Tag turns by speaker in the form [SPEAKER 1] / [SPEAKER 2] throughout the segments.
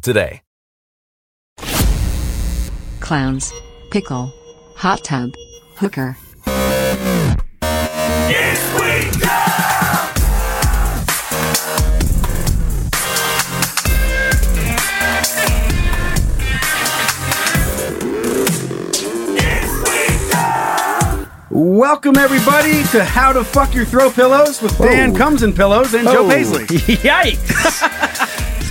[SPEAKER 1] today.
[SPEAKER 2] Clowns. Pickle. Hot tub. Hooker.
[SPEAKER 3] Welcome everybody to How to Fuck Your Throw Pillows with Dan
[SPEAKER 4] Oh.
[SPEAKER 3] Comes in Pillows and Joe Paisley.
[SPEAKER 4] Yikes!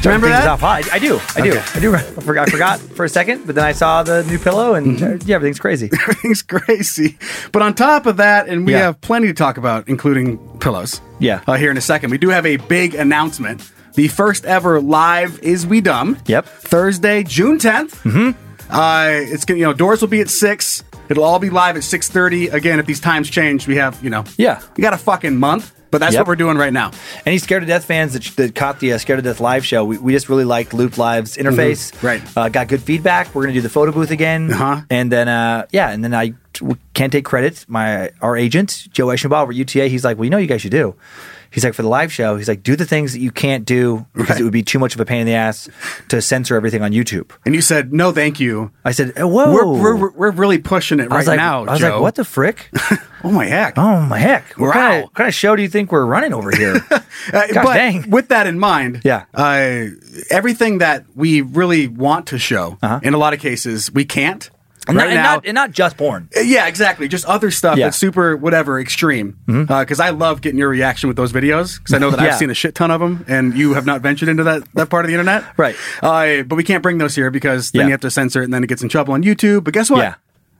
[SPEAKER 3] Remember
[SPEAKER 4] Oh, Things
[SPEAKER 3] that?
[SPEAKER 4] off high. I do. I do.
[SPEAKER 3] Okay.
[SPEAKER 4] I do. I forgot. I forgot for a second, but then I saw the new pillow,
[SPEAKER 3] Mm-hmm.
[SPEAKER 4] and uh, yeah, everything's crazy.
[SPEAKER 3] Everything's crazy. But on top of that, and we
[SPEAKER 4] Yeah.
[SPEAKER 3] have plenty to talk about, including pillows.
[SPEAKER 4] Yeah.
[SPEAKER 3] Uh, here in a second, we do have a big announcement. The first ever live is we dumb.
[SPEAKER 4] Yep.
[SPEAKER 3] Thursday, June tenth. Mm-hmm. Uh, it's gonna you know doors will be at six. It'll all be live at six thirty. Again, if these times change, we have you know
[SPEAKER 4] Yeah.
[SPEAKER 3] we got a fucking month. But that's
[SPEAKER 4] Yep.
[SPEAKER 3] what we're doing right now.
[SPEAKER 4] Any Scared to Death fans that, that caught the uh, Scared to Death live show, we, we just really liked Loop Live's interface.
[SPEAKER 3] Mm-hmm. Right.
[SPEAKER 4] Uh, got good feedback. We're going to do the photo booth again.
[SPEAKER 3] Uh-huh.
[SPEAKER 4] And then, uh, yeah, and then I t- can't take credit. My Our agent, Joe Eschenbaugh over at UTA, he's like, well, you know what you guys should do? He's like, for the live show, he's like, do the things that you can't do because
[SPEAKER 3] Right.
[SPEAKER 4] it would be too much of a pain in the ass to censor everything on YouTube.
[SPEAKER 3] And you said no, thank you.
[SPEAKER 4] I said, "Oh, whoa.
[SPEAKER 3] We're, we're, we're really pushing it
[SPEAKER 4] I
[SPEAKER 3] right
[SPEAKER 4] was like,
[SPEAKER 3] now.
[SPEAKER 4] I was
[SPEAKER 3] Joe.
[SPEAKER 4] like, what the frick?
[SPEAKER 3] Oh my heck!
[SPEAKER 4] Oh my heck! What
[SPEAKER 3] Wow.
[SPEAKER 4] kind, of, what kind of show do you think we're running over here?
[SPEAKER 3] Uh,
[SPEAKER 4] gosh
[SPEAKER 3] but
[SPEAKER 4] dang.
[SPEAKER 3] with that in mind,
[SPEAKER 4] Yeah.
[SPEAKER 3] uh, everything that we really want to show, in a lot of cases, we can't
[SPEAKER 4] Uh-huh. and,
[SPEAKER 3] right
[SPEAKER 4] not, and
[SPEAKER 3] now.
[SPEAKER 4] not- and not just porn.
[SPEAKER 3] Uh, yeah, exactly. Just other stuff
[SPEAKER 4] Yeah. Mm-hmm.
[SPEAKER 3] that's super whatever extreme. Because I love getting your reaction with those videos because I know that I've
[SPEAKER 4] Yeah.
[SPEAKER 3] seen a shit ton of them, and you have not ventured into that that part of the internet,
[SPEAKER 4] Right.
[SPEAKER 3] Uh, but we can't bring those here because then
[SPEAKER 4] Yeah.
[SPEAKER 3] you have to censor it, and then it gets in trouble on YouTube. But guess what?
[SPEAKER 4] Yeah.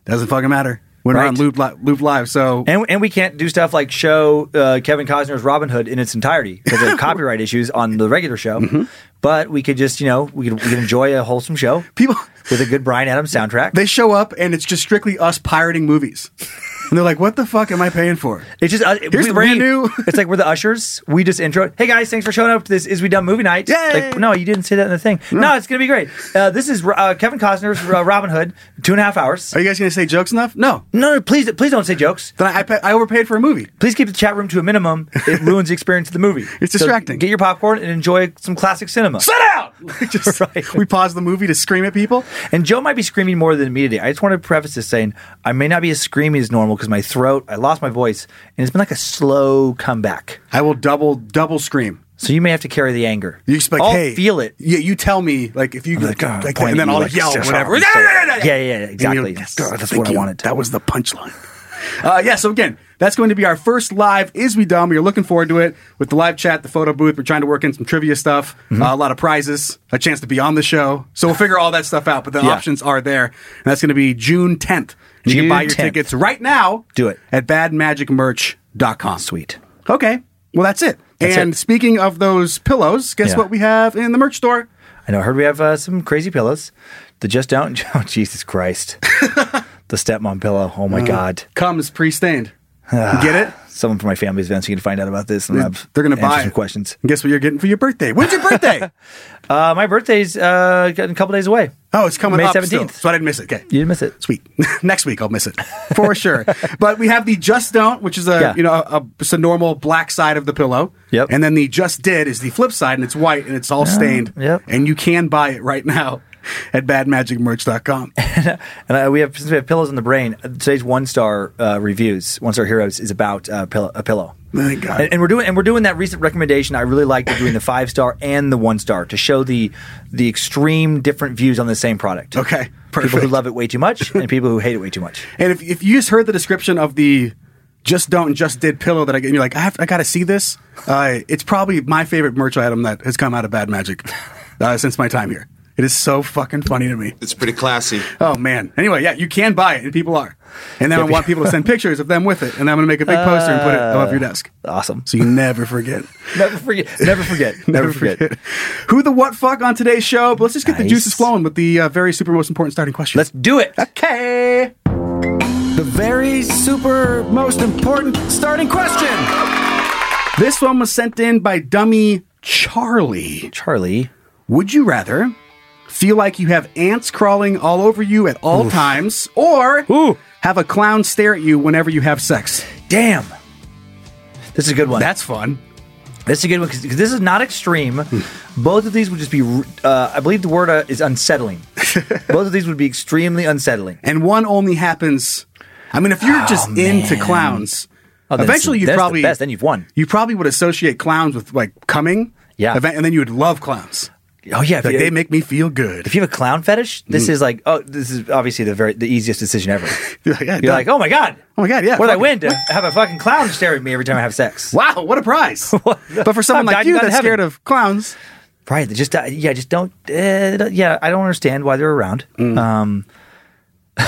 [SPEAKER 3] Doesn't fucking matter. When We're
[SPEAKER 4] Right.
[SPEAKER 3] on Loop, Li- Loop Live, so
[SPEAKER 4] And, and we can't do stuff like show uh, Kevin Costner's Robin Hood in its entirety because of copyright issues on the regular show.
[SPEAKER 3] Mm-hmm.
[SPEAKER 4] But we could just, you know, we could, we could enjoy a wholesome show
[SPEAKER 3] people.
[SPEAKER 4] with a good Brian Adams soundtrack.
[SPEAKER 3] They show up and it's just strictly us pirating movies. And they're like, what the fuck am I paying for?
[SPEAKER 4] it's just uh,
[SPEAKER 3] Here's
[SPEAKER 4] we-
[SPEAKER 3] brand
[SPEAKER 4] we-
[SPEAKER 3] new.
[SPEAKER 4] It's like we're the ushers. We just intro. Hey guys, thanks for showing up. to This is we done movie night.
[SPEAKER 3] Yay!
[SPEAKER 4] Like, no, you didn't say that in the thing. No, it's gonna be great. Uh, this is uh, Kevin Costner's uh, Robin Hood. Two and a half hours.
[SPEAKER 3] Are you guys going to say jokes enough? No.
[SPEAKER 4] No, no, please, please don't say jokes.
[SPEAKER 3] Then I, I, pa- I overpaid for a movie.
[SPEAKER 4] Please keep the chat room to a minimum. It ruins the experience of the movie.
[SPEAKER 3] It's
[SPEAKER 4] So
[SPEAKER 3] distracting.
[SPEAKER 4] get your popcorn and enjoy some classic cinema.
[SPEAKER 3] Sit down! Just-
[SPEAKER 4] Right.
[SPEAKER 3] We pause the movie to scream at people.
[SPEAKER 4] And Joe might be screaming more than me today. I just want to preface this saying I may not be as screaming as normal because my throat, I lost my voice, and it's been like a slow comeback.
[SPEAKER 3] I will double, double scream.
[SPEAKER 4] So you may have to carry the anger.
[SPEAKER 3] You expect,
[SPEAKER 4] I'll
[SPEAKER 3] hey.
[SPEAKER 4] feel it.
[SPEAKER 3] Yeah, you tell me, like, if you, like,
[SPEAKER 4] Like, uh,
[SPEAKER 3] like that,
[SPEAKER 4] point
[SPEAKER 3] and then
[SPEAKER 4] at you,
[SPEAKER 3] I'll
[SPEAKER 4] like,
[SPEAKER 3] yell,
[SPEAKER 4] "Yes,
[SPEAKER 3] whatever.
[SPEAKER 4] yes, yes." Yeah, yeah, yeah,
[SPEAKER 3] And
[SPEAKER 4] exactly.
[SPEAKER 3] you'll-
[SPEAKER 4] Yes, that's
[SPEAKER 3] thank
[SPEAKER 4] what I
[SPEAKER 3] you.
[SPEAKER 4] wanted.
[SPEAKER 3] That was the punchline. Uh, yeah, so again, that's going to be our first live. Is we dumb? We're looking forward to it with the live chat, the photo booth. We're trying to work in some trivia stuff,
[SPEAKER 4] Mm-hmm.
[SPEAKER 3] uh, a lot of prizes, a chance to be on the show. So we'll figure all that stuff out. But the
[SPEAKER 4] Yeah.
[SPEAKER 3] options are there, and that's going to be June 10th. And you can
[SPEAKER 4] June
[SPEAKER 3] buy your
[SPEAKER 4] 10th.
[SPEAKER 3] tickets right now.
[SPEAKER 4] Do it.
[SPEAKER 3] at badmagicmerch.com.
[SPEAKER 4] Sweet.
[SPEAKER 3] Okay, well that's it.
[SPEAKER 4] That's
[SPEAKER 3] and
[SPEAKER 4] it.
[SPEAKER 3] speaking of those pillows, guess
[SPEAKER 4] Yeah.
[SPEAKER 3] what we have in the merch store?
[SPEAKER 4] I know. I heard we have uh, some crazy pillows that just don't. Oh, Jesus Christ. the stepmom pillow. Oh,
[SPEAKER 3] Uh-huh.
[SPEAKER 4] my God.
[SPEAKER 3] Comes pre-stained.
[SPEAKER 4] Ah.
[SPEAKER 3] Get it?
[SPEAKER 4] Someone from my family's events, you can find out about this. And have
[SPEAKER 3] They're going to
[SPEAKER 4] answer
[SPEAKER 3] buy
[SPEAKER 4] some
[SPEAKER 3] it.
[SPEAKER 4] questions.
[SPEAKER 3] And guess what you're getting for your birthday? When's your birthday?
[SPEAKER 4] Uh, my birthday's uh, a couple days away.
[SPEAKER 3] oh, it's coming
[SPEAKER 4] May
[SPEAKER 3] up
[SPEAKER 4] 17th.
[SPEAKER 3] still, so I didn't miss it. Okay.
[SPEAKER 4] You didn't miss it.
[SPEAKER 3] Sweet. Next week I'll miss it for sure. but we have the just don't, which is a
[SPEAKER 4] Yeah.
[SPEAKER 3] you know a, it's a normal black side of the pillow.
[SPEAKER 4] Yep. Ah,
[SPEAKER 3] And then the just did is the flip side, and it's white and it's all stained.
[SPEAKER 4] yep.
[SPEAKER 3] And you can buy it right now at badmagicmerch.com.
[SPEAKER 4] And uh, we have since we have pillows in the brain. uh, Today's one star uh, reviews, one star heroes, is about uh, pillow, a pillow.
[SPEAKER 3] Thank God.
[SPEAKER 4] And, and we're doing and we're doing that recent recommendation. I really liked doing the five star and the one star to show the the extreme different views on the same product.
[SPEAKER 3] Okay,
[SPEAKER 4] People who
[SPEAKER 3] perfect.
[SPEAKER 4] love it way too much and people who hate it way too much.
[SPEAKER 3] And if, if you just heard the description of the just don't and just did pillow that I get, and you're like, I have, I gotta see this. Uh, it's probably my favorite merch item that has come out of Bad Magic. uh, since my time here. It is so fucking funny to me.
[SPEAKER 5] It's pretty classy.
[SPEAKER 3] Oh man. Anyway, yeah, you can buy it, and people are. And then I want people to send pictures of them with it, and I'm gonna make a big poster and put it above your desk,
[SPEAKER 4] Awesome.
[SPEAKER 3] so you never forget.
[SPEAKER 4] Never forget. Never forget. Never, forget.
[SPEAKER 3] Who the what fuck on today's show? But let's just get the
[SPEAKER 4] Nice.
[SPEAKER 3] juices flowing with the uh, very super most important starting question.
[SPEAKER 4] Let's do it.
[SPEAKER 3] okay.
[SPEAKER 6] The very super most important starting question.
[SPEAKER 3] This one was sent in by Dummy Charlie.
[SPEAKER 4] Charlie.
[SPEAKER 3] Would you rather feel like you have ants crawling all over you at all times, or have a clown stare at you whenever you have sex?
[SPEAKER 4] Damn. This is a good one.
[SPEAKER 3] That's fun.
[SPEAKER 4] This is a good one because this is not extreme.
[SPEAKER 3] Hmm.
[SPEAKER 4] Both of these would just be, uh, I believe the word uh, is unsettling. Both of these would be extremely unsettling.
[SPEAKER 3] and one only happens. I mean, if you're just into clowns,
[SPEAKER 4] Oh, then it's
[SPEAKER 3] eventually
[SPEAKER 4] the-
[SPEAKER 3] you
[SPEAKER 4] that's the
[SPEAKER 3] probably
[SPEAKER 4] best, then you've won.
[SPEAKER 3] You probably would associate clowns with like coming,
[SPEAKER 4] Yeah.
[SPEAKER 3] event- and then you would love clowns.
[SPEAKER 4] Oh yeah, if
[SPEAKER 3] Like
[SPEAKER 4] you,
[SPEAKER 3] they make Hmm. me feel good.
[SPEAKER 4] if you have a clown fetish, this is like, oh, this is obviously the very the easiest decision ever.
[SPEAKER 3] You're like, yeah,
[SPEAKER 4] You're
[SPEAKER 3] done.
[SPEAKER 4] like, oh my god,
[SPEAKER 3] Oh my God, yeah,
[SPEAKER 4] what did I
[SPEAKER 3] fuck it.
[SPEAKER 4] win to have a fucking clown stare at me every time I have sex?
[SPEAKER 3] wow, what a prize! but for someone
[SPEAKER 4] I'm
[SPEAKER 3] like
[SPEAKER 4] glad
[SPEAKER 3] you
[SPEAKER 4] you got
[SPEAKER 3] that's
[SPEAKER 4] heaven.
[SPEAKER 3] scared of clowns,
[SPEAKER 4] Right? they Just uh, yeah, just don't. Uh, don't- yeah, I don't understand why they're around.
[SPEAKER 3] Mm.
[SPEAKER 4] Um,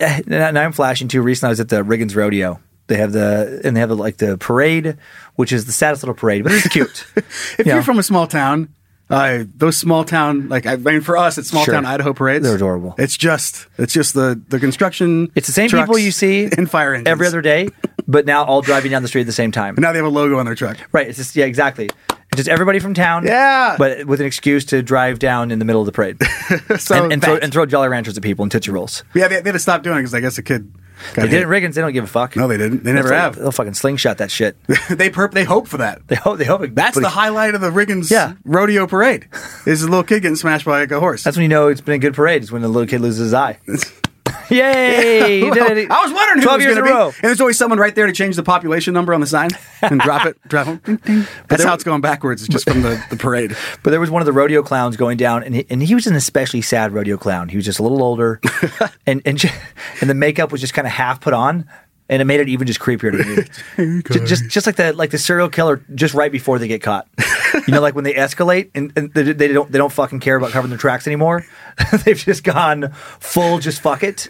[SPEAKER 4] and now I'm flashing too. Recently, I was at the Riggins Rodeo. They have the and they have the, like the parade, which is the saddest little parade, but it's cute.
[SPEAKER 3] if
[SPEAKER 4] Yeah.
[SPEAKER 3] you're from a small town, uh, those small town like I mean, for us, it's small
[SPEAKER 4] Sure.
[SPEAKER 3] town Idaho parades.
[SPEAKER 4] They're adorable.
[SPEAKER 3] It's just it's just the the construction.
[SPEAKER 4] it's the same
[SPEAKER 3] trucks
[SPEAKER 4] people you see
[SPEAKER 3] and fire engines
[SPEAKER 4] every other day, but now all driving down the street at the same time.
[SPEAKER 3] And now they have a logo on their truck.
[SPEAKER 4] Right. It's just yeah, exactly. It's Just everybody from town.
[SPEAKER 3] Yeah.
[SPEAKER 4] But with an excuse to drive down in the middle of the parade
[SPEAKER 3] So
[SPEAKER 4] and, and, throw,
[SPEAKER 3] that-
[SPEAKER 4] and throw Jolly Ranchers at people and Tootsie Rolls.
[SPEAKER 3] yeah, they, they had to stop doing it because I guess the kid. got
[SPEAKER 4] They
[SPEAKER 3] hit.
[SPEAKER 4] did it in Riggins. They don't give a fuck.
[SPEAKER 3] No, they didn't. They never
[SPEAKER 4] They'll-
[SPEAKER 3] have.
[SPEAKER 4] They'll fucking slingshot that shit.
[SPEAKER 3] they perp- they hope for that.
[SPEAKER 4] They hope. They hope. It,
[SPEAKER 3] That's
[SPEAKER 4] but
[SPEAKER 3] the
[SPEAKER 4] it-
[SPEAKER 3] highlight of the Riggins
[SPEAKER 4] Yeah.
[SPEAKER 3] rodeo parade. Is a little kid getting smashed by like a horse?
[SPEAKER 4] That's when you know it's been a good parade. Is when the little kid loses his eye. Yay! You did it.
[SPEAKER 3] I was wondering who it
[SPEAKER 4] 12
[SPEAKER 3] was
[SPEAKER 4] years
[SPEAKER 3] going to be.
[SPEAKER 4] in a row.
[SPEAKER 3] And there's always someone right there to change the population number on the sign and drop it. Drop it. Ding, ding. That's how it's going backwards. It's just from the, the parade.
[SPEAKER 4] But there was one of the rodeo clowns going down, and he, and he was an especially sad rodeo clown. He was just a little older, and and ju- and the makeup was just kind of half put on, and it made it even just creepier to me. Ju- just just like the like the serial killer, just right before they get caught. You know, like when they escalate and, and they, they don't they don't fucking care about covering their tracks anymore. They've just gone full, just fuck it.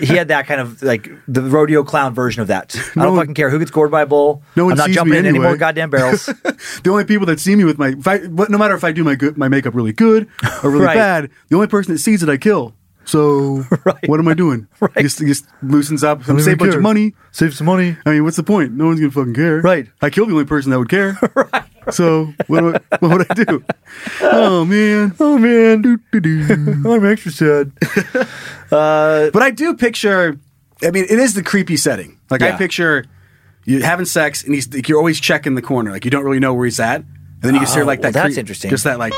[SPEAKER 4] He had that kind of like the rodeo clown version of that. I don't fucking care who gets gored by a bull.
[SPEAKER 3] no one
[SPEAKER 4] I'm not
[SPEAKER 3] sees
[SPEAKER 4] jumping
[SPEAKER 3] me
[SPEAKER 4] in any more
[SPEAKER 3] anyway.
[SPEAKER 4] goddamn barrels.
[SPEAKER 3] The only people that see me with my, if I, but no matter if I do my good, my makeup really good or really
[SPEAKER 4] Right.
[SPEAKER 3] bad, the only person that sees it I kill. So what am I doing?
[SPEAKER 4] Right.
[SPEAKER 3] Just, just loosens up. I'm save a bunch of money.
[SPEAKER 4] save some money.
[SPEAKER 3] I mean, what's the point? No one's gonna fucking care.
[SPEAKER 4] Right.
[SPEAKER 3] I killed the only person that would care. right. So what, do I, what would I do? oh man. Oh man.
[SPEAKER 4] I'm extra sad. Uh,
[SPEAKER 3] But I do picture. I mean, it is the creepy setting. Like I
[SPEAKER 4] Yeah.
[SPEAKER 3] picture you having sex, and he's like, you're always checking the corner. Like you don't really know where he's at, and then you can hear
[SPEAKER 4] Oh,
[SPEAKER 3] like that.
[SPEAKER 4] well, that's
[SPEAKER 3] creep-
[SPEAKER 4] interesting.
[SPEAKER 3] Just that like.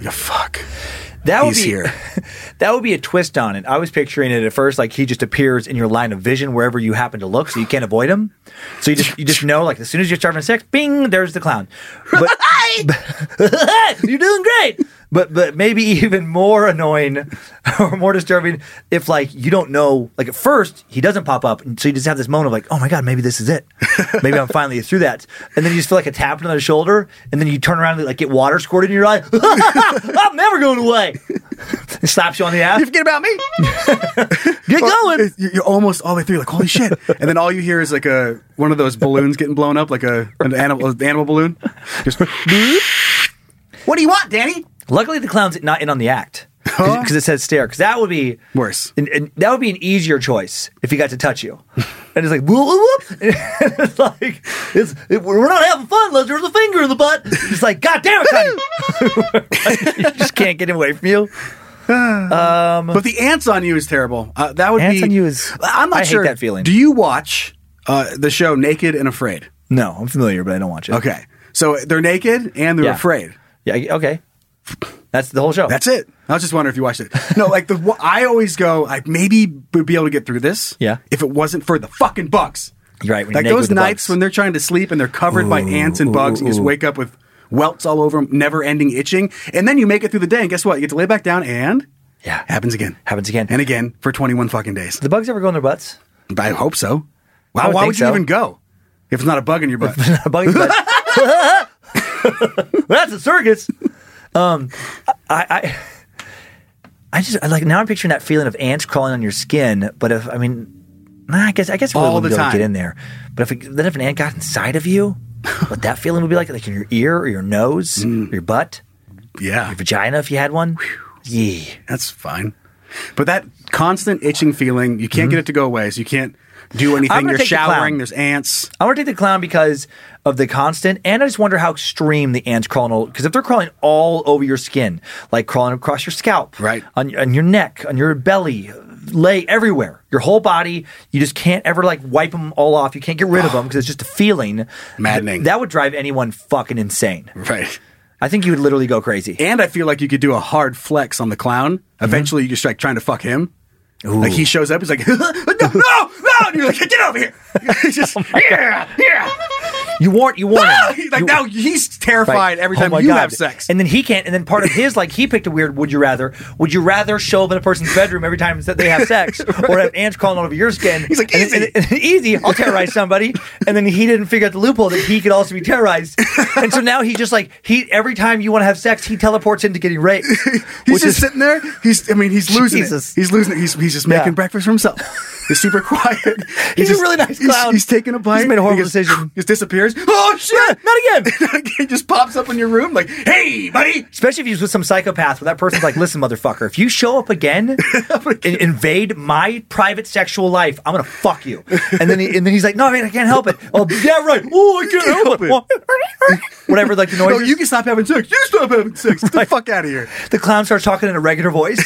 [SPEAKER 3] Yeah, fuck.
[SPEAKER 4] That would
[SPEAKER 3] He's
[SPEAKER 4] be
[SPEAKER 3] here.
[SPEAKER 4] that would be a twist on it. I was picturing it at first like he just appears in your line of vision wherever you happen to look, so you can't avoid him. So you just you just know like as soon as you're starting sex, bing, there's the clown. But, but- you're doing great. But but maybe even more annoying or more disturbing if like you don't know like at first he doesn't pop up, and so you just have this moment of like oh my god maybe this is it, maybe I'm finally through that, and then you just feel like a tap on the shoulder, and then you turn around and like get water squirted in your eye. I'm never going away. and slaps you on the ass.
[SPEAKER 3] Forget about me.
[SPEAKER 4] Get going.
[SPEAKER 3] It's- you- You're almost all the way through. Like holy shit! And then all you hear is like a one of those balloons getting blown up, like a an animal an animal balloon. Just what do you want, Danny?
[SPEAKER 4] Luckily, the clown's not in on the act because it says stare. Because that would be
[SPEAKER 3] Worse.
[SPEAKER 4] And, and that would be an easier choice if he got to touch you. And it's like whoop whoop. whoop. And it's like it's it, we're not having fun unless there's a finger in the butt. It's like God damn it, Clown. you just can't get him away from you.
[SPEAKER 3] But the ants on you is terrible. Uh, that would
[SPEAKER 4] Ants
[SPEAKER 3] be
[SPEAKER 4] on you is-
[SPEAKER 3] I'm not
[SPEAKER 4] I hate
[SPEAKER 3] sure
[SPEAKER 4] that feeling.
[SPEAKER 3] Do you watch uh, the show Naked and Afraid?
[SPEAKER 4] No, I'm familiar, but I don't watch it.
[SPEAKER 3] Okay, so they're naked and they're
[SPEAKER 4] Yeah.
[SPEAKER 3] afraid.
[SPEAKER 4] Yeah. I- Okay. That's the whole show.
[SPEAKER 3] That's it. I was just wondering if you watched it. No, like the wh- I always go. I maybe would be able to get through this.
[SPEAKER 4] Yeah.
[SPEAKER 3] If it wasn't for the fucking bugs.
[SPEAKER 4] You're right, when you're
[SPEAKER 3] like
[SPEAKER 4] naked
[SPEAKER 3] those
[SPEAKER 4] with the
[SPEAKER 3] nights
[SPEAKER 4] bugs.
[SPEAKER 3] when they're trying to sleep and they're covered by ants and bugs, and you just wake up with welts all over them, never-ending itching, and then you make it through the day, and guess what? You get to lay back down, and
[SPEAKER 4] Yeah.
[SPEAKER 3] happens again,
[SPEAKER 4] Happens again.
[SPEAKER 3] and again for 21 fucking days.
[SPEAKER 4] Do the bugs ever go in their butts?
[SPEAKER 3] I hope so. Why,
[SPEAKER 4] would
[SPEAKER 3] why
[SPEAKER 4] think
[SPEAKER 3] would you
[SPEAKER 4] so.
[SPEAKER 3] even go if it's not a bug in your butt?
[SPEAKER 4] a bug in the butt. That's a circus. Um, I, I, I just I like now I'm picturing that feeling of ants crawling on your skin. But if I mean, nah, I guess I guess it really
[SPEAKER 3] All the
[SPEAKER 4] wouldn't be able to
[SPEAKER 3] time.
[SPEAKER 4] get in there. But if it, then if an ant got inside of you, what that feeling would be like, like in your ear or your nose,
[SPEAKER 3] Mm.
[SPEAKER 4] or your butt,
[SPEAKER 3] Yeah,
[SPEAKER 4] your vagina if you had one. Yeah.
[SPEAKER 3] that's fine. But that constant itching feeling, you can't get it to go away. So you can't do anything.
[SPEAKER 4] Mm-hmm. gonna
[SPEAKER 3] You're
[SPEAKER 4] take the clown.
[SPEAKER 3] showering. there's ants.
[SPEAKER 4] I want to take the clown because of the constant, and I just wonder how extreme the ants crawling. Because if they're crawling all over your skin, like crawling across your scalp,
[SPEAKER 3] Right.
[SPEAKER 4] on, on your neck, on your belly, lay everywhere, your whole body, you just can't ever like wipe them all off. You can't get rid of them because it's just a feeling.
[SPEAKER 3] Maddening.
[SPEAKER 4] That would drive anyone fucking insane.
[SPEAKER 3] Right.
[SPEAKER 4] I think you would literally go crazy.
[SPEAKER 3] And I feel like you could do a hard flex on the clown.
[SPEAKER 4] Mm-hmm.
[SPEAKER 3] Eventually, you're just like trying to fuck him. Like he shows up, he's like, no, no, no, and you're like, get over here. It's just,
[SPEAKER 4] Oh
[SPEAKER 3] yeah, yeah.
[SPEAKER 4] You warn, you warn
[SPEAKER 3] Ah!
[SPEAKER 4] him.
[SPEAKER 3] Like
[SPEAKER 4] Oh, You-
[SPEAKER 3] now he's terrified
[SPEAKER 4] Right.
[SPEAKER 3] every
[SPEAKER 4] Oh
[SPEAKER 3] time
[SPEAKER 4] my
[SPEAKER 3] you
[SPEAKER 4] God.
[SPEAKER 3] have sex.
[SPEAKER 4] And then he can't. And then part of his, like, he picked a weird would you rather. Would you rather show up in a person's bedroom every time that they have sex or have ants crawling all over your skin?
[SPEAKER 3] He's like,
[SPEAKER 4] And- and-
[SPEAKER 3] "Easy."
[SPEAKER 4] and- easy, I'll terrorize somebody. And then he didn't figure out the loophole that he could also be terrorized. And so now he just, like, he every time you want to have sex, he teleports into getting raped.
[SPEAKER 3] he's
[SPEAKER 4] which
[SPEAKER 3] just
[SPEAKER 4] is-
[SPEAKER 3] sitting there. He's, I mean, he's losing
[SPEAKER 4] Jesus.
[SPEAKER 3] it. He's losing it. He's, he's just
[SPEAKER 4] Yeah.
[SPEAKER 3] making breakfast for himself. He's super quiet.
[SPEAKER 4] He's a
[SPEAKER 3] just-
[SPEAKER 4] really nice
[SPEAKER 3] he's-
[SPEAKER 4] clown.
[SPEAKER 3] He's, taking a
[SPEAKER 4] He's
[SPEAKER 3] bite.
[SPEAKER 4] made a
[SPEAKER 3] He
[SPEAKER 4] horrible
[SPEAKER 3] goes,
[SPEAKER 4] decision.
[SPEAKER 3] Just disappears. Oh shit!
[SPEAKER 4] Not again.
[SPEAKER 3] he just pops up in your room like, hey, buddy.
[SPEAKER 4] Especially if he's with some psychopath where that person's like, listen, motherfucker, if you show up again and invade my private sexual life, I'm gonna fuck you. And then he, and then he's like, no, man, I can't help it. Oh, yeah, right. Oh, I can't help it. Whatever, like the noise.
[SPEAKER 3] No, you can stop having sex. You stop having sex. Get the fuck out of here.
[SPEAKER 4] The clown starts talking in a regular voice.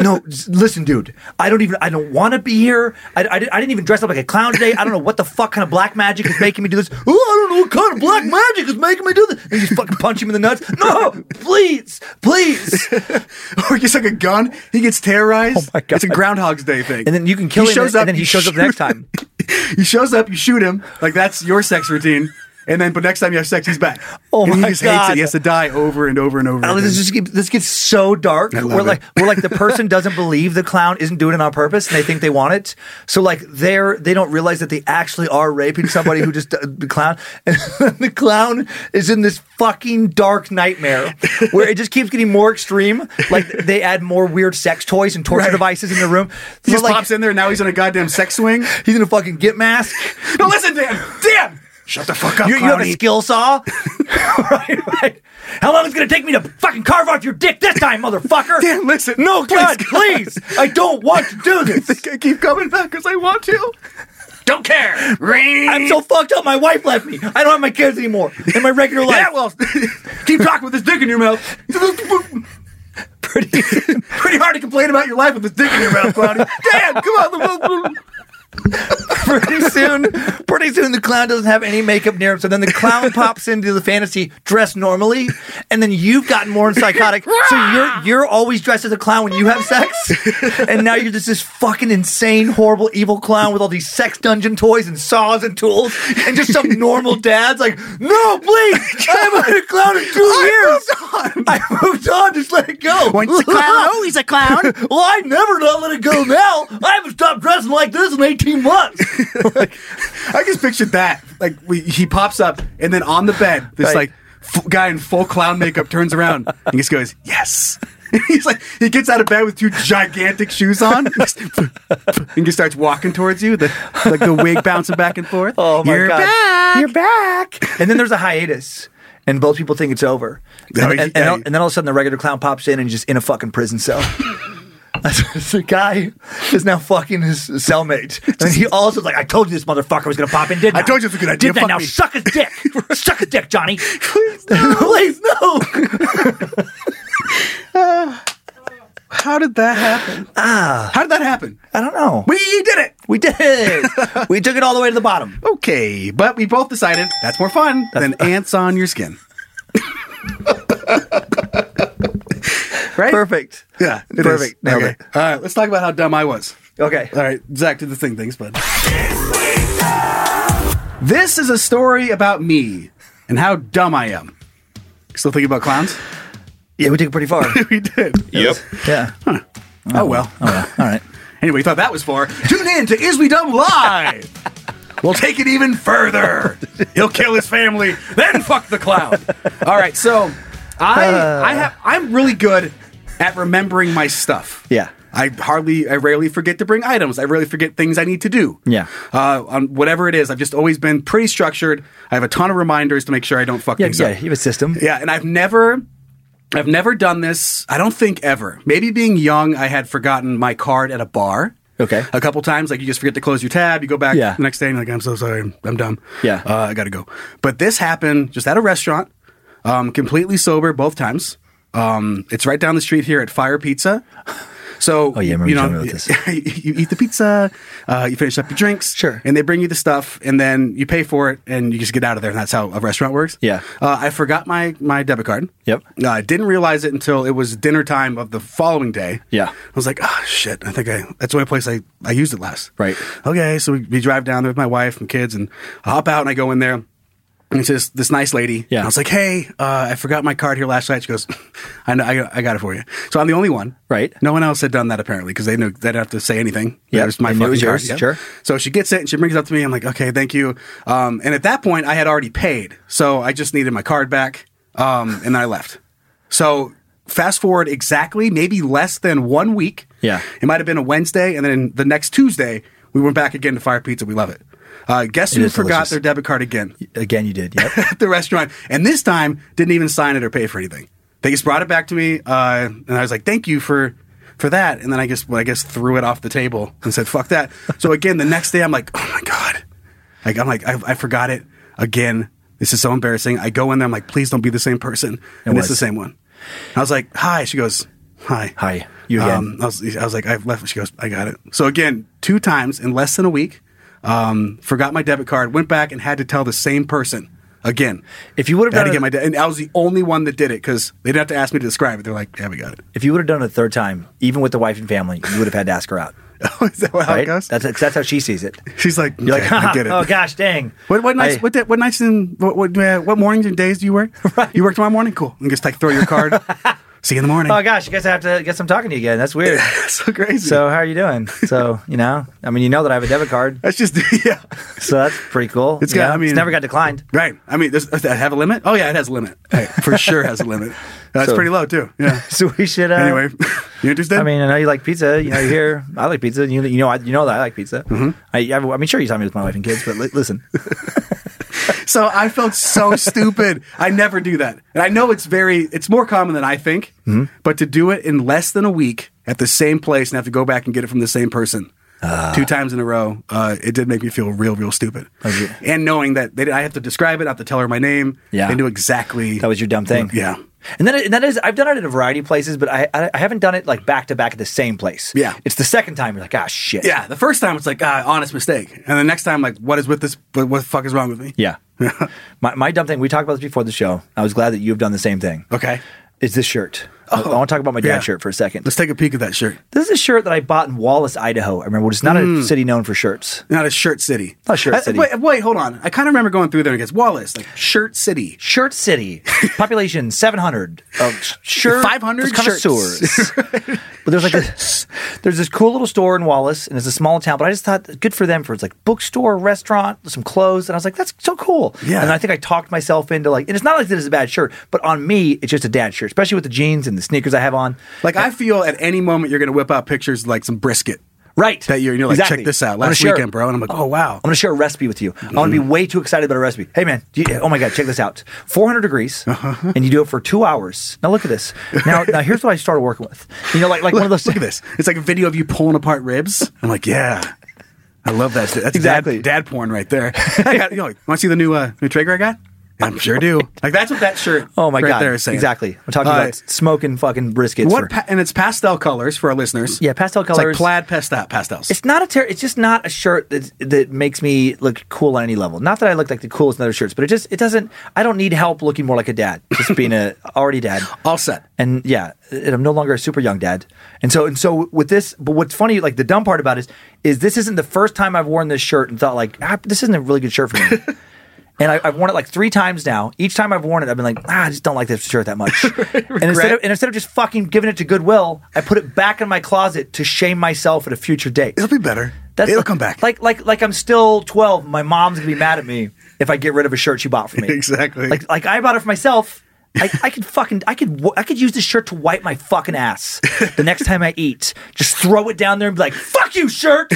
[SPEAKER 4] no, s- listen, dude. I don't even. I don't want to be here. I, I, di- I didn't even dress up like a clown today. I don't know what the fuck kind of black magic is making me do this. Oh, I don't know what kind of black magic is making me do this. And you just fucking punch him in the nuts. No, please, please.
[SPEAKER 3] or gets like a gun. He gets terrorized.
[SPEAKER 4] Oh my God.
[SPEAKER 3] It's a Groundhog's Day thing.
[SPEAKER 4] And then you can kill him, and then he
[SPEAKER 3] you
[SPEAKER 4] shows up the next time.
[SPEAKER 3] he shows up. You shoot him. Like that's your sex routine. And then, but next time you have sex, he's back.
[SPEAKER 4] Oh
[SPEAKER 3] and
[SPEAKER 4] my
[SPEAKER 3] he just hates
[SPEAKER 4] God.
[SPEAKER 3] it. He has to die over and over and over.
[SPEAKER 4] Oh,
[SPEAKER 3] again.
[SPEAKER 4] this just get- this gets so dark.
[SPEAKER 3] I love
[SPEAKER 4] We're
[SPEAKER 3] it.
[SPEAKER 4] like we're like the person doesn't believe the clown isn't doing it on purpose, and they think they want it. So like they're they don't realize that they actually are raping somebody who just the clown, and the clown is in this fucking dark nightmare where it just keeps getting more extreme. Like they add more weird sex toys and torture devices in the room.
[SPEAKER 3] he
[SPEAKER 4] So,
[SPEAKER 3] just
[SPEAKER 4] like,
[SPEAKER 3] pops in there. Now he's on a goddamn sex swing.
[SPEAKER 4] He's in a fucking git mask.
[SPEAKER 3] No, listen, Dan. Dan, shut the fuck up,
[SPEAKER 4] You, you have a
[SPEAKER 3] clowny.
[SPEAKER 4] skill saw. right, right. How long is it gonna take me to fucking carve off your dick this time, motherfucker?
[SPEAKER 3] Dan, listen.
[SPEAKER 4] No,
[SPEAKER 3] Please,
[SPEAKER 4] God,
[SPEAKER 3] God.
[SPEAKER 4] please! I don't want to do this.
[SPEAKER 3] I keep coming back because I want to. Don't care.
[SPEAKER 4] I'm so fucked up. My wife left me. I don't have my kids anymore in my regular life.
[SPEAKER 3] yeah, well, keep talking with this dick in your mouth.
[SPEAKER 4] pretty.
[SPEAKER 3] Pretty hard to complain about your life with this dick in your mouth, Clowny. Dan, come on.
[SPEAKER 4] pretty soon, pretty soon, the clown doesn't have any makeup near him. So then the clown pops into the fantasy dressed normally, and then you've gotten more psychotic. so you're you're always dressed as a clown when you have sex, and now you're just this fucking insane, horrible, evil clown with all these sex dungeon toys and saws and tools, and just some normal dad's like, no, please, I haven't been a clown in two years. I moved on. Just let it go.
[SPEAKER 3] Once a clown,
[SPEAKER 4] he's a clown. well, I never not let it go. Now I haven't stopped dressing like this in eighteen months.
[SPEAKER 3] I just pictured that. Like we, he pops up, and then on the bed, this
[SPEAKER 4] Right.
[SPEAKER 3] like f- guy in full clown makeup turns around and just goes, "Yes." He's like, he gets out of bed with two gigantic shoes on, and just starts walking towards you, the, like the wig bouncing back and forth.
[SPEAKER 4] Oh my
[SPEAKER 3] You're
[SPEAKER 4] god!
[SPEAKER 3] back.
[SPEAKER 4] You're back! And then there's a hiatus, and both people think it's over.
[SPEAKER 3] No,
[SPEAKER 4] and,
[SPEAKER 3] he-
[SPEAKER 4] and- and
[SPEAKER 3] yeah,
[SPEAKER 4] all-
[SPEAKER 3] he-
[SPEAKER 4] and then all of a sudden, the regular clown pops in and he's just in a fucking prison cell. That's- the guy is now fucking his cellmate, and he also is like, "I told you this motherfucker was gonna pop in, didn't I?
[SPEAKER 3] I told you it was a good idea,
[SPEAKER 4] Did that
[SPEAKER 3] fuck
[SPEAKER 4] now?
[SPEAKER 3] me."
[SPEAKER 4] Suck his dick, suck his dick, Johnny. Please no, please no.
[SPEAKER 3] How did that happen? Ah, how did that happen?
[SPEAKER 4] I don't know.
[SPEAKER 3] We did it.
[SPEAKER 4] we did it. we took it all the way to the bottom.
[SPEAKER 3] Okay, but we both decided that's more fun than ants on your skin. right?
[SPEAKER 4] Perfect.
[SPEAKER 3] Yeah, it is.
[SPEAKER 4] Perfect. Nailed
[SPEAKER 3] okay. Uh, All right, let's talk about how dumb I was.
[SPEAKER 4] Okay.
[SPEAKER 3] All right, Zach, do the thing, things, bud. This is a story about me and how dumb I am. Still thinking about clowns?
[SPEAKER 4] Yeah, we took it pretty far.
[SPEAKER 3] we did.
[SPEAKER 5] Yep.
[SPEAKER 4] yeah.
[SPEAKER 3] Oh well.
[SPEAKER 4] Yeah. All right.
[SPEAKER 3] Anyway, you thought that was far. Tune in to Is We Dumb Live. we'll take it even further. He'll kill his family, then fuck the clown. All right, so I, I have, I'm really good at remembering my stuff.
[SPEAKER 4] Yeah.
[SPEAKER 3] I hardly, I rarely forget to bring items. I rarely forget things I need to do.
[SPEAKER 4] Yeah.
[SPEAKER 3] Uh, on whatever it is, I've just always been pretty structured. I have a ton of reminders to make sure I don't fuck
[SPEAKER 4] Yeah,
[SPEAKER 3] things
[SPEAKER 4] yeah,
[SPEAKER 3] up.
[SPEAKER 4] you have a system.
[SPEAKER 3] Yeah, and I've never I've never done this. I don't think ever. Maybe being young, I had forgotten my card at a bar.
[SPEAKER 4] Okay.
[SPEAKER 3] A couple times, like you just forget to close your tab, you go back
[SPEAKER 4] Yeah.
[SPEAKER 3] the next day and you're like, I'm so sorry, I'm dumb.
[SPEAKER 4] Yeah.
[SPEAKER 3] Uh, I gotta go. But this happened just at a restaurant, um, completely sober both times. Um, it's right down the street here at Fire Pizza. So,
[SPEAKER 4] Oh, yeah, I remember
[SPEAKER 3] you
[SPEAKER 4] you
[SPEAKER 3] know,
[SPEAKER 4] telling me about
[SPEAKER 3] you eat the pizza, uh, you finish up your drinks,
[SPEAKER 4] Sure.
[SPEAKER 3] and they bring you the stuff, and then you pay for it, and you just get out of there, and that's how a restaurant works.
[SPEAKER 4] Yeah.
[SPEAKER 3] Uh, I forgot my my debit card.
[SPEAKER 4] Yep.
[SPEAKER 3] Uh, I didn't realize it until it was dinner time of the following day.
[SPEAKER 4] Yeah.
[SPEAKER 3] I was like, oh shit! I think I that's the only place I I used it last.
[SPEAKER 4] Right.
[SPEAKER 3] Okay, so we, we drive down there with my wife and kids, and I hop out and I go in there. And it's just this nice lady.
[SPEAKER 4] Yeah.
[SPEAKER 3] And I was like, hey, uh, I forgot my card here last night. She goes, I, know, I, I got it for you. So I'm the only one.
[SPEAKER 4] Right.
[SPEAKER 3] No one else had done that apparently because they knew they didn't have to say anything.
[SPEAKER 4] Yeah,
[SPEAKER 3] It was my
[SPEAKER 4] they knew it
[SPEAKER 3] fucking
[SPEAKER 4] was
[SPEAKER 3] card.
[SPEAKER 4] yours,
[SPEAKER 3] Yep.
[SPEAKER 4] sure.
[SPEAKER 3] So she gets it and she brings it up to me. I'm like, okay, thank you. Um, and at that point, I had already paid. So I just needed my card back. Um, and then I left. So fast forward exactly, maybe less than one week.
[SPEAKER 4] Yeah.
[SPEAKER 3] It might have been a Wednesday. And then the next Tuesday, we went back again to Fire Pizza. We love it. Uh, guess
[SPEAKER 4] It
[SPEAKER 3] who
[SPEAKER 4] is
[SPEAKER 3] forgot
[SPEAKER 4] delicious.
[SPEAKER 3] their debit card again
[SPEAKER 4] Again, you did. Yep.
[SPEAKER 3] at the restaurant? And this time, didn't even sign it or pay for anything. They just brought it back to me. Uh, and I was like, thank you for. For that, and then I guess well, I guess threw it off the table and said, "Fuck that." So again, the next day I'm like, "Oh my god, like I'm like I, I forgot it again. This is so embarrassing. I go in there. I'm like, please don't be the same person. and it's
[SPEAKER 4] was.
[SPEAKER 3] the same one. I was like, hi. She goes, hi.
[SPEAKER 4] Hi. Um, You again.
[SPEAKER 3] Um, I was, I was like, I've left. She goes, I got it. So again, two times in less than a week. Um, forgot my debit card. Went back and had to tell the same person again.
[SPEAKER 4] If you would
[SPEAKER 3] I had
[SPEAKER 4] have
[SPEAKER 3] to
[SPEAKER 4] done
[SPEAKER 3] get my
[SPEAKER 4] it,
[SPEAKER 3] de- and I was the only one that did it because they didn't have to ask me to describe it. They're like, yeah, we got it.
[SPEAKER 4] if you would have done it a third time, even with the wife and family, you would have had to ask her out.
[SPEAKER 3] is that how it
[SPEAKER 4] Right?
[SPEAKER 3] goes?
[SPEAKER 4] That's that's how she sees it.
[SPEAKER 3] She's like,
[SPEAKER 4] You're
[SPEAKER 3] Oh, "Okay,
[SPEAKER 4] like,
[SPEAKER 3] I get it.
[SPEAKER 4] oh gosh, dang.
[SPEAKER 3] What what nights
[SPEAKER 4] I-
[SPEAKER 3] what, day, what nights and what what, uh, what mornings and days do you work? You work tomorrow morning, cool. And just like throw your card. See you in the morning.
[SPEAKER 4] Oh gosh, I guess I have to guess I'm talking to you again. That's weird.
[SPEAKER 3] so crazy.
[SPEAKER 4] so how are you doing? So you know, I mean, you know that I have a debit card,
[SPEAKER 3] that's just yeah.
[SPEAKER 4] so that's pretty cool.
[SPEAKER 3] It's
[SPEAKER 4] you
[SPEAKER 3] got-
[SPEAKER 4] know?
[SPEAKER 3] I mean-
[SPEAKER 4] it's never got declined.
[SPEAKER 3] Right. I mean, does, does that have a limit? Oh yeah, it has a limit. Hey, for sure has a limit. That's
[SPEAKER 4] So-
[SPEAKER 3] pretty low too. Yeah.
[SPEAKER 4] So we should. Uh,
[SPEAKER 3] Anyway, you interested?
[SPEAKER 4] I mean, I know you like pizza. You know, you're here. I like pizza. You, you know, I, you know that I like pizza.
[SPEAKER 3] Mm-hmm.
[SPEAKER 4] I, I, I mean, sure, you saw me with my wife and kids, but li- listen,
[SPEAKER 3] so I felt so stupid. I never do that, and I know it's very it's more common than I think.
[SPEAKER 4] Mm-hmm.
[SPEAKER 3] But to do it in less than a week at the same place and have to go back and get it from the same person.
[SPEAKER 4] Ah.
[SPEAKER 3] Two times in a row, uh, it did make me feel real, real stupid.
[SPEAKER 4] Oh,
[SPEAKER 3] And knowing that they, I have to describe it, I have to tell her my name.
[SPEAKER 4] Yeah.
[SPEAKER 3] They knew exactly.
[SPEAKER 4] that was your dumb thing.
[SPEAKER 3] Yeah.
[SPEAKER 4] And that, and that is, I've done it at a variety of places, but I, I, I haven't done it like back to back at the same place.
[SPEAKER 3] Yeah.
[SPEAKER 4] It's the second time you're like, ah, shit.
[SPEAKER 3] Yeah, the first time it's like, ah, honest mistake. And the next time, like, what is with this? What, what the fuck is wrong with me?
[SPEAKER 4] Yeah. my, my dumb thing, we talked about this before the show. I was glad that you've done the same thing.
[SPEAKER 3] Okay.
[SPEAKER 4] Is this shirt. I- I want to talk about my dad
[SPEAKER 3] Oh, yeah.
[SPEAKER 4] shirt for a second.
[SPEAKER 3] Let's take a peek at that shirt.
[SPEAKER 4] This is a shirt that I bought in Wallace, Idaho. I remember, it's not a
[SPEAKER 3] Mm.
[SPEAKER 4] city known for shirts.
[SPEAKER 3] Not a shirt city.
[SPEAKER 4] Not Shirt
[SPEAKER 3] I-
[SPEAKER 4] City.
[SPEAKER 3] wait, wait, hold on. I kind of remember going through there and it's Wallace, like shirt city.
[SPEAKER 4] Shirt City, population 700 of sure
[SPEAKER 3] 500
[SPEAKER 4] connoisseurs. but there's like this, there's this cool little store in Wallace, and it's a small town. But I just thought good for them for it's like bookstore, restaurant, some clothes, and I was like, that's so cool.
[SPEAKER 3] Yeah.
[SPEAKER 4] And I think I talked myself into like, and it's not like this is a bad shirt, but on me, it's just a dad shirt, especially with the jeans and the sneakers I have on.
[SPEAKER 3] Like, I feel at any moment you're going to whip out pictures of, like some brisket
[SPEAKER 4] Right.
[SPEAKER 3] that you're, and you're like,
[SPEAKER 4] Exactly.
[SPEAKER 3] check this out
[SPEAKER 4] I'm gonna
[SPEAKER 3] last
[SPEAKER 4] share-
[SPEAKER 3] weekend, bro. And I'm like, oh, wow.
[SPEAKER 4] I'm going to share a recipe with you. I want to
[SPEAKER 3] Mm-hmm.
[SPEAKER 4] be way too excited about a recipe. Hey, man. do you- oh, my God. Check this out. 400 degrees,
[SPEAKER 3] Uh-huh.
[SPEAKER 4] and you do it for two hours. Now, look at this. Now, now here's what I started working with. You know, like, like one of those.
[SPEAKER 3] Look at this. It's like a video of you pulling apart ribs. I'm like, yeah. I love that. shit. That's
[SPEAKER 4] Exactly.
[SPEAKER 3] dad, dad porn right there. I got, you know, want to see the new uh, new Traeger I got? Yeah, I'm sure do. Like that's what that shirt.
[SPEAKER 4] Oh, my
[SPEAKER 3] right
[SPEAKER 4] God.
[SPEAKER 3] There is saying.
[SPEAKER 4] Exactly. I'm talking
[SPEAKER 3] Uh,
[SPEAKER 4] about smoking fucking briskets.
[SPEAKER 3] what
[SPEAKER 4] for-
[SPEAKER 3] pa- and it's pastel colors for our listeners.
[SPEAKER 4] Yeah, pastel
[SPEAKER 3] It's
[SPEAKER 4] colors.
[SPEAKER 3] like plaid pastel pastels.
[SPEAKER 4] It's not a ter- It's just not a shirt that that makes me look cool on any level. Not that I look like the coolest in other shirts, but it just it doesn't. I don't need help looking more like a dad. Just being a already dad.
[SPEAKER 3] All set.
[SPEAKER 4] And yeah, and I'm no longer a super young dad. And so and so with this, but what's funny, like the dumb part about it is, is this isn't the first time I've worn this shirt and thought like, ah, this isn't a really good shirt for me. And I, I've worn it like three times now. Each time I've worn it, I've been like, ah, I just don't like this shirt that much. and, instead of, and instead of just fucking giving it to Goodwill, I put it back in my closet to shame myself at a future date.
[SPEAKER 3] It'll be better. It'll come back.
[SPEAKER 4] Like like like I'm still 12. My mom's gonna be mad at me if I get rid of a shirt she bought for me.
[SPEAKER 3] Exactly.
[SPEAKER 4] Like like I bought it for myself. I, I could fucking I could wa- I could use this shirt to wipe my fucking ass the next time I eat. Just throw it down there and be like, "Fuck you, shirt."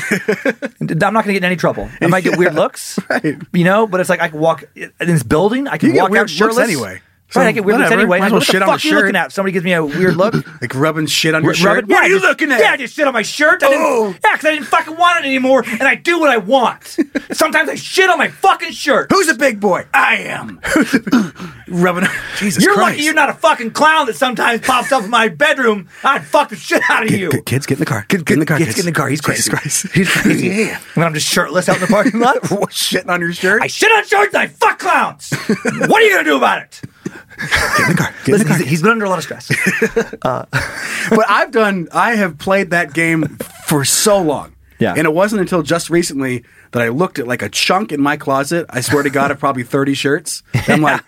[SPEAKER 4] And I'm not gonna get in any trouble. I might get weird looks,
[SPEAKER 3] right.
[SPEAKER 4] you know. But it's like I can walk in this building. I can
[SPEAKER 3] You get
[SPEAKER 4] walk
[SPEAKER 3] weird
[SPEAKER 4] out
[SPEAKER 3] looks
[SPEAKER 4] shirtless
[SPEAKER 3] anyway.
[SPEAKER 4] right,
[SPEAKER 3] So
[SPEAKER 4] I get weird looks
[SPEAKER 3] whatever.
[SPEAKER 4] anyway.
[SPEAKER 3] Might as well
[SPEAKER 4] what the
[SPEAKER 3] shit on
[SPEAKER 4] fuck
[SPEAKER 3] the
[SPEAKER 4] you looking
[SPEAKER 3] shirt.
[SPEAKER 4] at? Somebody gives me a weird look.
[SPEAKER 3] Like rubbing shit on your
[SPEAKER 4] Rub it-
[SPEAKER 3] shirt. What
[SPEAKER 4] yeah,
[SPEAKER 3] are you
[SPEAKER 4] just-
[SPEAKER 3] looking at?
[SPEAKER 4] Yeah, I just shit on my shirt. I didn't,
[SPEAKER 3] Oh.
[SPEAKER 4] Yeah, because I didn't fucking want it anymore, and I do what I want. Sometimes I shit on my fucking shirt.
[SPEAKER 3] Who's a big boy? I am. Rubbing. Jesus
[SPEAKER 4] You're
[SPEAKER 3] Christ.
[SPEAKER 4] lucky you're not a fucking clown that sometimes pops up in my bedroom. I'd fuck the shit out of you.
[SPEAKER 3] Good kids, get in the car. Get, get in the car.
[SPEAKER 4] Kids,
[SPEAKER 3] Kids,
[SPEAKER 4] get in the car. He's
[SPEAKER 3] Jesus
[SPEAKER 4] crazy.
[SPEAKER 3] Christ. He's crazy. yeah.
[SPEAKER 4] When I'm just shirtless out in the parking lot.
[SPEAKER 3] What, shitting on your shirt?
[SPEAKER 4] I shit on shirts and I fuck clowns. what are you gonna do about it?
[SPEAKER 3] get in the car. Get in the
[SPEAKER 4] Listen,
[SPEAKER 3] car.
[SPEAKER 4] he's, he's been under a lot of stress.
[SPEAKER 3] but I've done. I have played that game for so long.
[SPEAKER 4] Yeah.
[SPEAKER 3] And it wasn't until just recently that I looked at like a chunk in my closet. I swear to God, of probably thirty shirts. And I'm like,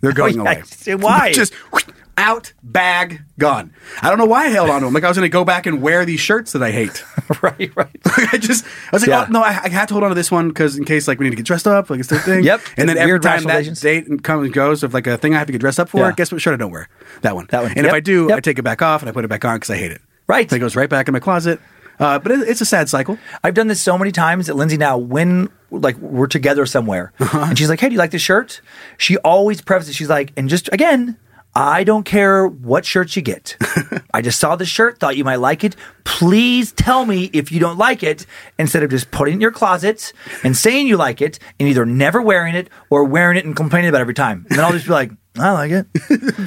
[SPEAKER 3] they're going
[SPEAKER 4] yeah,
[SPEAKER 3] away.
[SPEAKER 4] I see. Why?
[SPEAKER 3] Just whoosh, out, bag, gone. I don't know why I held on to them. Like I was going to go back and wear these shirts that I hate.
[SPEAKER 4] right, right.
[SPEAKER 3] Like, I just, I was like,
[SPEAKER 4] Yeah.
[SPEAKER 3] oh no, I, I have to hold on to this one because in case like we need to get dressed up, like it's the thing.
[SPEAKER 4] Yep.
[SPEAKER 3] And then every
[SPEAKER 4] Weird
[SPEAKER 3] time that
[SPEAKER 4] rationalizations.
[SPEAKER 3] date and comes and goes of like a thing I have to get dressed up for,
[SPEAKER 4] Yeah.
[SPEAKER 3] guess what shirt I don't wear? That one.
[SPEAKER 4] That one.
[SPEAKER 3] And if
[SPEAKER 4] Yep.
[SPEAKER 3] I do, I
[SPEAKER 4] Yep.
[SPEAKER 3] take it back off and I put it back on because I hate it.
[SPEAKER 4] Right.
[SPEAKER 3] So it goes right back in my closet. Uh, but it, it's a sad cycle.
[SPEAKER 4] I've done this so many times that Lindsay now, when like we're together somewhere, and she's like, "Hey, do you like this shirt?" She always prefaces, it. she's like, "And just again, I don't care what shirt you get. I just saw this shirt, thought you might like it. Please tell me if you don't like it." Instead of just putting it in your closet and saying you like it, and either never wearing it or wearing it and complaining about it every time, and then I'll just be like, "I like it,"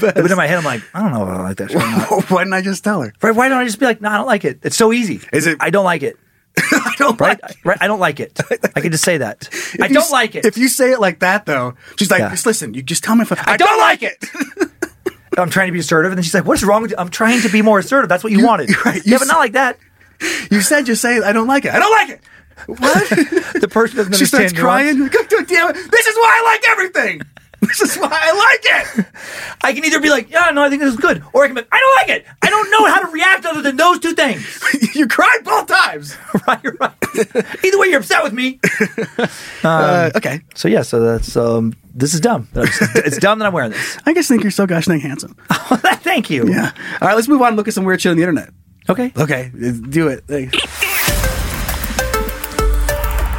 [SPEAKER 4] but in my head, I'm like, "I don't know if I like that shirt." Or not.
[SPEAKER 3] Why didn't I just tell her?
[SPEAKER 4] Right? Why don't I just be like, "No, I don't like it." It's so easy.
[SPEAKER 3] Is it-
[SPEAKER 4] I don't like it
[SPEAKER 3] I don't
[SPEAKER 4] right?
[SPEAKER 3] like.
[SPEAKER 4] right? I don't like it. I can just say that.
[SPEAKER 3] If
[SPEAKER 4] I
[SPEAKER 3] you
[SPEAKER 4] don't
[SPEAKER 3] s-
[SPEAKER 4] like it.
[SPEAKER 3] If you say it like that, though, she's like,
[SPEAKER 4] Yeah.
[SPEAKER 3] just listen. You just tell me if I,
[SPEAKER 4] I don't, like it. I'm trying to be assertive, and then she's like, "What's wrong with you?" I'm trying to be more assertive. That's what you, wanted.
[SPEAKER 3] right, you
[SPEAKER 4] yeah, but
[SPEAKER 3] s-
[SPEAKER 4] not like that.
[SPEAKER 3] You said you say I don't like it. I don't like it. What?
[SPEAKER 4] The person doesn't
[SPEAKER 3] she starts
[SPEAKER 4] understand nuance.
[SPEAKER 3] crying. God damn it! This is why I like everything. This is why I like it.
[SPEAKER 4] I can either be like, "Yeah, no, I think this is good," or I can be, like, "I don't like it. I don't know how to react other than those two things."
[SPEAKER 3] you cried both times.
[SPEAKER 4] right, right. Either way, you're upset with me. Um,
[SPEAKER 3] Uh, okay.
[SPEAKER 4] So yeah, so that's um, this is dumb. That I'm just- it's dumb that I'm wearing this.
[SPEAKER 3] I just think you're so gosh dang handsome.
[SPEAKER 4] Thank you.
[SPEAKER 3] Yeah. All right, let's move on and look at some weird shit on the internet.
[SPEAKER 4] Okay.
[SPEAKER 3] Okay, let's do it. Hey.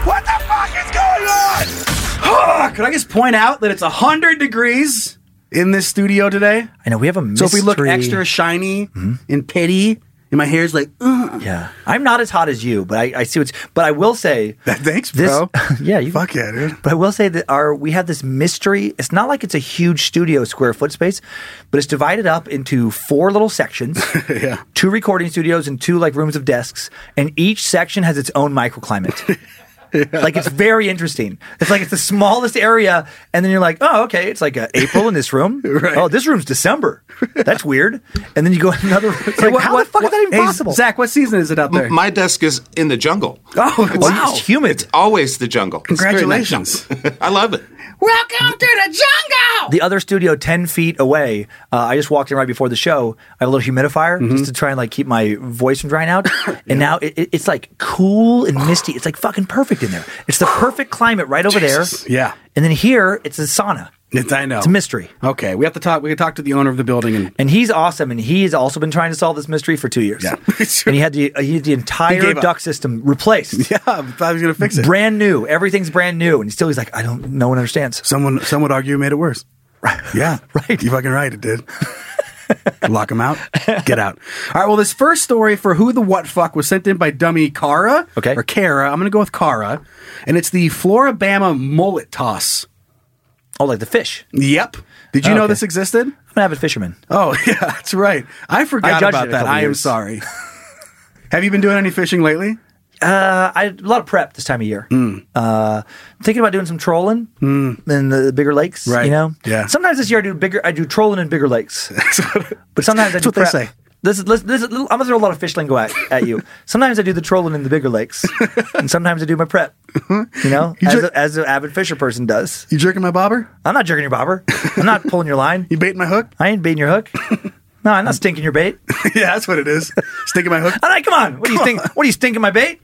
[SPEAKER 3] What the fuck is going on? Oh, could I just point out that it's 100 degrees in this studio today?
[SPEAKER 4] I know we have a mystery.
[SPEAKER 3] So if we look extra shiny and pitty, and my hair's like, ugh.
[SPEAKER 4] Yeah, I'm not as hot as you, but I, I see what's. But I will say,
[SPEAKER 3] Thanks,
[SPEAKER 4] this,
[SPEAKER 3] bro.
[SPEAKER 4] yeah, you
[SPEAKER 3] Fuck yeah, dude.
[SPEAKER 4] But I will say that our we have this mystery. It's not like it's a huge studio square foot space, but it's divided up into four little sections.
[SPEAKER 3] Yeah.
[SPEAKER 4] Two recording studios and two like rooms of desks, and each section has its own microclimate. Like it's very interesting. It's like it's the smallest area, and then you're like, oh, okay, it's like uh, April in this room.
[SPEAKER 3] Right.
[SPEAKER 4] Oh, this room's December. That's weird. And then you go in another. room. It's like,
[SPEAKER 3] What-
[SPEAKER 4] how
[SPEAKER 3] what-
[SPEAKER 4] the fuck
[SPEAKER 3] what-
[SPEAKER 4] is that even
[SPEAKER 3] Hey,
[SPEAKER 4] possible?
[SPEAKER 3] Zach, what season is it out there?
[SPEAKER 5] My desk is in the jungle.
[SPEAKER 3] oh,
[SPEAKER 4] It's-
[SPEAKER 3] wow.
[SPEAKER 4] it's humid.
[SPEAKER 5] Always the jungle.
[SPEAKER 3] Congratulations.
[SPEAKER 5] I love it.
[SPEAKER 3] Welcome to the jungle.
[SPEAKER 4] the other studio 10 feet away uh, i just walked in right before the show i have a little humidifier
[SPEAKER 3] Mm-hmm.
[SPEAKER 4] just to try and like keep my voice from drying out and now it, it- it's like cool and misty it's like fucking perfect in there it's the perfect climate right over there
[SPEAKER 3] Yeah.
[SPEAKER 4] and then here it's a sauna
[SPEAKER 3] It's, I know.
[SPEAKER 4] it's a mystery
[SPEAKER 3] Okay, we have to talk. We can talk to the owner of the building, and
[SPEAKER 4] and he's awesome and he has also been trying to solve this mystery for two years
[SPEAKER 3] Yeah.
[SPEAKER 4] and he had the he had the entire
[SPEAKER 3] gave up.
[SPEAKER 4] duct system replaced
[SPEAKER 3] yeah, I thought he was gonna fix it.
[SPEAKER 4] brand new everything's brand new and still he's like i don't no one understands
[SPEAKER 3] Someone, some would argue, made it worse. Right? Yeah,
[SPEAKER 4] Right.
[SPEAKER 3] You fucking right, it did. Lock him out. Get out. All right. Well, this first story for who the what fuck was sent in by dummy Cara.
[SPEAKER 4] Okay.
[SPEAKER 3] Or Cara. I'm gonna go with Cara, and it's the Floribama mullet toss.
[SPEAKER 4] oh like the fish
[SPEAKER 3] Yep. Did you
[SPEAKER 4] Oh,
[SPEAKER 3] know
[SPEAKER 4] okay.
[SPEAKER 3] this existed?
[SPEAKER 4] i'm an avid fisherman
[SPEAKER 3] Oh yeah, that's right. I forgot
[SPEAKER 4] judged
[SPEAKER 3] about
[SPEAKER 4] it a
[SPEAKER 3] that.
[SPEAKER 4] couple
[SPEAKER 3] I am
[SPEAKER 4] years.
[SPEAKER 3] sorry. Have you been doing any fishing lately?
[SPEAKER 4] Uh, I a lot of prep this time of year.
[SPEAKER 3] Hmm.
[SPEAKER 4] Uh, thinking about doing some trolling in the bigger lakes.
[SPEAKER 3] Right.
[SPEAKER 4] You know.
[SPEAKER 3] Yeah.
[SPEAKER 4] Sometimes this year I do bigger. I do trolling in bigger lakes. but sometimes I
[SPEAKER 3] That's
[SPEAKER 4] do
[SPEAKER 3] what they
[SPEAKER 4] prep.
[SPEAKER 3] say.
[SPEAKER 4] This is, this, this is, I'm gonna throw a lot of fish lingo at, at you. sometimes I do the trolling in the bigger lakes, and sometimes I do my prep. You know,
[SPEAKER 3] You
[SPEAKER 4] as,
[SPEAKER 3] ju-
[SPEAKER 4] a, as an avid fisher person does.
[SPEAKER 3] You jerking my bobber?
[SPEAKER 4] I'm not jerking your bobber. I'm not pulling your line.
[SPEAKER 3] You baiting my hook?
[SPEAKER 4] I ain't baiting your hook. No, I'm not stinking your bait.
[SPEAKER 3] yeah, that's what it is. Sticking my hook.
[SPEAKER 4] I'm like, come on. What do you think? What do you stinking my bait?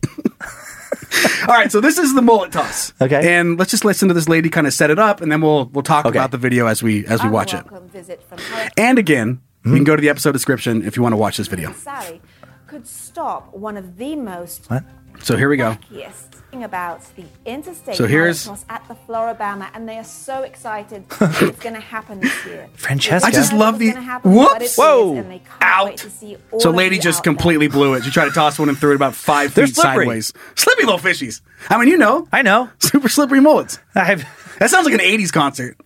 [SPEAKER 3] All right, so this is the mullet toss.
[SPEAKER 4] Okay.
[SPEAKER 3] and let's just listen to this lady kind of set it up, and then we'll we'll talk
[SPEAKER 4] Okay.
[SPEAKER 3] about the video as we as we watch it.
[SPEAKER 7] Visit from
[SPEAKER 3] And again, you
[SPEAKER 4] Hmm?
[SPEAKER 3] can go to the episode description if you want to watch this video.
[SPEAKER 7] Sally could stop one of the most
[SPEAKER 4] What?
[SPEAKER 3] So here we go.
[SPEAKER 7] wackiest thing about the interstate
[SPEAKER 3] So here's-
[SPEAKER 7] marathons at the Floribama, and they are so excited it's going to happen this year.
[SPEAKER 4] Francesca.
[SPEAKER 3] I just
[SPEAKER 7] They
[SPEAKER 3] love
[SPEAKER 7] know
[SPEAKER 3] the-
[SPEAKER 7] it's gonna happen, but it
[SPEAKER 3] Whoops.
[SPEAKER 7] is,
[SPEAKER 4] Whoa.
[SPEAKER 7] and they can't
[SPEAKER 3] Out.
[SPEAKER 7] wait to see all
[SPEAKER 3] So
[SPEAKER 7] of
[SPEAKER 3] lady
[SPEAKER 7] you
[SPEAKER 3] just
[SPEAKER 7] out there.
[SPEAKER 3] completely blew it. She tried to toss one and threw it about five
[SPEAKER 4] They're
[SPEAKER 3] feet
[SPEAKER 4] slippery.
[SPEAKER 3] sideways. Slippy little fishies. I mean, you know,
[SPEAKER 4] I know.
[SPEAKER 3] super slippery mullets.
[SPEAKER 4] I have
[SPEAKER 3] That sounds like an '80s concert.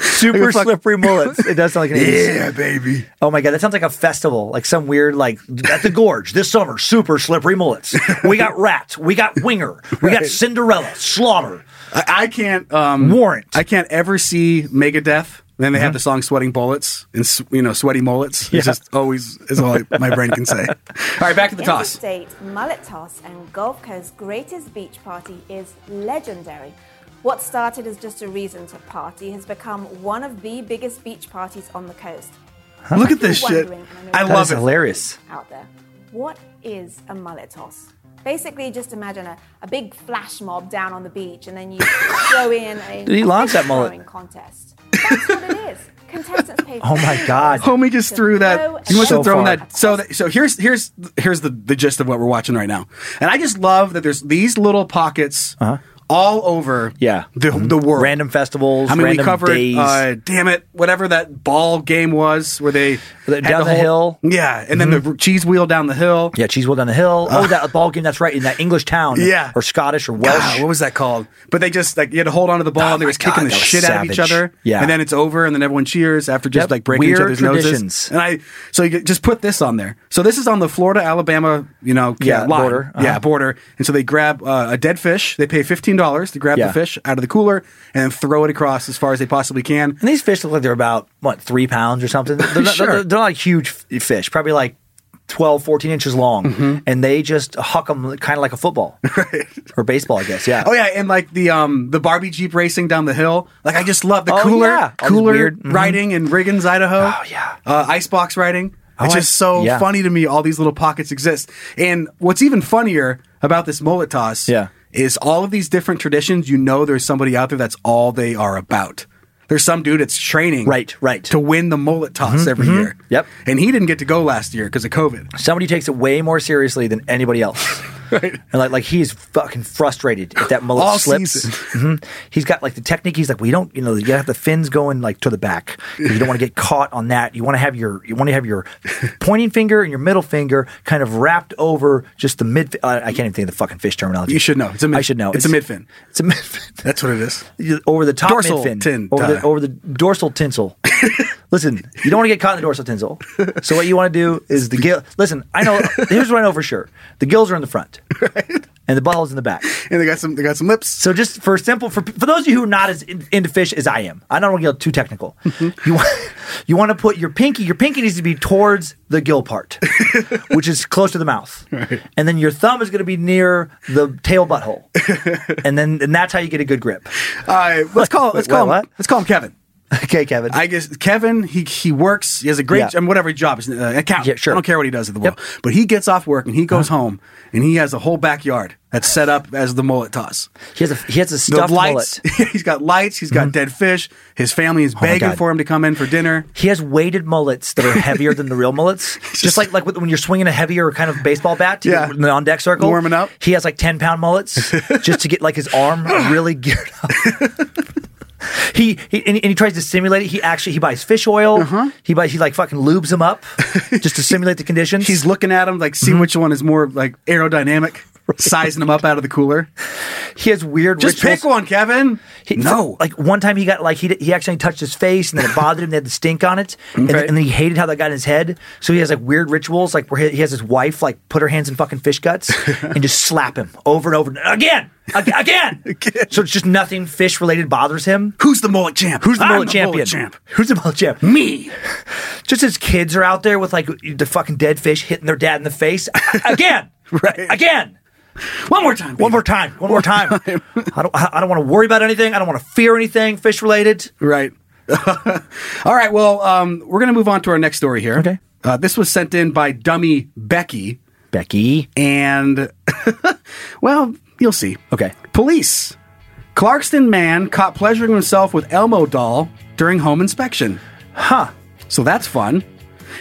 [SPEAKER 4] super
[SPEAKER 3] fuck-
[SPEAKER 4] slippery mullets. It does sound like an 80s.
[SPEAKER 3] baby.
[SPEAKER 4] Oh my god, that sounds like a festival, like some weird like at the gorge this summer. Super slippery mullets. We got rats. We got winger. We got Cinderella. Slaughter.
[SPEAKER 3] I, I can't um,
[SPEAKER 4] Warrant.
[SPEAKER 3] I can't ever see Megadeth. Then they have the song "Sweating Bullets" and s- you know "Sweaty Mullets." It's just always is all I- my brain can say. All right, back to the toss.
[SPEAKER 7] Interstate Mullet Toss and Gulf Coast Greatest Beach Party is legendary. What started as just a reason to party has become one of the biggest beach parties on the coast.
[SPEAKER 3] Look at this shit.
[SPEAKER 7] Wondering, and
[SPEAKER 3] I
[SPEAKER 7] I'm
[SPEAKER 3] love
[SPEAKER 4] is
[SPEAKER 3] it.
[SPEAKER 4] hilarious.
[SPEAKER 7] Out there. What is a mullet toss? Basically, just imagine a, a big flash mob down on the beach, and then you throw in a
[SPEAKER 4] Dude, he launched that mullet.
[SPEAKER 7] throwing contest. That's what it is. Contestants pay.
[SPEAKER 4] Oh my God.
[SPEAKER 3] Homie just threw that. He must
[SPEAKER 4] So
[SPEAKER 3] have thrown
[SPEAKER 4] far.
[SPEAKER 3] that. So, that, so here's here's here's the the gist of what we're watching right now. And I just love that there's these little pockets all over.
[SPEAKER 4] Uh-huh. Yeah. Mm-hmm.
[SPEAKER 3] the the world.
[SPEAKER 4] Random festivals.
[SPEAKER 3] I mean,
[SPEAKER 4] random
[SPEAKER 3] we covered.
[SPEAKER 4] days.
[SPEAKER 3] Uh, damn it, whatever that ball game was, where they
[SPEAKER 4] The-
[SPEAKER 3] had
[SPEAKER 4] down the
[SPEAKER 3] whole-
[SPEAKER 4] hill. Mm-hmm.
[SPEAKER 3] Yeah, and then the r- cheese wheel down the hill.
[SPEAKER 4] yeah, cheese wheel down the hill. oh, that ball game. That's right in that English town.
[SPEAKER 3] Uh. Yeah.
[SPEAKER 4] or Scottish or Welsh.
[SPEAKER 3] God, what was that called? But they just like you had to hold onto the ball
[SPEAKER 4] Oh
[SPEAKER 3] and they
[SPEAKER 4] my
[SPEAKER 3] was kicking
[SPEAKER 4] God,
[SPEAKER 3] the
[SPEAKER 4] that was
[SPEAKER 3] shit out of each
[SPEAKER 4] savage.
[SPEAKER 3] other.
[SPEAKER 4] Yeah.
[SPEAKER 3] and then it's over, and then everyone cheers after just
[SPEAKER 4] Yep.
[SPEAKER 3] like breaking each
[SPEAKER 4] Weird
[SPEAKER 3] other's noses.
[SPEAKER 4] traditions.
[SPEAKER 3] And I so you just put this on there. So this is on the Florida Alabama, you know,
[SPEAKER 4] Yeah,
[SPEAKER 3] line.
[SPEAKER 4] border.
[SPEAKER 3] Yeah,
[SPEAKER 4] Uh-huh.
[SPEAKER 3] border. And so they grab uh, a dead fish. They pay fifteen dollars to grab
[SPEAKER 4] Yeah.
[SPEAKER 3] the fish out of the cooler and then throw it across as far as they possibly can.
[SPEAKER 4] And these fish look like they're about, what, three pounds or something? They're not,
[SPEAKER 3] Sure.
[SPEAKER 4] they're, they're not huge f- fish, probably like 12, 14 inches long.
[SPEAKER 3] Mm-hmm.
[SPEAKER 4] And they just huck them kind of like a football or baseball, I guess. Yeah.
[SPEAKER 3] Oh yeah, and like the um the Barbie Jeep racing down the hill. Like I just love the
[SPEAKER 4] Oh,
[SPEAKER 3] cooler
[SPEAKER 4] yeah. All these
[SPEAKER 3] cooler
[SPEAKER 4] weird- mhm.
[SPEAKER 3] riding in Riggins, Idaho.
[SPEAKER 4] Oh, yeah.
[SPEAKER 3] uh, icebox riding. It's
[SPEAKER 4] Oh, I-
[SPEAKER 3] just so
[SPEAKER 4] yeah.
[SPEAKER 3] funny to me. All these little pockets exist, and what's even funnier about this mullet toss
[SPEAKER 4] Yeah.
[SPEAKER 3] is all of these different traditions. You know, there's somebody out there that's all they are about. There's some dude that's training
[SPEAKER 4] Right, right. Mm-hmm,
[SPEAKER 3] to win the mullet toss every year.
[SPEAKER 4] Yep.
[SPEAKER 3] and he didn't get to go last year because of COVID.
[SPEAKER 4] Somebody takes it way more seriously than anybody else. And like, like he's fucking frustrated if that mullet
[SPEAKER 3] All
[SPEAKER 4] slips.
[SPEAKER 3] season.
[SPEAKER 4] hmm He's got like the technique. He's like, we don't, you know, you gotta have the fins going like to the back. You don't want to get caught on that. You want to have your, you want to have your pointing finger and your middle finger kind of wrapped over just the mid. Uh, I can't even think of the fucking fish terminology.
[SPEAKER 3] You should know. It's a mid-
[SPEAKER 4] I should know.
[SPEAKER 3] it's a midfin.
[SPEAKER 4] It's a midfin.
[SPEAKER 3] That's what it is.
[SPEAKER 4] You- over the top
[SPEAKER 3] Dorsal
[SPEAKER 4] midfin,
[SPEAKER 3] tin-
[SPEAKER 4] over, the,
[SPEAKER 3] uh,
[SPEAKER 4] over the dorsal tinsel. listen, you don't want to get caught in the dorsal tinsel. So what you want to do is the gill. Listen, I know. Here's what I know for sure: the gills are in the front, and the butthole's in the back.
[SPEAKER 3] And they got some. They got some lips.
[SPEAKER 4] So just for simple, for for those of you who are not as in, into fish as I am, I don't want to get too technical. You want you want to put your pinky. Your pinky needs to be towards the gill part, which is close to the mouth, and then your thumb is going to be near the tail butthole, and then and that's how you get a good grip.
[SPEAKER 3] All right, let's call.
[SPEAKER 4] Wait,
[SPEAKER 3] Let's call
[SPEAKER 4] wait,
[SPEAKER 3] him.
[SPEAKER 4] what?
[SPEAKER 3] Let's call him Kevin.
[SPEAKER 4] Okay, Kevin.
[SPEAKER 3] I guess Kevin, he he works. He has a great
[SPEAKER 4] Yeah.
[SPEAKER 3] job, whatever job, is, uh, accountant.
[SPEAKER 4] Yeah, sure.
[SPEAKER 3] I don't care what he does in the
[SPEAKER 4] Yep. Uh-huh.
[SPEAKER 3] world, but he gets off work and he goes home and he has a whole backyard that's set up as the mullet toss.
[SPEAKER 4] He has a he has a
[SPEAKER 3] The
[SPEAKER 4] stuffed
[SPEAKER 3] lights.
[SPEAKER 4] mullet. Mm-hmm.
[SPEAKER 3] he's got lights. He's got dead fish. His family is
[SPEAKER 4] Oh my
[SPEAKER 3] begging
[SPEAKER 4] God.
[SPEAKER 3] for him to come in for dinner.
[SPEAKER 4] He has weighted mullets that are heavier than the real mullets. just, like like with- when you're swinging a heavier kind of baseball bat to
[SPEAKER 3] Yeah.
[SPEAKER 4] yeah. the on deck circle,
[SPEAKER 3] Warming up.
[SPEAKER 4] He has like ten pound mullets just to get like his arm really geared up. He, he and, he- and he tries to simulate it. He actually he buys fish oil.
[SPEAKER 3] Uh-huh.
[SPEAKER 4] He buys he like fucking lubes him up just to simulate the conditions.
[SPEAKER 3] He's looking at him like, see
[SPEAKER 4] Mm-hmm.
[SPEAKER 3] which one is more like aerodynamic, sizing him up out of the cooler.
[SPEAKER 4] he has weird
[SPEAKER 3] Just
[SPEAKER 4] rituals.
[SPEAKER 3] pick one, Kevin.
[SPEAKER 4] He,
[SPEAKER 3] no,
[SPEAKER 4] Like one time he got like he he actually touched his face and then it bothered him. They had the stink on it, and,
[SPEAKER 3] Okay.
[SPEAKER 4] then, and then he hated how that got in his head. So he has like weird rituals, like where he, he has his wife like put her hands in fucking fish guts and just slap him over and over and- again, ag- again.
[SPEAKER 3] Again.
[SPEAKER 4] So it's just nothing fish related bothers him.
[SPEAKER 3] who's the mullet champ? Who's the
[SPEAKER 4] I'm
[SPEAKER 3] mullet
[SPEAKER 4] the
[SPEAKER 3] champion?
[SPEAKER 4] bullet champ. Who's the bullet champ?
[SPEAKER 3] Me.
[SPEAKER 4] Just his kids are out there with like the fucking dead fish hitting their dad in the face again,
[SPEAKER 3] Right.
[SPEAKER 4] Again.
[SPEAKER 3] One more time.
[SPEAKER 4] One
[SPEAKER 3] baby.
[SPEAKER 4] more time. One more time. I don't. I don't want to worry about anything. I don't want to fear anything fish related.
[SPEAKER 3] Right. All right. Well, um, we're going to move on to our next story here.
[SPEAKER 4] Okay.
[SPEAKER 3] Uh, this was sent in by Dummy Becky.
[SPEAKER 4] Becky.
[SPEAKER 3] And, well, you'll see.
[SPEAKER 4] Okay.
[SPEAKER 3] Police. Clarkston man caught pleasuring himself with Elmo doll during home inspection.
[SPEAKER 4] Huh.
[SPEAKER 3] So that's fun.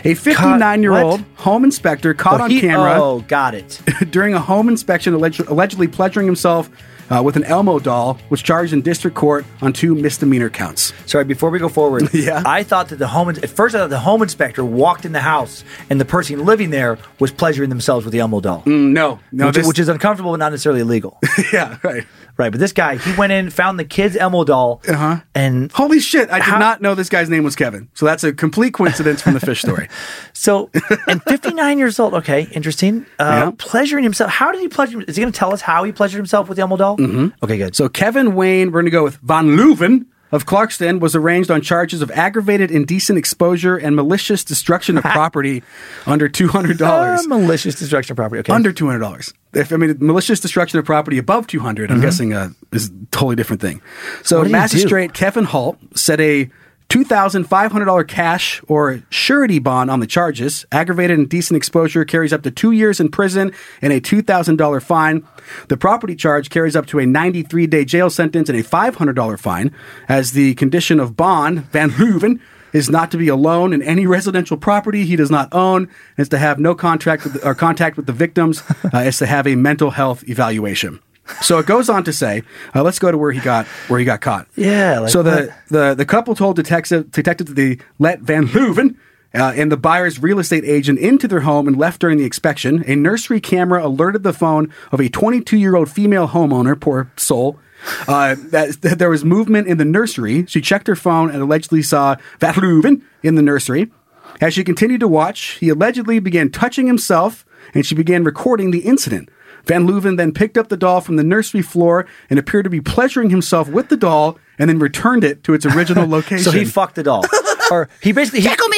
[SPEAKER 3] A 59 year old
[SPEAKER 4] what?
[SPEAKER 3] home inspector caught
[SPEAKER 4] Oh,
[SPEAKER 3] on
[SPEAKER 4] he-
[SPEAKER 3] camera
[SPEAKER 4] Oh, got it.
[SPEAKER 3] during a home inspection alleged, allegedly pledging himself uh, with an Elmo doll was charged in district court on two misdemeanor counts.
[SPEAKER 4] Sorry, before we go forward,
[SPEAKER 3] Yeah.
[SPEAKER 4] I thought that the home at first I thought the home inspector walked in the house and the person living there was pleasuring themselves with the Elmo doll,
[SPEAKER 3] No, Mm. no,
[SPEAKER 4] which,
[SPEAKER 3] this-
[SPEAKER 4] which is uncomfortable but not necessarily illegal,
[SPEAKER 3] yeah, right.
[SPEAKER 4] right? But this guy, he went in, found the kid's Elmo doll, uh-huh. and
[SPEAKER 3] Holy shit! I did
[SPEAKER 4] How-
[SPEAKER 3] not know this guy's name was Kevin. So that's a complete coincidence from the fish story.
[SPEAKER 4] so and fifty nine years old. Okay, interesting. Uh,
[SPEAKER 3] Yeah.
[SPEAKER 4] Pleasuring himself. How did he pleasure? Is he going to tell us how he pleasured himself with the Elmo doll? Mm-hmm. Okay, good.
[SPEAKER 3] So Kevin Wayne, we're going to go with Von Leuven of Clarkston, was arraigned on charges of aggravated indecent exposure and malicious destruction of property under two hundred
[SPEAKER 4] Uh,
[SPEAKER 3] dollars.
[SPEAKER 4] malicious destruction of property. Okay,
[SPEAKER 3] under two hundred dollars. If I mean malicious destruction of property above two hundred, I'm guessing uh, is a totally different thing. So
[SPEAKER 4] Mm-hmm. What do you do?
[SPEAKER 3] magistrate Kevin Holt set a two thousand five hundred dollar cash or surety bond on the charges. Aggravated and decent exposure carries up to two years in prison and a two thousand dollar fine. The property charge carries up to a ninety three day jail sentence and a five hundred dollar fine. As the condition of bond, Van Hooven is not to be alone in any residential property he does not own, and is to have no contract with or contact with the victims, uh, is to have a mental health evaluation. So it goes on to say, uh, let's go to where he got where he got caught.
[SPEAKER 4] Yeah, like
[SPEAKER 3] so the,
[SPEAKER 4] what?
[SPEAKER 3] the the couple told detective detective that they let Van Hooven. Uh, and the buyer's real estate agent into their home and left during the inspection. A nursery camera alerted the phone of a 22 year old female homeowner, poor soul, uh, that, that there was movement in the nursery. She checked her phone and allegedly saw Van Hooven in the nursery. As she continued to watch, he allegedly began touching himself and she began recording the incident. Van Leuven then picked up the doll from the nursery floor and appeared to be pleasuring himself with the doll and then returned it to its original location.
[SPEAKER 4] So he fucked the doll, or he basically he, tickle me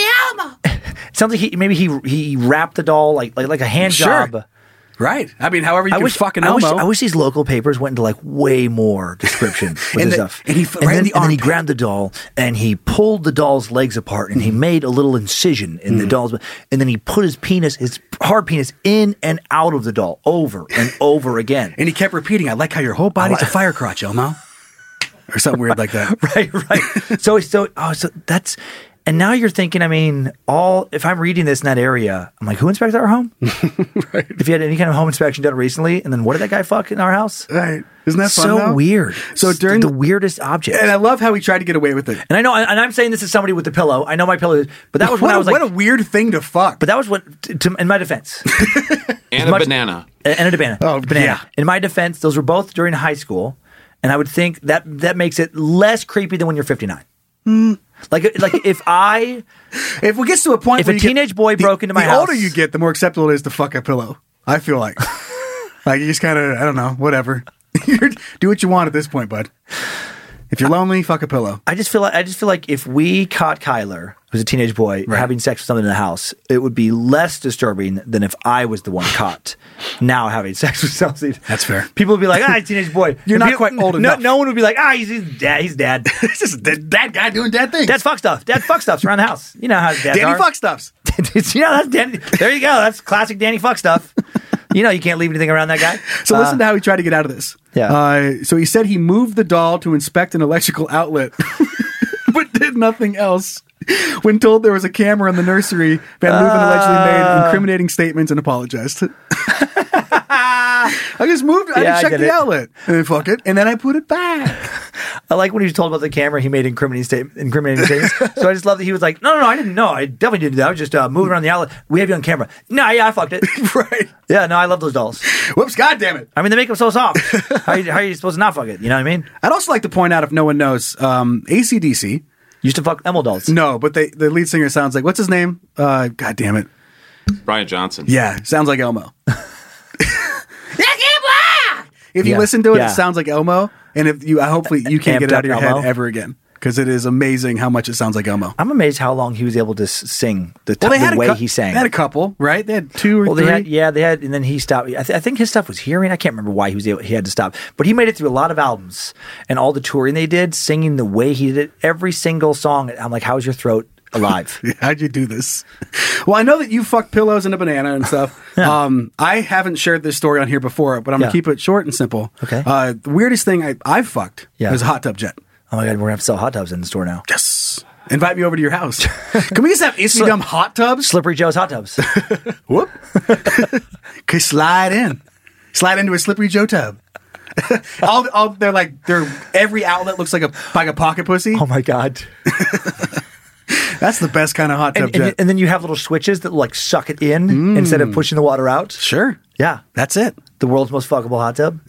[SPEAKER 4] Sounds like he maybe he he wrapped the doll like like like a hand
[SPEAKER 3] Sure.
[SPEAKER 4] job.
[SPEAKER 3] Right. I mean, however you can fucking
[SPEAKER 4] I wish,
[SPEAKER 3] Elmo.
[SPEAKER 4] I wish these local papers went into like way more description with
[SPEAKER 3] And
[SPEAKER 4] this
[SPEAKER 3] the-
[SPEAKER 4] stuff.
[SPEAKER 3] and he f- right in
[SPEAKER 4] then,
[SPEAKER 3] the
[SPEAKER 4] and then he
[SPEAKER 3] armpit.
[SPEAKER 4] grabbed the doll and he pulled the doll's legs apart and he
[SPEAKER 3] Mm-hmm.
[SPEAKER 4] made a little incision in the doll's, and then he put his penis, his hard penis, in and out of the doll over and over again.
[SPEAKER 3] and he kept repeating, I like how your whole body's a fire crotch, Elmo. Or something weird like that.
[SPEAKER 4] right, right. so, so, oh, so that's, and now you're thinking. I mean, all if I'm reading this in that area, I'm like, who inspected our home? If you had any kind of home inspection done recently, and then what did that guy fuck in our house?
[SPEAKER 3] Right. Isn't that fun?
[SPEAKER 4] so
[SPEAKER 3] though?
[SPEAKER 4] weird.
[SPEAKER 3] So
[SPEAKER 4] It's
[SPEAKER 3] during
[SPEAKER 4] the,
[SPEAKER 3] the-
[SPEAKER 4] weirdest object.
[SPEAKER 3] And
[SPEAKER 4] And
[SPEAKER 3] I
[SPEAKER 4] I,
[SPEAKER 3] love how he tried to get away with it.
[SPEAKER 4] know, and I'm saying this is somebody with a pillow. I know my pillow, but that was when
[SPEAKER 3] what,
[SPEAKER 4] I
[SPEAKER 3] a,
[SPEAKER 4] was like,
[SPEAKER 3] what a weird thing to fuck.
[SPEAKER 4] but that was what, to, to- in my defense,
[SPEAKER 5] And a
[SPEAKER 4] much-
[SPEAKER 5] banana.
[SPEAKER 4] and a banana.
[SPEAKER 3] Oh,
[SPEAKER 4] banana.
[SPEAKER 3] yeah.
[SPEAKER 4] In my defense, those were both during high school, and I would think that that makes it less creepy than when you're 59.
[SPEAKER 3] Hmm.
[SPEAKER 4] Like, like if I
[SPEAKER 3] if it gets to a point
[SPEAKER 4] If
[SPEAKER 3] where
[SPEAKER 4] a
[SPEAKER 3] you get-
[SPEAKER 4] teenage boy
[SPEAKER 3] the-
[SPEAKER 4] broke into my
[SPEAKER 3] the
[SPEAKER 4] house-
[SPEAKER 3] older you get, the more acceptable it is to fuck a pillow. I feel like, like you just kind of, I don't know, whatever. You're- Do what you want at this point, bud. If you're lonely, fuck a pillow.
[SPEAKER 4] I just feel like I just feel like if we caught Kyler, who's a teenage boy, having sex with someone in the house, it would be less disturbing than if I was the one caught now having sex with something.
[SPEAKER 3] That's fair.
[SPEAKER 4] People would be like, "Ah, teenage boy,
[SPEAKER 3] You're
[SPEAKER 4] And
[SPEAKER 3] not
[SPEAKER 4] people-
[SPEAKER 3] quite old
[SPEAKER 4] no,
[SPEAKER 3] enough.
[SPEAKER 4] No one would be like, "Ah, he's, he's dad. He's dad.
[SPEAKER 3] It's just that, that guy doing dad things.
[SPEAKER 4] Dad fuck stuff. Dad fuck stuffs around the house. You know how dads
[SPEAKER 3] Danny
[SPEAKER 4] are.
[SPEAKER 3] fuck stuffs.
[SPEAKER 4] you know that's Danny. There you go. That's classic Danny fuck stuff. you know you can't leave anything around that guy.
[SPEAKER 3] So
[SPEAKER 4] Uh,
[SPEAKER 3] listen to how he tried to get out of this.
[SPEAKER 4] Yeah.
[SPEAKER 3] Uh, so he said he moved the doll to inspect an electrical outlet, but did nothing else. When told there was a camera in the nursery, Van Leuven allegedly
[SPEAKER 4] Ah.
[SPEAKER 3] made incriminating statements and apologized. I just moved. I
[SPEAKER 4] Yeah,
[SPEAKER 3] just
[SPEAKER 4] I
[SPEAKER 3] checked
[SPEAKER 4] get
[SPEAKER 3] the
[SPEAKER 4] it.
[SPEAKER 3] outlet and then fuck it, and then I put it back.
[SPEAKER 4] I like when he was told about the camera, he made incriminating, state- incriminating statements. so I just love that he was like, no, no, no, I didn't know. I definitely didn't do that. I was just uh, moving around the outlet. We have you on camera. No, yeah, I fucked it.
[SPEAKER 3] right.
[SPEAKER 4] Yeah, no, I love those dolls.
[SPEAKER 3] Whoops! God damn it.
[SPEAKER 4] I mean, they make them so soft. How you, how are you supposed to not fuck it? You know what I mean?
[SPEAKER 3] I'd also like to point out, if no one knows, um, ACDC.
[SPEAKER 4] Used to fuck Emil dolls.
[SPEAKER 3] No, but they, the lead singer sounds like what's his name? Uh, God damn it.
[SPEAKER 5] Brian Johnson.
[SPEAKER 3] Yeah, sounds like Elmo. if you listen to it,
[SPEAKER 4] Yeah.
[SPEAKER 3] it sounds like Elmo, and if you, I hopefully you can't get it
[SPEAKER 4] Amped
[SPEAKER 3] out of your
[SPEAKER 4] up Elmo?
[SPEAKER 3] head ever again because it is amazing how much it sounds like Elmo.
[SPEAKER 4] I'm amazed how long he was able to s- sing the, t-
[SPEAKER 3] Well,
[SPEAKER 4] the way
[SPEAKER 3] cou-
[SPEAKER 4] he sang.
[SPEAKER 3] They had a couple, right? They had two or
[SPEAKER 4] well,
[SPEAKER 3] three.
[SPEAKER 4] they had, yeah, they had, and then he stopped. I, th- I think his stuff was hearing. I can't remember why he was able, he had to stop, but he made it through a lot of albums and all the touring they did, singing the way he did it, every single song. I'm like, how's your throat? alive.
[SPEAKER 3] How'd you do this? Well, I know that you fucked pillows and a banana and stuff. um, I haven't shared this story on here before, but I'm
[SPEAKER 4] Yeah.
[SPEAKER 3] gonna keep it short and simple.
[SPEAKER 4] Okay.
[SPEAKER 3] Uh, the weirdest thing I, I've fucked
[SPEAKER 4] Yeah.
[SPEAKER 3] is a hot tub jet.
[SPEAKER 4] oh my god, we're gonna have to sell hot tubs in the store now.
[SPEAKER 3] Yes. Invite me over to your house. Can we just have itsy dumb hot tubs?
[SPEAKER 4] Slippery Joe's hot tubs.
[SPEAKER 3] Whoop. Could slide in. Slide into a slippery Joe tub. all, all they're like they're every outlet looks like a like a pocket pussy.
[SPEAKER 4] oh my god.
[SPEAKER 3] That's the best kind of hot tub
[SPEAKER 4] And,
[SPEAKER 3] jet.
[SPEAKER 4] and, and then you have little switches that like suck it in
[SPEAKER 3] Mm.
[SPEAKER 4] instead of pushing the water out.
[SPEAKER 3] sure.
[SPEAKER 4] Yeah,
[SPEAKER 3] That's it.
[SPEAKER 4] the world's most fuckable hot tub.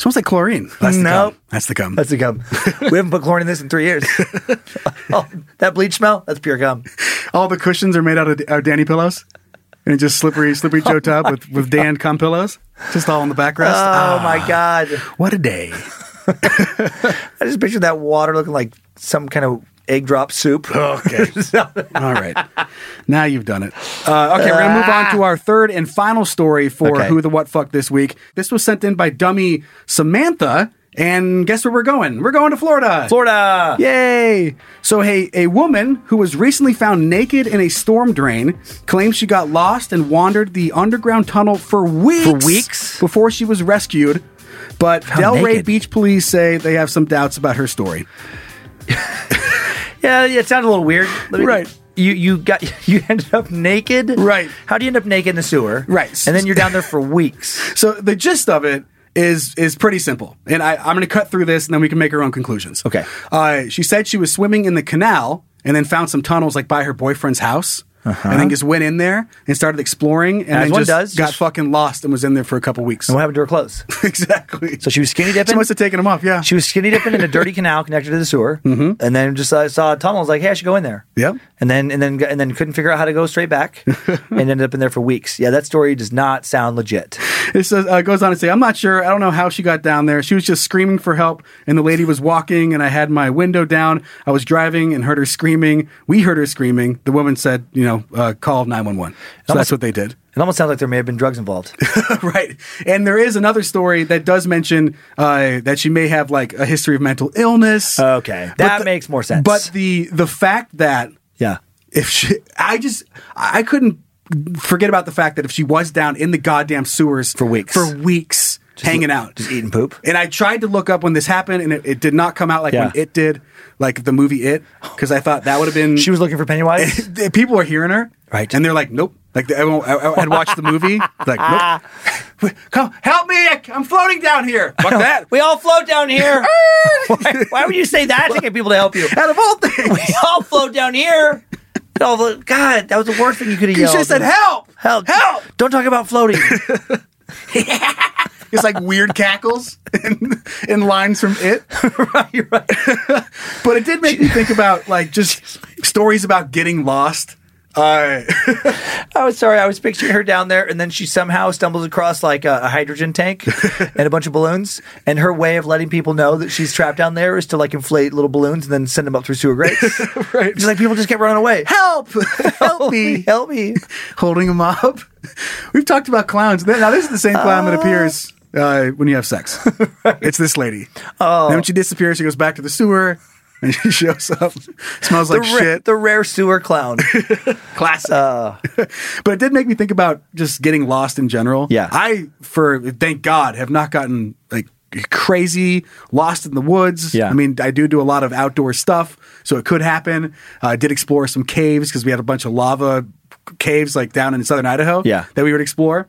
[SPEAKER 3] Smells like chlorine. That's the
[SPEAKER 4] Nope.
[SPEAKER 3] gum. That's the gum.
[SPEAKER 4] That's the gum. we haven't put chlorine in this in three years. oh, that bleach smell? That's pure gum.
[SPEAKER 3] all the cushions are made out of are Danny pillows, and just slippery, slippery Joe tub with with Dan cum pillows, just all on the backrest. Ah,
[SPEAKER 4] Oh my god!
[SPEAKER 3] what a day!
[SPEAKER 4] I just pictured that water looking like some kind of egg drop soup. Okay.
[SPEAKER 3] All right, now you've done it. Uh, okay, we're gonna move on to our third and final story for
[SPEAKER 4] Ah. Okay.
[SPEAKER 3] Who the What Fuck this week. This was sent in by Dummy Samantha, and guess where we're going? We're going to Florida.
[SPEAKER 4] Florida.
[SPEAKER 3] Yay! So, hey, a woman who was recently found naked in a storm drain claims she got lost and wandered the underground tunnel for weeks.
[SPEAKER 4] weeks?
[SPEAKER 3] before she was rescued. But Delray
[SPEAKER 4] naked.
[SPEAKER 3] Beach police say they have some doubts about her story.
[SPEAKER 4] Yeah, yeah, it sounded a little weird. Let me-
[SPEAKER 3] Right.
[SPEAKER 4] You you got you ended up naked.
[SPEAKER 3] Right.
[SPEAKER 4] How do you end up naked in the sewer?
[SPEAKER 3] Right.
[SPEAKER 4] And then you're down there for weeks.
[SPEAKER 3] So, the gist of it is is pretty simple, and I, I'm going to cut through this, and then we can make our own conclusions.
[SPEAKER 4] Okay.
[SPEAKER 3] Uh, she said she was swimming in the canal and then found some tunnels like by her boyfriend's house. And then just went in there and started exploring, and
[SPEAKER 4] Uh-huh. As
[SPEAKER 3] then
[SPEAKER 4] one
[SPEAKER 3] just
[SPEAKER 4] does.
[SPEAKER 3] got fucking lost and was in there for a couple weeks.
[SPEAKER 4] And what happened to her clothes?
[SPEAKER 3] exactly.
[SPEAKER 4] So she was skinny
[SPEAKER 3] She
[SPEAKER 4] dipping.
[SPEAKER 3] must have taken them off. Yeah.
[SPEAKER 4] She was skinny dipping in a dirty canal connected to the sewer, mm-hmm. and then just uh, saw a tunnel. I was like, "Hey, I should go in there."
[SPEAKER 3] Yep.
[SPEAKER 4] And then and then and then couldn't figure out how to go straight back, and ended up in there for weeks. Yeah, that story does not sound legit.
[SPEAKER 3] it says, uh, goes on to say, I'm not sure. I don't know how she got down there. She was just screaming for help, and the lady was walking, and I had my window down. I was driving and heard her screaming. We heard her screaming. The woman said, you know, uh, call 911. So that's what they did.
[SPEAKER 4] It almost sounds like there may have been drugs involved.
[SPEAKER 3] right. And there is another story that does mention uh, that she may have like a history of mental illness.
[SPEAKER 4] Okay,
[SPEAKER 3] But
[SPEAKER 4] that
[SPEAKER 3] the-
[SPEAKER 4] makes more sense.
[SPEAKER 3] But the the fact that
[SPEAKER 4] yeah,
[SPEAKER 3] if she i just i couldn't forget about the fact that if she was down in the goddamn sewers for
[SPEAKER 4] weeks.
[SPEAKER 3] for weeks hanging out
[SPEAKER 4] just eating poop.
[SPEAKER 3] and i tried to look up when this happened and it, it did not come out like when
[SPEAKER 4] Yeah.
[SPEAKER 3] it did like the movie it because i thought that would have been
[SPEAKER 4] She was looking for Pennywise.
[SPEAKER 3] people are hearing her
[SPEAKER 4] Right.
[SPEAKER 3] and they're like nope like everyone I, I had watched the movie like nope come help me I, i'm floating down here fuck that
[SPEAKER 4] we all float down here. why, why would you say that to get people to help you?
[SPEAKER 3] out of all things
[SPEAKER 4] We all float down here. And all the- God, that was the worst thing you could have
[SPEAKER 3] she
[SPEAKER 4] yelled.
[SPEAKER 3] said help
[SPEAKER 4] Help!
[SPEAKER 3] help
[SPEAKER 4] Don't talk about floating.
[SPEAKER 3] It's like weird cackles and, and lines from it.
[SPEAKER 4] You're right.
[SPEAKER 3] But it did make me think about like just stories about getting lost. Uh,
[SPEAKER 4] I was sorry. I was picturing her down there, and then she somehow stumbles across like a, a hydrogen tank and a bunch of balloons. And her way of letting people know that she's trapped down there is to like inflate little balloons and then send them up through sewer grates. right. Just like people just kept running away.
[SPEAKER 3] help! Help me!
[SPEAKER 4] Help me!
[SPEAKER 3] Holding him up. We've talked about clowns. Now this is the same clown that appears uh, when you have sex. It's this lady. Oh. Then when she disappears, she goes back to the sewer. And she shows up, smells like
[SPEAKER 4] the, ra-
[SPEAKER 3] shit.
[SPEAKER 4] the rare sewer clown.
[SPEAKER 3] Classic. Uh, but it did make me think about just getting lost in general.
[SPEAKER 4] Yeah.
[SPEAKER 3] I, for thank God, have not gotten like crazy lost in the woods.
[SPEAKER 4] Yeah.
[SPEAKER 3] I mean, I do do a lot of outdoor stuff, so it could happen. Uh, I did explore some caves because we had a bunch of lava caves like down in southern Idaho
[SPEAKER 4] Yeah.
[SPEAKER 3] that we would explore.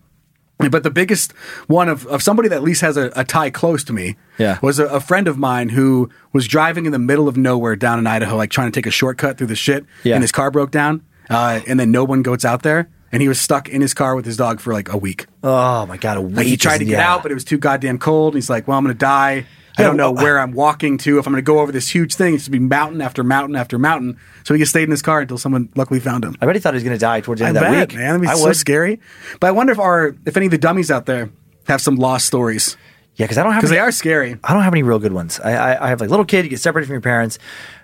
[SPEAKER 3] But the biggest one of, of somebody that at least has a, a tie close to me
[SPEAKER 4] Yeah.
[SPEAKER 3] was a, a friend of mine who was driving in the middle of nowhere down in Idaho, like trying to take a shortcut through the shit.
[SPEAKER 4] Yeah.
[SPEAKER 3] And his car broke down. Uh, and then no one goes out there. And he was stuck in his car with his dog for like a week.
[SPEAKER 4] oh my god! A
[SPEAKER 3] Like he
[SPEAKER 4] witch
[SPEAKER 3] tried
[SPEAKER 4] is-
[SPEAKER 3] to get
[SPEAKER 4] yeah.
[SPEAKER 3] out, but it was too goddamn cold. He's like, well, I'm going to die. I
[SPEAKER 4] Yeah,
[SPEAKER 3] don't know
[SPEAKER 4] well-
[SPEAKER 3] where I'm walking to. If I'm going to go over this huge thing, it's going to be mountain after mountain after mountain. So he just stayed in his car until someone luckily found him.
[SPEAKER 4] I already thought he was going to die towards the end
[SPEAKER 3] I
[SPEAKER 4] of that
[SPEAKER 3] bet,
[SPEAKER 4] week.
[SPEAKER 3] man. That'd be
[SPEAKER 4] I
[SPEAKER 3] so
[SPEAKER 4] would.
[SPEAKER 3] scary. But I wonder if our if any of the dummies out there have some lost stories
[SPEAKER 4] Yeah, because I don't have
[SPEAKER 3] because they
[SPEAKER 4] any-
[SPEAKER 3] are scary.
[SPEAKER 4] I don't have any real good ones. I, I, I have like little kid, you get separated from your parents,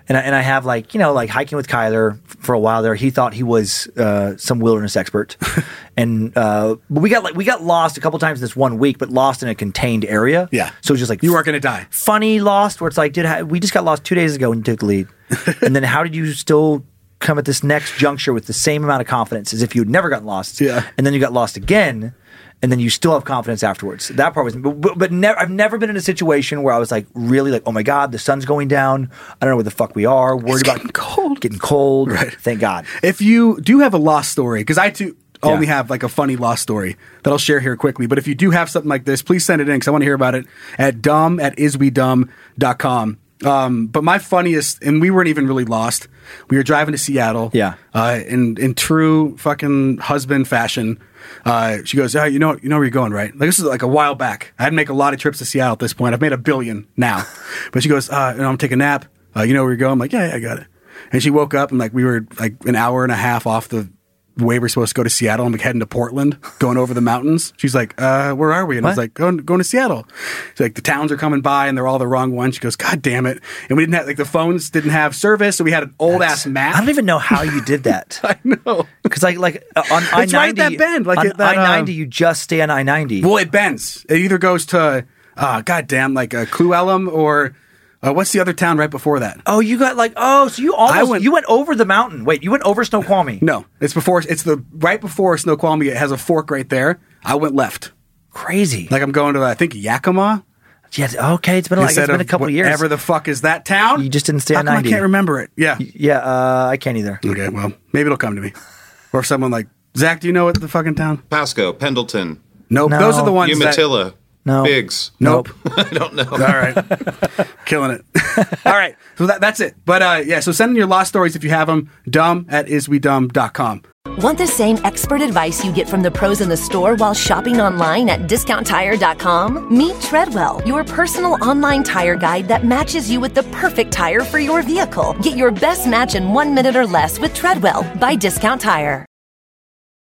[SPEAKER 4] and I, and I have like you know like hiking with Kyler for a while there. He thought he was uh, some wilderness expert, and uh, but we got like we got lost a couple times this one week, but lost in a contained area.
[SPEAKER 3] Yeah.
[SPEAKER 4] so it's just like
[SPEAKER 3] You aren't gonna die.
[SPEAKER 4] Funny lost where it's like, did ha- we just got lost two days ago and you took the lead, and then how did you still
[SPEAKER 8] come at this next juncture with the same amount of confidence as if you had never gotten lost.
[SPEAKER 3] Yeah.
[SPEAKER 8] And then you got lost again, and then you still have confidence afterwards. That part was, but, but, but never, I've never been in a situation where I was like, really, like, oh my God, the sun's going down. I don't know where the fuck we are. Worried about
[SPEAKER 3] getting cold.
[SPEAKER 8] Getting cold.
[SPEAKER 3] Right.
[SPEAKER 8] Thank God.
[SPEAKER 3] If you do have a lost story, because I too
[SPEAKER 8] Yeah.
[SPEAKER 3] only have like a funny lost story that I'll share here quickly, but if you do have something like this, please send it in because I want to hear about it at dumb at iswedumb.com. Um, but my funniest, and we weren't even really lost. We were driving to Seattle.
[SPEAKER 8] Yeah.
[SPEAKER 3] Uh, in in true fucking husband fashion, uh, she goes, oh, you know, you know where you're going, right? Like this is like a while back. I'd make a lot of trips to Seattle at this point. I've made a billion now, but she goes, uh, you know, I'm taking a nap. Uh, you know where you're going? I'm like, yeah, yeah, I got it. And she woke up and like we were like an hour and a half off the way we're supposed to go to Seattle. I'm like heading to Portland, going over the mountains. She's like, uh, where are we? And I was
[SPEAKER 8] What?
[SPEAKER 3] like, going, going to Seattle. She's like, the towns are coming by and they're all the wrong ones. She goes, God damn it. And we didn't have like the phones didn't have service. So we had an old ass map.
[SPEAKER 8] I don't even know how you did that. I know. Because, like, like uh, on I 90,
[SPEAKER 3] It's right at that bend, like
[SPEAKER 8] on
[SPEAKER 3] at that,
[SPEAKER 8] I
[SPEAKER 3] um,
[SPEAKER 8] 90, you just stay on I 90.
[SPEAKER 3] Well, it bends. It either goes to, uh, goddamn, like uh, Cluellum or uh, what's the other town right before that?
[SPEAKER 8] Oh, you got like oh, so you almost
[SPEAKER 3] went-
[SPEAKER 8] you went over the mountain. Wait, you went over Snoqualmie.
[SPEAKER 3] No, it's before, it's the right before Snoqualmie. It has a fork right there. I went left.
[SPEAKER 8] crazy.
[SPEAKER 3] Like I'm going to, I think, Yakima.
[SPEAKER 8] yes, okay, it's been like it's
[SPEAKER 3] instead
[SPEAKER 8] been
[SPEAKER 3] of
[SPEAKER 8] a couple years.
[SPEAKER 3] um, Whatever the fuck is that town?
[SPEAKER 8] You just didn't stay
[SPEAKER 3] How
[SPEAKER 8] on
[SPEAKER 3] come
[SPEAKER 8] 90?
[SPEAKER 3] I can't remember it. Yeah.
[SPEAKER 8] yeah, uh, I can't either.
[SPEAKER 3] Okay, well, maybe it'll come to me. Or if someone like, Zach, do you know what the fucking town?
[SPEAKER 5] Pasco, Pendleton,
[SPEAKER 3] Nope.
[SPEAKER 8] No.
[SPEAKER 3] Those are the ones that.
[SPEAKER 5] Umatilla,
[SPEAKER 8] No.
[SPEAKER 5] Biggs.
[SPEAKER 3] Nope.
[SPEAKER 5] I don't know.
[SPEAKER 3] All right. Killing it. All right. So that, that's it. But uh, yeah, so send in your lost stories if you have them. Dumb at iswedumb.com.
[SPEAKER 9] Want the same expert advice you get from the pros in the store while shopping online at discounttire.com? Meet Treadwell, your personal online tire guide that matches you with the perfect tire for your vehicle. Get your best match in one minute or less with Treadwell by Discount Tire.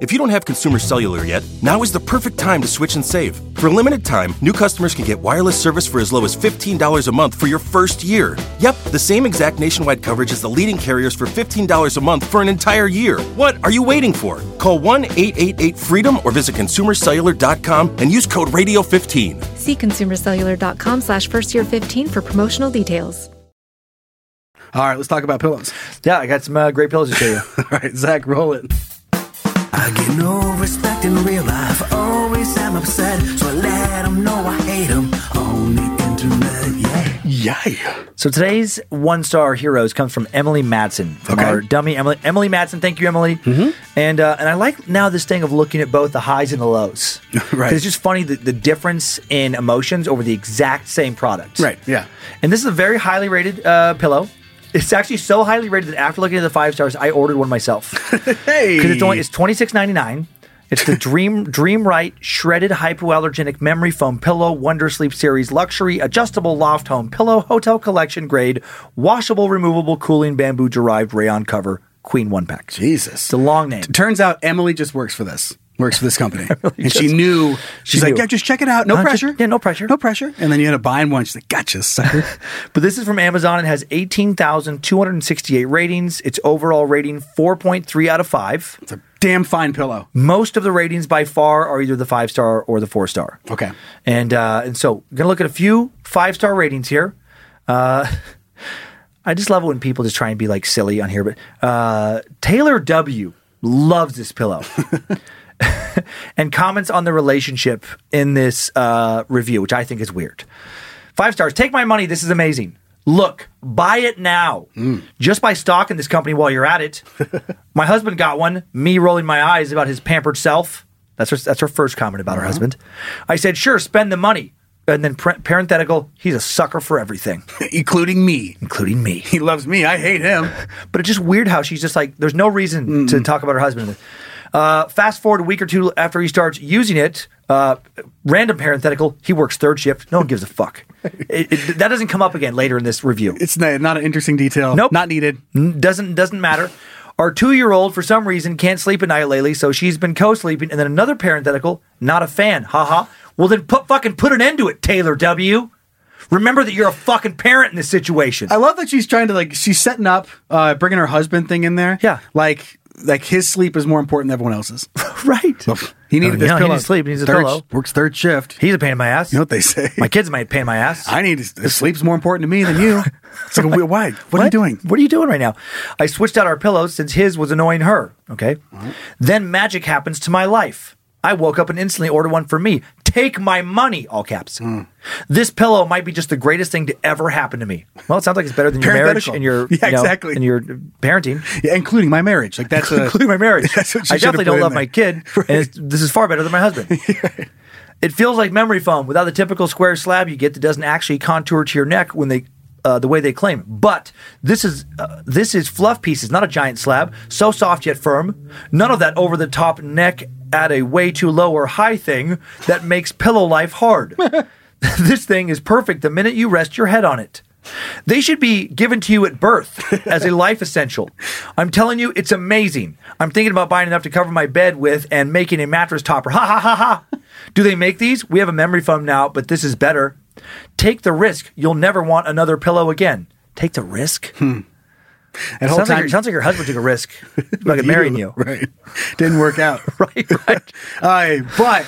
[SPEAKER 10] If you don't have Consumer Cellular yet, now is the perfect time to switch and save. For a limited time, new customers can get wireless service for as low as $15 a month for your first year. Yep, the same exact nationwide coverage as the leading carriers for $15 a month for an entire year. What are you waiting for? Call 1 888 Freedom or visit consumercellular.com and use code RADIO15.
[SPEAKER 7] See consumercellular.com slash first year 15 for promotional details.
[SPEAKER 3] All right, let's talk about pillows.
[SPEAKER 8] Yeah, I got some uh, great pillows to show you.
[SPEAKER 3] All right, Zach, roll it.
[SPEAKER 11] I get no respect in real life. Always am upset, so I let them know I hate them on the internet. Yeah.
[SPEAKER 3] Yeah.
[SPEAKER 8] so today's one star heroes comes from Emily Madsen from
[SPEAKER 3] Okay. Mm-hmm.
[SPEAKER 8] our dummy Emily Emily Madsen. Thank you, Emily. And uh, and I like now this thing of looking at both the highs and the lows.
[SPEAKER 3] Right.
[SPEAKER 8] 'Cause It's just funny the, the difference in emotions over the exact same product.
[SPEAKER 3] Right, yeah.
[SPEAKER 8] And this is a very highly rated uh, pillow. It's actually so highly rated that after looking at the five stars, I ordered one myself because
[SPEAKER 3] Hey.
[SPEAKER 8] it's only it's twenty six ninety nine. It's the Dream Dream Right shredded hypoallergenic memory foam pillow Wonder Sleep Series luxury adjustable loft home pillow hotel collection grade washable removable cooling bamboo derived rayon cover queen one pack.
[SPEAKER 3] Jesus.
[SPEAKER 8] It's a long name.
[SPEAKER 3] Turns out Emily just works for this. Works for this company, and she knew. She's like,
[SPEAKER 8] knew.
[SPEAKER 3] "Yeah, just check it out. No
[SPEAKER 8] Uh, just-
[SPEAKER 3] pressure.
[SPEAKER 8] yeah, no pressure.
[SPEAKER 3] No pressure." And then you end up buying one. She's like, "Gotcha, sucker."
[SPEAKER 8] But this is from Amazon. It has 18,268 ratings. Its overall rating 4.3 out of 5.
[SPEAKER 3] it's a damn fine pillow.
[SPEAKER 8] Most of the ratings by far are either the 5 star or the 4 star.
[SPEAKER 3] Okay.
[SPEAKER 8] And uh, and so we're gonna look at a few five star ratings here. Uh, I just love it when people just try and be like silly on here. But uh, Taylor W loves this pillow and comments on the relationship in this uh, review, which I think is weird. Five stars. Take my money. This is amazing. Look, buy it now. Just by stocking this company while you're at it. my husband got one. Me rolling my eyes about his pampered self. That's her, that's her first comment about her husband. I said, sure, spend the money. And then par- parenthetical, he's a sucker for everything,
[SPEAKER 3] including me.
[SPEAKER 8] including me.
[SPEAKER 3] He loves me. I hate him.
[SPEAKER 8] But it's just weird how she's just like, there's no reason to talk about her husband. Uh, fast forward a week or two after he starts using it,
[SPEAKER 4] Uh, random parenthetical. He works third shift. No one gives a fuck. It- it- that doesn't come up again later in this review.
[SPEAKER 3] It's not, not an interesting detail.
[SPEAKER 4] Nope.
[SPEAKER 3] Not needed.
[SPEAKER 4] N- doesn't doesn't matter. Our two year old for some reason can't sleep at night lately, so she's been co sleeping. And then another parenthetical, not a fan. Haha. Well then put fucking put an end to it, Taylor W. Remember that you're a fucking parent in this situation.
[SPEAKER 3] I love that she's trying to like she's setting up uh bringing her husband thing in there.
[SPEAKER 4] Yeah.
[SPEAKER 3] Like like his sleep is more important than everyone else's.
[SPEAKER 4] right.
[SPEAKER 3] He needed this
[SPEAKER 4] No, he
[SPEAKER 3] pillow.
[SPEAKER 4] needs to sleep. He needs a
[SPEAKER 3] third,
[SPEAKER 4] pillow.
[SPEAKER 3] Works third shift.
[SPEAKER 4] He's a pain in my ass.
[SPEAKER 3] You know what they say?
[SPEAKER 4] My kids might pain in my ass.
[SPEAKER 3] I need sleep's more important to me than you. It's like why? What, are you doing?
[SPEAKER 4] What are you doing right now? I switched out our pillows since his was annoying her. Okay. Then magic happens to my life. I woke up and instantly ordered one for me. Take my money, all caps.
[SPEAKER 3] Mm.
[SPEAKER 4] This pillow might be just the greatest thing to ever happen to me. Well, it sounds like it's better than your marriage
[SPEAKER 3] Parenthetical.
[SPEAKER 4] and your
[SPEAKER 3] Yeah,
[SPEAKER 4] you know,
[SPEAKER 3] exactly.
[SPEAKER 4] and your parenting.
[SPEAKER 3] Yeah, including my marriage. Like that's a,
[SPEAKER 4] including my marriage.
[SPEAKER 3] That's what she
[SPEAKER 4] I
[SPEAKER 3] should have
[SPEAKER 4] definitely
[SPEAKER 3] put
[SPEAKER 4] don't
[SPEAKER 3] in
[SPEAKER 4] love
[SPEAKER 3] there.
[SPEAKER 4] my kid, and it's, this is far better than my husband. It feels like memory foam without the typical square slab you get that doesn't actually contour to your neck when they. Uh, the way they claim, but this is uh, this is fluff pieces, not a giant slab. So soft yet firm. None of that over the top neck at a way too low or high thing that makes pillow life hard. this thing is perfect the minute you rest your head on it. They should be given to you at birth as a life essential. I'm telling you, it's amazing. I'm thinking about buying enough to cover my bed with and making a mattress topper. Ha ha ha ha. Do they make these? We have a memory foam now, but this is better. Take the risk. You'll never want another pillow again. Take the risk?
[SPEAKER 3] And whole
[SPEAKER 4] Sounds, like
[SPEAKER 3] time
[SPEAKER 4] your, sounds like your husband took a risk. Fucking
[SPEAKER 3] with
[SPEAKER 4] marrying you.
[SPEAKER 3] Right. Didn't work out.
[SPEAKER 4] Right, right.
[SPEAKER 3] Uh, but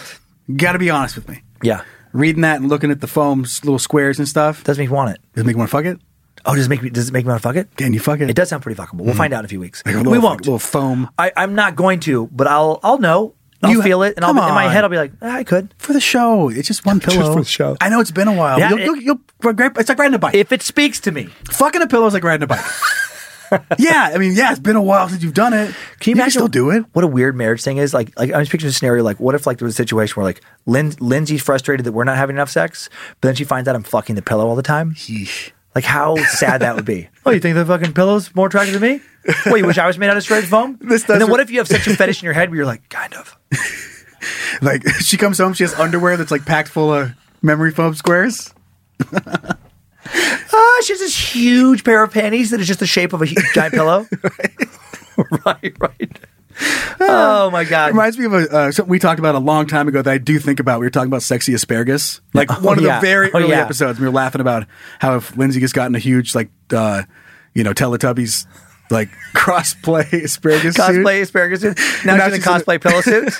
[SPEAKER 3] got to be honest with me.
[SPEAKER 4] Yeah.
[SPEAKER 3] Reading that and looking at the foam's little squares and stuff
[SPEAKER 4] Doesn't make me want it.
[SPEAKER 3] does it make you want to fuck it.
[SPEAKER 4] Oh, does it make me does it make me want to fuck it?
[SPEAKER 3] Can you fuck it?
[SPEAKER 4] It does sound pretty fuckable. We'll find out in a few weeks.
[SPEAKER 3] Like a little,
[SPEAKER 4] we won't.
[SPEAKER 3] Little foam
[SPEAKER 4] I, I'm not going to, but I'll I'll know. I'll
[SPEAKER 3] You-
[SPEAKER 4] feel it, and I'll
[SPEAKER 3] come
[SPEAKER 4] be, in my
[SPEAKER 3] on.
[SPEAKER 4] head I'll be like, "Ah, I could.
[SPEAKER 3] for the show. It's just one pillow
[SPEAKER 4] for the show.
[SPEAKER 3] I know it's been a while.
[SPEAKER 4] Yeah,
[SPEAKER 3] you'll,
[SPEAKER 4] it-
[SPEAKER 3] you'll, you'll regret. It's like riding a bike.
[SPEAKER 4] If it speaks to me,
[SPEAKER 3] Fucking a pillow is like riding a bike. yeah, I mean, yeah, it's been a while since you've done it.
[SPEAKER 4] can you, imagine
[SPEAKER 3] still do it?
[SPEAKER 4] What a weird marriage thing is. Like, like I was picturing a scenario. Like, what if like there was a situation where like Lin- Lindsay's frustrated that we're not having enough sex, but then she finds out I'm fucking the pillow all the time. Like, how sad that would be. Oh, you think the fucking pillow's more attractive than me? What, you wish I was made out of straight foam?
[SPEAKER 3] This
[SPEAKER 4] and then
[SPEAKER 3] doesn't-
[SPEAKER 4] what if you have such a fetish in your head where you're like, kind of.
[SPEAKER 3] Like she comes home, she has underwear that's like packed full of memory foam squares.
[SPEAKER 4] Ah, she has this huge pair of panties that is just the shape of a huge giant pillow. right, right. Oh my god.
[SPEAKER 3] Reminds me of a, uh, something we talked about a long time ago that I do think about. We were talking about sexy asparagus, like
[SPEAKER 4] Oh,
[SPEAKER 3] one of
[SPEAKER 4] yeah.
[SPEAKER 3] the very
[SPEAKER 4] Oh,
[SPEAKER 3] early
[SPEAKER 4] yeah.
[SPEAKER 3] episodes. We were laughing about how if Lindsay has gotten a huge like, uh, you know, Teletubbies like crossplay asparagus suit.
[SPEAKER 4] Cosplay asparagus suit. Now,
[SPEAKER 3] Now
[SPEAKER 4] she's in a
[SPEAKER 3] she's in a-
[SPEAKER 4] cosplay pillow suit.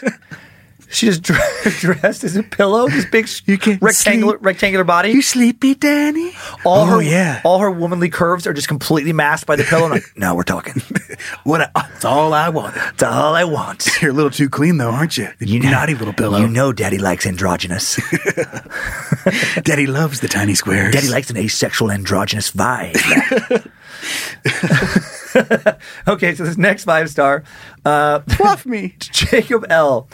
[SPEAKER 4] She just dre- dressed as a pillow, this big sh-
[SPEAKER 3] You can't
[SPEAKER 4] rectangular
[SPEAKER 3] sleep.
[SPEAKER 4] rectangular body.
[SPEAKER 3] You sleepy, Danny?
[SPEAKER 4] all
[SPEAKER 3] oh
[SPEAKER 4] her
[SPEAKER 3] yeah.
[SPEAKER 4] all her womanly curves are just completely masked by the pillow. And I'm like, now we're talking.
[SPEAKER 3] what? A, that's all I wanted.
[SPEAKER 4] That's all I want.
[SPEAKER 3] You're a little too clean though, aren't you? You naughty little pillow.
[SPEAKER 4] You know, Daddy likes androgynous.
[SPEAKER 3] Daddy loves the tiny squares.
[SPEAKER 4] Daddy likes an asexual androgynous vibe. okay, so this next five star, uh,
[SPEAKER 3] fluff me.
[SPEAKER 4] Jacob L.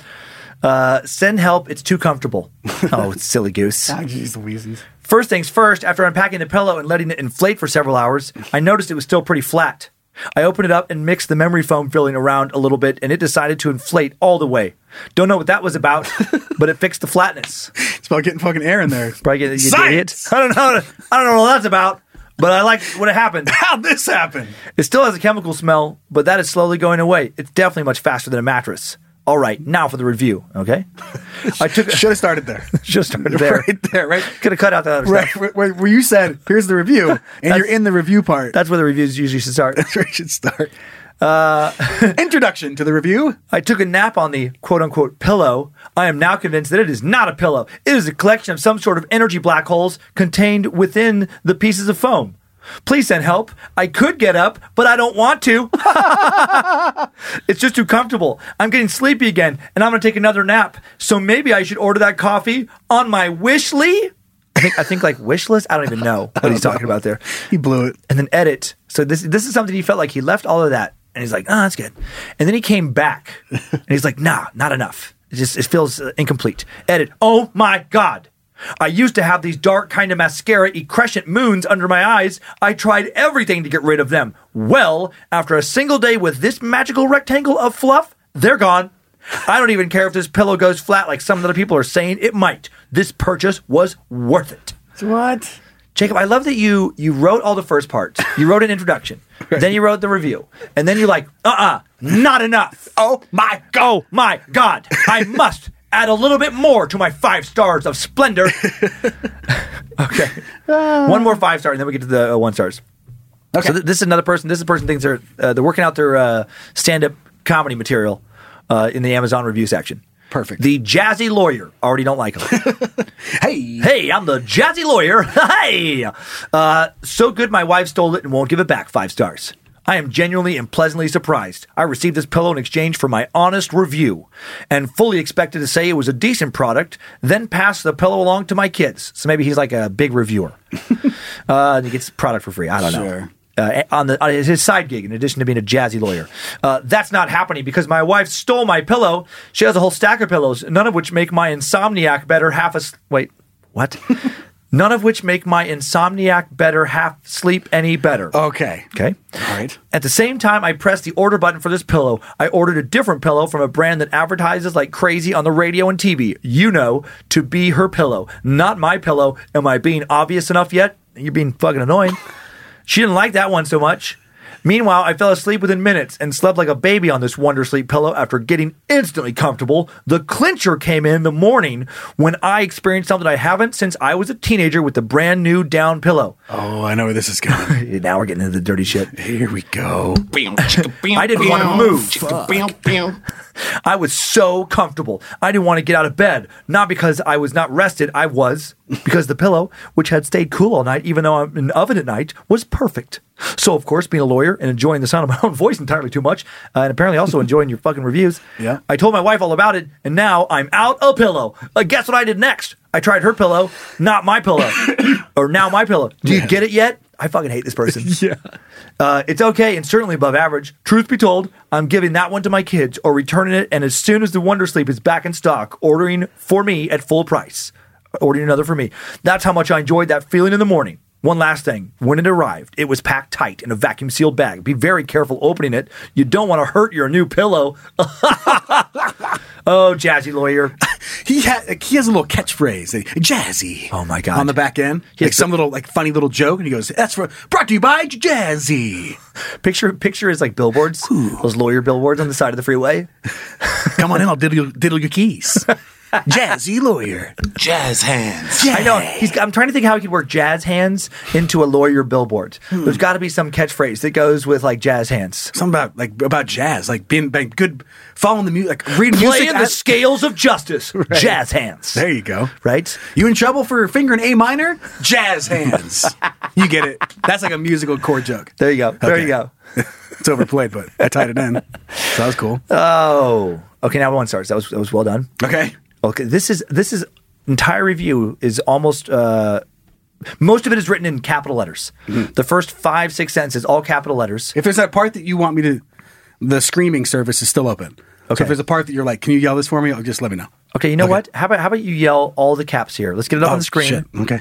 [SPEAKER 4] Uh, send help. It's too comfortable. Oh, silly goose.
[SPEAKER 3] Jeez Louise.
[SPEAKER 4] First things first, after unpacking the pillow and letting it inflate for several hours, I noticed it was still pretty flat. I opened it up and mixed the memory foam filling around a little bit, and it decided to inflate all the way. Don't know what that was about, but it fixed the flatness.
[SPEAKER 3] It's about getting fucking air in there.
[SPEAKER 4] Probably get you idiot.
[SPEAKER 3] Science!
[SPEAKER 4] I don't know. I don't know what that's about, but I like what happened.
[SPEAKER 3] How'd this happen?
[SPEAKER 4] It still has a chemical smell, but that is slowly going away. It's definitely much faster than a mattress. All right, now for the review. Okay, I took
[SPEAKER 3] Should have started there.
[SPEAKER 4] just started there.
[SPEAKER 3] Right there, right?
[SPEAKER 4] Could have cut out that other
[SPEAKER 3] Right,
[SPEAKER 4] stuff.
[SPEAKER 3] where, where- where you said, here's the review, and you're
[SPEAKER 4] That's-
[SPEAKER 3] in the review part.
[SPEAKER 4] That's where the reviews usually should start.
[SPEAKER 3] That's where you should start.
[SPEAKER 4] Uh,
[SPEAKER 3] Introduction to the review.
[SPEAKER 4] I took a nap on the quote unquote pillow. I am now convinced that it is not a pillow. It is a collection of some sort of energy black holes contained within the pieces of foam. Please send help. I could get up, but I don't want to. it's just too comfortable. I'm getting sleepy again, and I'm going to take another nap. So maybe I should order that coffee on my wishly. I think I think like wish list. I don't even know what he's talking about there
[SPEAKER 3] He blew it.
[SPEAKER 4] and then edit. So this this is something he felt like he left all of that, and he's like, "Ah, that's good." And then he came back, and he's like, "Nah, not enough. It just it feels uh, incomplete." Edit. Oh my god. I used to have these dark kind of mascara crescent moons under my eyes. I tried everything to get rid of them. Well, after a single day with this magical rectangle of fluff, they're gone. I don't even care if this pillow goes flat like some other people are saying it might. This purchase was worth it.
[SPEAKER 3] What?
[SPEAKER 4] Jacob, I love that you you wrote all the first parts. You wrote an introduction, then you wrote the review, and then you're like, uh uh not enough. Oh my oh my god, I must add a little bit more to my five stars of splendor. okay, one more five star, and then we get to the uh, one stars. Okay. So th- this is another person. This is a person thinks they're uh, they're working out their uh, stand up comedy material uh, in the Amazon review section.
[SPEAKER 3] Perfect.
[SPEAKER 4] The jazzy lawyer already don't like him.
[SPEAKER 3] Hey.
[SPEAKER 4] Hey, I'm the jazzy lawyer. hey, uh, so good my wife stole it and won't give it back. Five stars. I am genuinely and pleasantly surprised. I received this pillow in exchange for my honest review and fully expected to say it was a decent product, then pass the pillow along to my kids. So maybe he's like a big reviewer. uh, and he gets the product for free. I don't know.
[SPEAKER 3] Sure.
[SPEAKER 4] Uh, on the on his side gig, in addition to being a jazzy lawyer, uh, that's not happening because my wife stole my pillow. She has a whole stack of pillows, none of which make my insomniac better half a s- wait. What? none of which make my insomniac better half sleep any better.
[SPEAKER 3] Okay.
[SPEAKER 4] Okay.
[SPEAKER 3] All right.
[SPEAKER 4] At the same time, I pressed the order button for this pillow. I ordered a different pillow from a brand that advertises like crazy on the radio and TV. You know, to be her pillow, not my pillow. Am I being obvious enough yet? You're being fucking annoying. She didn't like that one so much. Meanwhile, I fell asleep within minutes and slept like a baby on this wonder sleep pillow after getting instantly comfortable. The clincher came in the morning when I experienced something I haven't since I was a teenager with the brand new down pillow.
[SPEAKER 3] Oh, I know where this is going.
[SPEAKER 4] Now we're getting into the dirty shit.
[SPEAKER 3] Here we go.
[SPEAKER 4] I
[SPEAKER 5] I
[SPEAKER 4] didn't wanna move. I was so comfortable. I didn't want to get out of bed. Not because I was not rested, I was, because the pillow, which had stayed cool all night, even though I'm in the oven at night, was perfect. So, of course, being a lawyer and enjoying the sound of my own voice entirely too much, uh, and apparently also enjoying your fucking reviews,
[SPEAKER 3] Yeah.
[SPEAKER 4] I told my wife all about it, and now I'm out a pillow. Uh, guess what I did next? I tried her pillow, not my pillow, or now my pillow. Do you get it yet? I fucking hate this person. yeah. Uh, it's okay and certainly above average. Truth be told, I'm giving that one to my kids or returning it, and as soon as the Wonder Sleep is back in stock, ordering for me at full price, ordering another for me. That's how much I enjoyed that feeling in the morning. One last thing, when it arrived, it was packed tight in a vacuum sealed bag. Be very careful opening it. You don't want to hurt your new pillow. oh, jazzy lawyer.
[SPEAKER 3] He ha- like, he has a little catchphrase, like, jazzy.
[SPEAKER 4] Oh, my God.
[SPEAKER 3] On the back end,
[SPEAKER 4] He has
[SPEAKER 3] like some little like funny little joke, and he goes, "That's for brought to you by Jazzy."
[SPEAKER 4] Picture picture is like billboards, those lawyer billboards on the side of the freeway.
[SPEAKER 3] Come on in, I'll diddle, your- diddle your keys. Jazzy lawyer.
[SPEAKER 5] Jazz hands.
[SPEAKER 4] I know. Oh, He's, I'm trying to think how he could work jazz hands into a lawyer billboard.
[SPEAKER 3] Hmm.
[SPEAKER 4] There's got to be some catchphrase that goes with like jazz hands.
[SPEAKER 3] Something about like about jazz, like being like, good, following the music, like reading music.
[SPEAKER 4] Playing the
[SPEAKER 3] at-
[SPEAKER 4] scales of justice, jazz hands.
[SPEAKER 3] there you go.
[SPEAKER 4] Right?
[SPEAKER 3] You in trouble for fingering A minor? Jazz hands. you get it. That's like a musical chord joke.
[SPEAKER 4] There you go. There
[SPEAKER 3] Okay.
[SPEAKER 4] you go.
[SPEAKER 3] It's overplayed, but I tied it in. So that was cool.
[SPEAKER 4] Oh, okay. Now one stars. That was that was well done.
[SPEAKER 3] okay.
[SPEAKER 4] Okay, this is this is entire review is almost uh, most of it is written in capital letters.
[SPEAKER 3] Hmm.
[SPEAKER 4] The first five six sentences all capital letters.
[SPEAKER 3] If there's that part that you want me to, the screaming service is still open.
[SPEAKER 4] Okay.
[SPEAKER 3] So if there's a part that you're like, can you yell this for me? Just let me know.
[SPEAKER 4] Okay, you know what? How about how about you yell all the caps here? Let's get it up on the screen.
[SPEAKER 3] Oh, shit. Okay.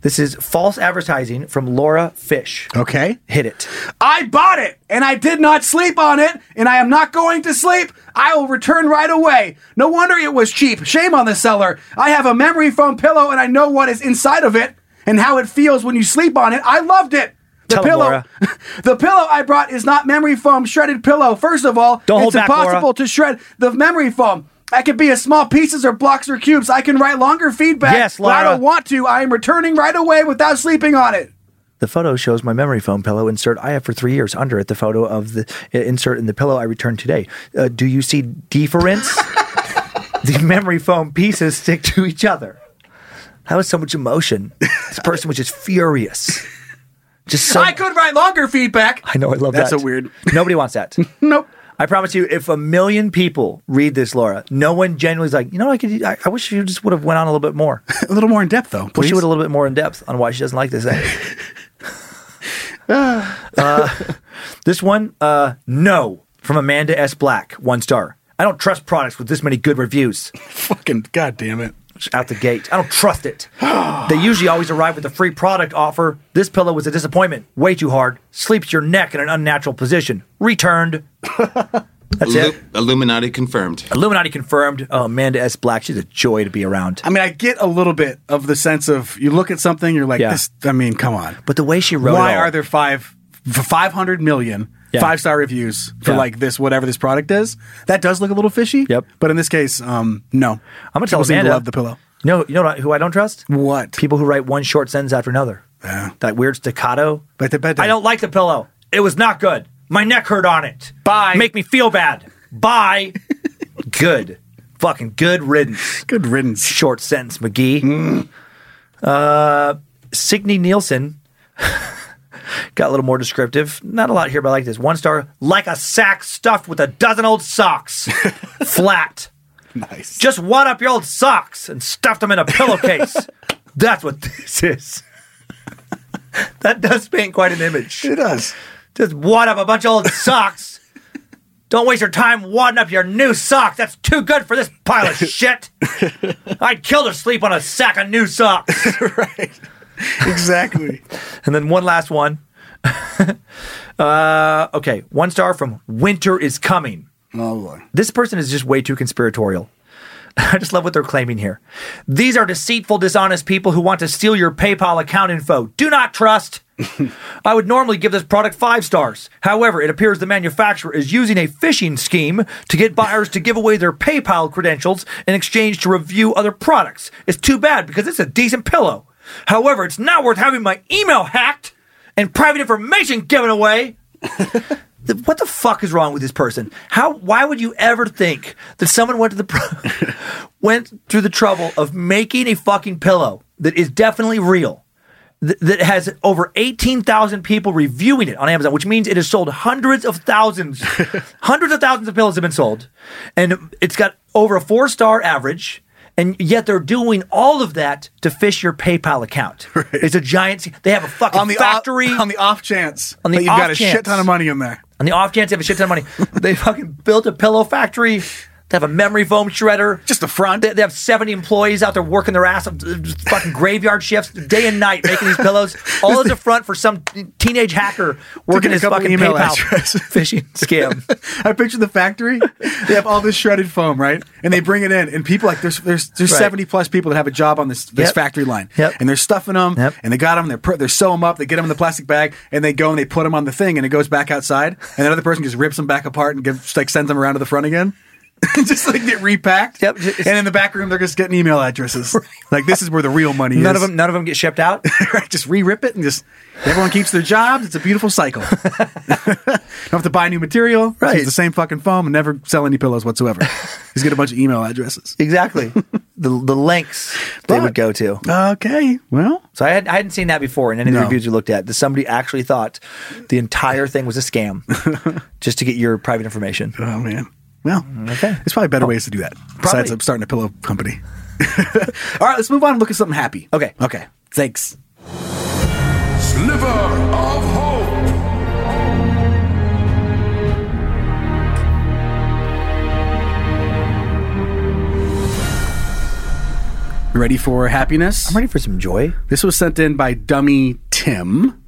[SPEAKER 4] This is false advertising from Laura Fish.
[SPEAKER 3] Okay.
[SPEAKER 4] Hit it.
[SPEAKER 3] I bought it and I did not sleep on it and I am not going to sleep. I will return right away. No wonder it was cheap. Shame on the seller. I have a memory foam pillow and I know what is inside of it and how it feels when you sleep on it. I loved it. The
[SPEAKER 4] Tell 'em,
[SPEAKER 3] pillow
[SPEAKER 4] Laura.
[SPEAKER 3] The pillow I brought is not memory foam shredded pillow. First of all,
[SPEAKER 4] Don't hold
[SPEAKER 3] it's
[SPEAKER 4] back, Laura.
[SPEAKER 3] impossible to shred the memory foam. I could be as small pieces or blocks or cubes. I can write longer feedback.
[SPEAKER 4] Yes,
[SPEAKER 3] but I
[SPEAKER 4] Laura.
[SPEAKER 3] don't want to. I am returning right away without sleeping on it.
[SPEAKER 4] The photo shows my memory foam pillow insert I have for three years. Under it, the photo of the uh, insert in the pillow I returned today. Uh, do you see difference? the memory foam pieces stick to each other. That was so much emotion. This person was just furious. Just so
[SPEAKER 3] I could write longer feedback.
[SPEAKER 4] I know. I love
[SPEAKER 3] That's
[SPEAKER 4] that.
[SPEAKER 3] a weird-
[SPEAKER 4] Nobody wants that.
[SPEAKER 3] Nope.
[SPEAKER 4] I promise you, if a million people read this, Laura, no one genuinely is like, you know, what I could. I, I wish you just would have went on a little bit more.
[SPEAKER 3] A little more in depth, though.
[SPEAKER 4] Wish
[SPEAKER 3] Please.
[SPEAKER 4] she would a little bit more in depth on why she doesn't like this thing. Uh, this one, uh, no, from Amanda S. Black, one star. I don't trust products with this many good reviews
[SPEAKER 3] Fucking goddamn it.
[SPEAKER 4] out the gate. I don't trust it. they usually always arrive with a free product offer. This pillow was a disappointment. Way too hard. Sleeps your neck in an unnatural position. Returned. That's it.
[SPEAKER 5] Illuminati confirmed.
[SPEAKER 4] Illuminati confirmed. Oh, Amanda S. Black. She's a joy to be around.
[SPEAKER 3] I mean, I get a little bit of the sense of you look at something, you're like,
[SPEAKER 4] Yeah.
[SPEAKER 3] this. I mean, come on.
[SPEAKER 4] But the way she wrote
[SPEAKER 3] Why
[SPEAKER 4] it all-
[SPEAKER 3] are there five, five hundred million
[SPEAKER 4] Yeah.
[SPEAKER 3] five star reviews for
[SPEAKER 4] Yeah.
[SPEAKER 3] like this, whatever this product is? That does look a little fishy.
[SPEAKER 4] Yep.
[SPEAKER 3] But in this case, um, no. I'm
[SPEAKER 4] I'm gonna tell
[SPEAKER 3] People seem to
[SPEAKER 4] Amanda.
[SPEAKER 3] love the pillow.
[SPEAKER 4] No, you know what- who I don't trust?
[SPEAKER 3] What?
[SPEAKER 4] People who write one short sentence after another.
[SPEAKER 3] Yeah.
[SPEAKER 4] That weird staccato.
[SPEAKER 3] But the- but the-
[SPEAKER 4] I don't like the pillow. It was not good. My neck hurt on it.
[SPEAKER 3] Bye.
[SPEAKER 4] Make me feel bad. Bye. good. Fucking good riddance.
[SPEAKER 3] Good riddance.
[SPEAKER 4] Short sentence, McGee. Uh, Signe Nielsen got a little more descriptive. Not a lot here, but I like this. One star, like a sack stuffed with a dozen old socks. Flat.
[SPEAKER 3] Nice.
[SPEAKER 4] Just wad up your old socks and stuffed them in a pillowcase. That's what this is. that does paint quite an image.
[SPEAKER 3] It does.
[SPEAKER 4] Just wad up a bunch of old socks. Don't waste your time wadding up your new sock. That's too good for this pile of shit. I'd kill to sleep on a sack of new socks.
[SPEAKER 3] Exactly.
[SPEAKER 4] And then one last one. uh, okay, one star from Winter is Coming.
[SPEAKER 3] oh boy.
[SPEAKER 4] This person is just way too conspiratorial. I just love what they're claiming here. These are deceitful, dishonest people who want to steal your PayPal account info. Do not trust. I would normally give this product five stars. However, it appears the manufacturer is using a phishing scheme to get buyers to give away their PayPal credentials in exchange to review other products. It's too bad because it's a decent pillow. However, it's not worth having my email hacked and private information given away. The- what the fuck is wrong with this person? How? Why would you ever think that someone went to the pro- went through the trouble of making a fucking pillow that is definitely real, th- that has over eighteen thousand people reviewing it on Amazon, which means it has sold hundreds of thousands, hundreds of thousands of pillows have been sold, and it's got over a four star average. And yet they're doing all of that to fish your PayPal account. It's a giant. se- They have a fucking
[SPEAKER 3] On the
[SPEAKER 4] factory
[SPEAKER 3] off, on the off chance
[SPEAKER 4] On the
[SPEAKER 3] that you've got
[SPEAKER 4] off
[SPEAKER 3] a
[SPEAKER 4] chance.
[SPEAKER 3] shit ton of money in there.
[SPEAKER 4] on the off chance they have a shit ton of money, they fucking built a pillow factory. They have a memory foam shredder.
[SPEAKER 3] Just the front.
[SPEAKER 4] They, they have 70 employees out there working their ass off, uh, just fucking graveyard shifts, day and night, making these pillows. All as a front for some teenage hacker working
[SPEAKER 3] a
[SPEAKER 4] his
[SPEAKER 3] couple
[SPEAKER 4] fucking
[SPEAKER 3] email
[SPEAKER 4] PayPal
[SPEAKER 3] addresses.
[SPEAKER 4] phishing scam.
[SPEAKER 3] I picture the factory. They have all this shredded foam, right? And they bring it in, and people like there's there's there's
[SPEAKER 4] Right.
[SPEAKER 3] seventy plus people that have a job on this this
[SPEAKER 4] Yep.
[SPEAKER 3] factory line,
[SPEAKER 4] Yep.
[SPEAKER 3] and they're stuffing them,
[SPEAKER 4] Yep.
[SPEAKER 3] and they got them, they're pr- they're sew them up, they get them in the plastic bag, and they go and they put them on the thing, and it goes back outside, and another person just rips them back apart and gives like sends them around to the front again. just like get repacked,
[SPEAKER 4] Yep.
[SPEAKER 3] and in the back room they're just getting email addresses. Like this is where the real money
[SPEAKER 4] None
[SPEAKER 3] is.
[SPEAKER 4] of them, none of them get shipped out.
[SPEAKER 3] Right, just re-rip it and just everyone keeps their jobs. It's a beautiful cycle. Don't have to buy new material.
[SPEAKER 4] Right.
[SPEAKER 3] It's the same fucking foam and never sell any pillows whatsoever. Just get a bunch of email addresses.
[SPEAKER 4] exactly. the the links they would go to.
[SPEAKER 3] Okay. Well,
[SPEAKER 4] So I, had, I hadn't seen that before in any of
[SPEAKER 3] No.
[SPEAKER 4] the reviews you looked at. That somebody actually thought the entire thing was a scam, just to get your private information.
[SPEAKER 3] oh man. Well,
[SPEAKER 4] Okay. Oh.
[SPEAKER 3] There's probably better ways to do that. Besides,
[SPEAKER 4] Probably.
[SPEAKER 3] I'm starting a pillow company. All right, let's move on and look at something happy.
[SPEAKER 4] Okay.
[SPEAKER 3] Okay. Thanks.
[SPEAKER 6] Sliver of hope.
[SPEAKER 3] Ready for happiness?
[SPEAKER 4] I'm ready for some joy.
[SPEAKER 3] This was sent in by Dummy Tim.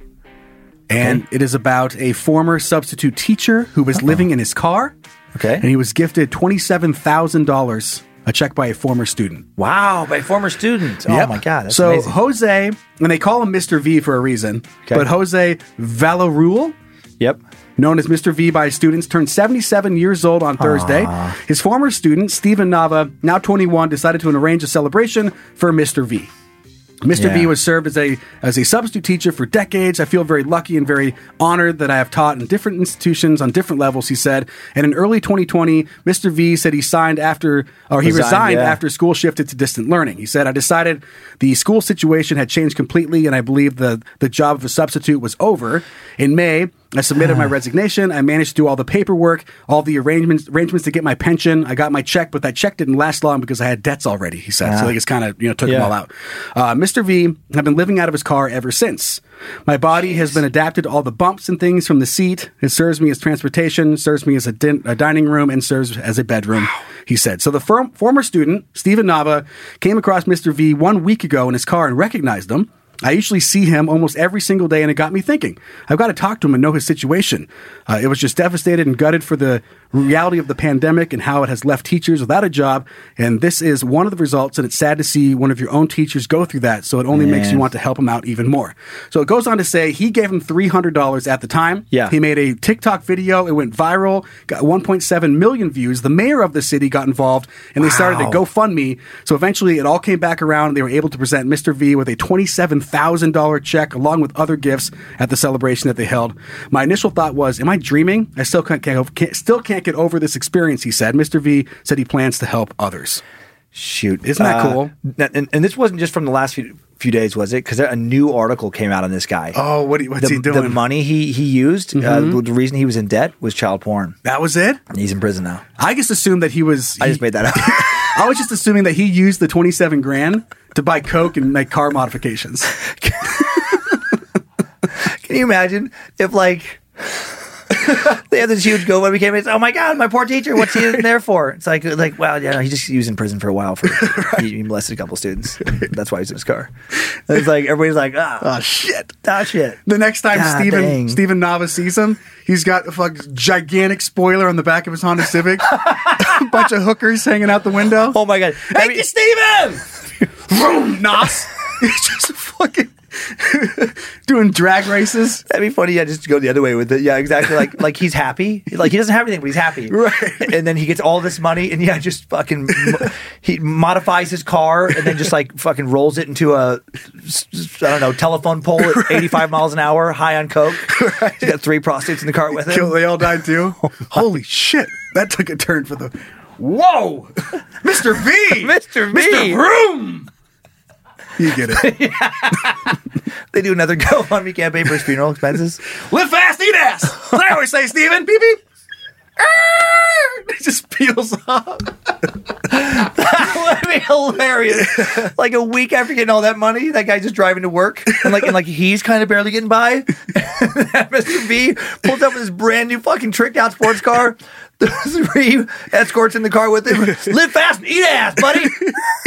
[SPEAKER 3] And it is about a former substitute teacher who was living in his car.
[SPEAKER 4] Okay.
[SPEAKER 3] And he was gifted $27,000, a check by a former student.
[SPEAKER 4] Wow, by former student. Oh my god, that's
[SPEAKER 3] so
[SPEAKER 4] amazing.
[SPEAKER 3] Jose, and they call him Mr. V for a reason,
[SPEAKER 4] Okay.
[SPEAKER 3] but Jose Valarul,
[SPEAKER 4] yep.
[SPEAKER 3] known as Mr. V by students, turned 77 years old on Thursday. His former student, Stephen Nava, now 21, decided to arrange a celebration for Mr. V. Mr. V
[SPEAKER 4] Yeah.
[SPEAKER 3] was served as a as a substitute teacher for decades. I feel very lucky and very honored that I have taught in different institutions on different levels, he said. And in early 2020, Mr. V said he signed after or he
[SPEAKER 4] Resigned,
[SPEAKER 3] resigned
[SPEAKER 4] yeah.
[SPEAKER 3] after school shifted to distant learning. He said, I decided the school situation had changed completely and I believed the, the job of a substitute was over. In May, I submitted my resignation. I managed to do all the paperwork, all the arrangements arrangements to get my pension. I got my check, but that check didn't last long because I had debts already, he said. So like it's kind of, you know, took them
[SPEAKER 4] Yeah.
[SPEAKER 3] all out. Uh, Mr. V, I've been living out of his car ever since. My body has been adapted to all the bumps and things from the seat. It serves me as transportation, serves me as a, din- a dining room, and serves as a bedroom, he said. So the firm- former student, Stephen Nava, came across Mr. V one week ago in his car and recognized him. I usually see him almost every single day, and it got me thinking. I've got to talk to him and know his situation. Uh, it was just devastated and gutted for the reality of the pandemic and how it has left teachers without a job. And this is one of the results, and it's sad to see one of your own teachers go through that. So it only makes you
[SPEAKER 4] Man.
[SPEAKER 3] want to help him out even more. So it goes on to say he gave him three hundred dollars at the time.
[SPEAKER 4] Yeah.
[SPEAKER 3] he made a TikTok video. It went viral, got one point seven million views. The mayor of the city got involved, and they started a
[SPEAKER 4] Wow.
[SPEAKER 3] GoFundMe. So eventually, it all came back around. They were able to present Mr. V with a twenty-seven thousand dollar check along with other gifts at the celebration that they held. My initial thought was, "Am I dreaming? I still can't, can't, can't still can't get over this experience." He said. Mr. V said he plans to help others.
[SPEAKER 4] Shoot,
[SPEAKER 3] Isn't that
[SPEAKER 4] Uh,
[SPEAKER 3] cool?
[SPEAKER 4] And, and this wasn't just from the last few few days, was it? Because a new article came out on this guy.
[SPEAKER 3] Oh, what he- what's
[SPEAKER 4] the,
[SPEAKER 3] he doing? Mm-hmm.
[SPEAKER 4] The money he he used, uh, the reason he was in debt was child porn.
[SPEAKER 3] That was it.
[SPEAKER 4] And he's in prison now.
[SPEAKER 3] I just assumed that he was.
[SPEAKER 4] I
[SPEAKER 3] he-
[SPEAKER 4] just made that up.
[SPEAKER 3] I was just assuming that he used the 27 grand to buy Coke and make car modifications.
[SPEAKER 4] Can you imagine if like they have this huge GoFundMe campaign? It's, oh my god, my poor teacher. What's he in there for? It's like like well, yeah, no, he just he was in prison for a while for he, he molested a couple students. That's why he's in his car. And it's like everybody's like ah
[SPEAKER 3] Oh, shit.
[SPEAKER 4] ah, shit.
[SPEAKER 3] The next time
[SPEAKER 4] God
[SPEAKER 3] Stephen
[SPEAKER 4] dang.
[SPEAKER 3] Stephen Nava sees him, he's got a fucking gigantic spoiler on the back of his Honda Civic, a bunch of hookers hanging out the window.
[SPEAKER 4] Oh my god.
[SPEAKER 3] Thank you, Steven! Vroom, Nos! He's just fucking doing drag races.
[SPEAKER 4] That'd be funny. Yeah, just to go the other way with it. Yeah, exactly. Like, like he's happy. Like he doesn't have anything, but he's happy.
[SPEAKER 3] Right.
[SPEAKER 4] And then he gets all this money, and yeah, just fucking mo- he modifies his car, and then just like fucking rolls it into a s- s- I don't know telephone pole at 85 miles an hour, high on coke. He's got three prostitutes in the car with him.
[SPEAKER 3] Kill, they all died too. Holy shit. That took a turn for the. Whoa! Mr. V!
[SPEAKER 4] Mr. V.
[SPEAKER 3] Mr. Vroom! You get it.
[SPEAKER 4] They do another GoFundMe campaign for his funeral expenses.
[SPEAKER 3] Live fast, eat ass. That's what I always say, Steven. Beep beep. Err! It just peels off.
[SPEAKER 4] That'd be hilarious. Like a week after getting all that money, that guy just driving to work, and like and like he's kind of barely getting by. Mr. V pulls up with his brand new fucking tricked out sports car. The three escorts in the car with him. Live fast and eat ass, buddy.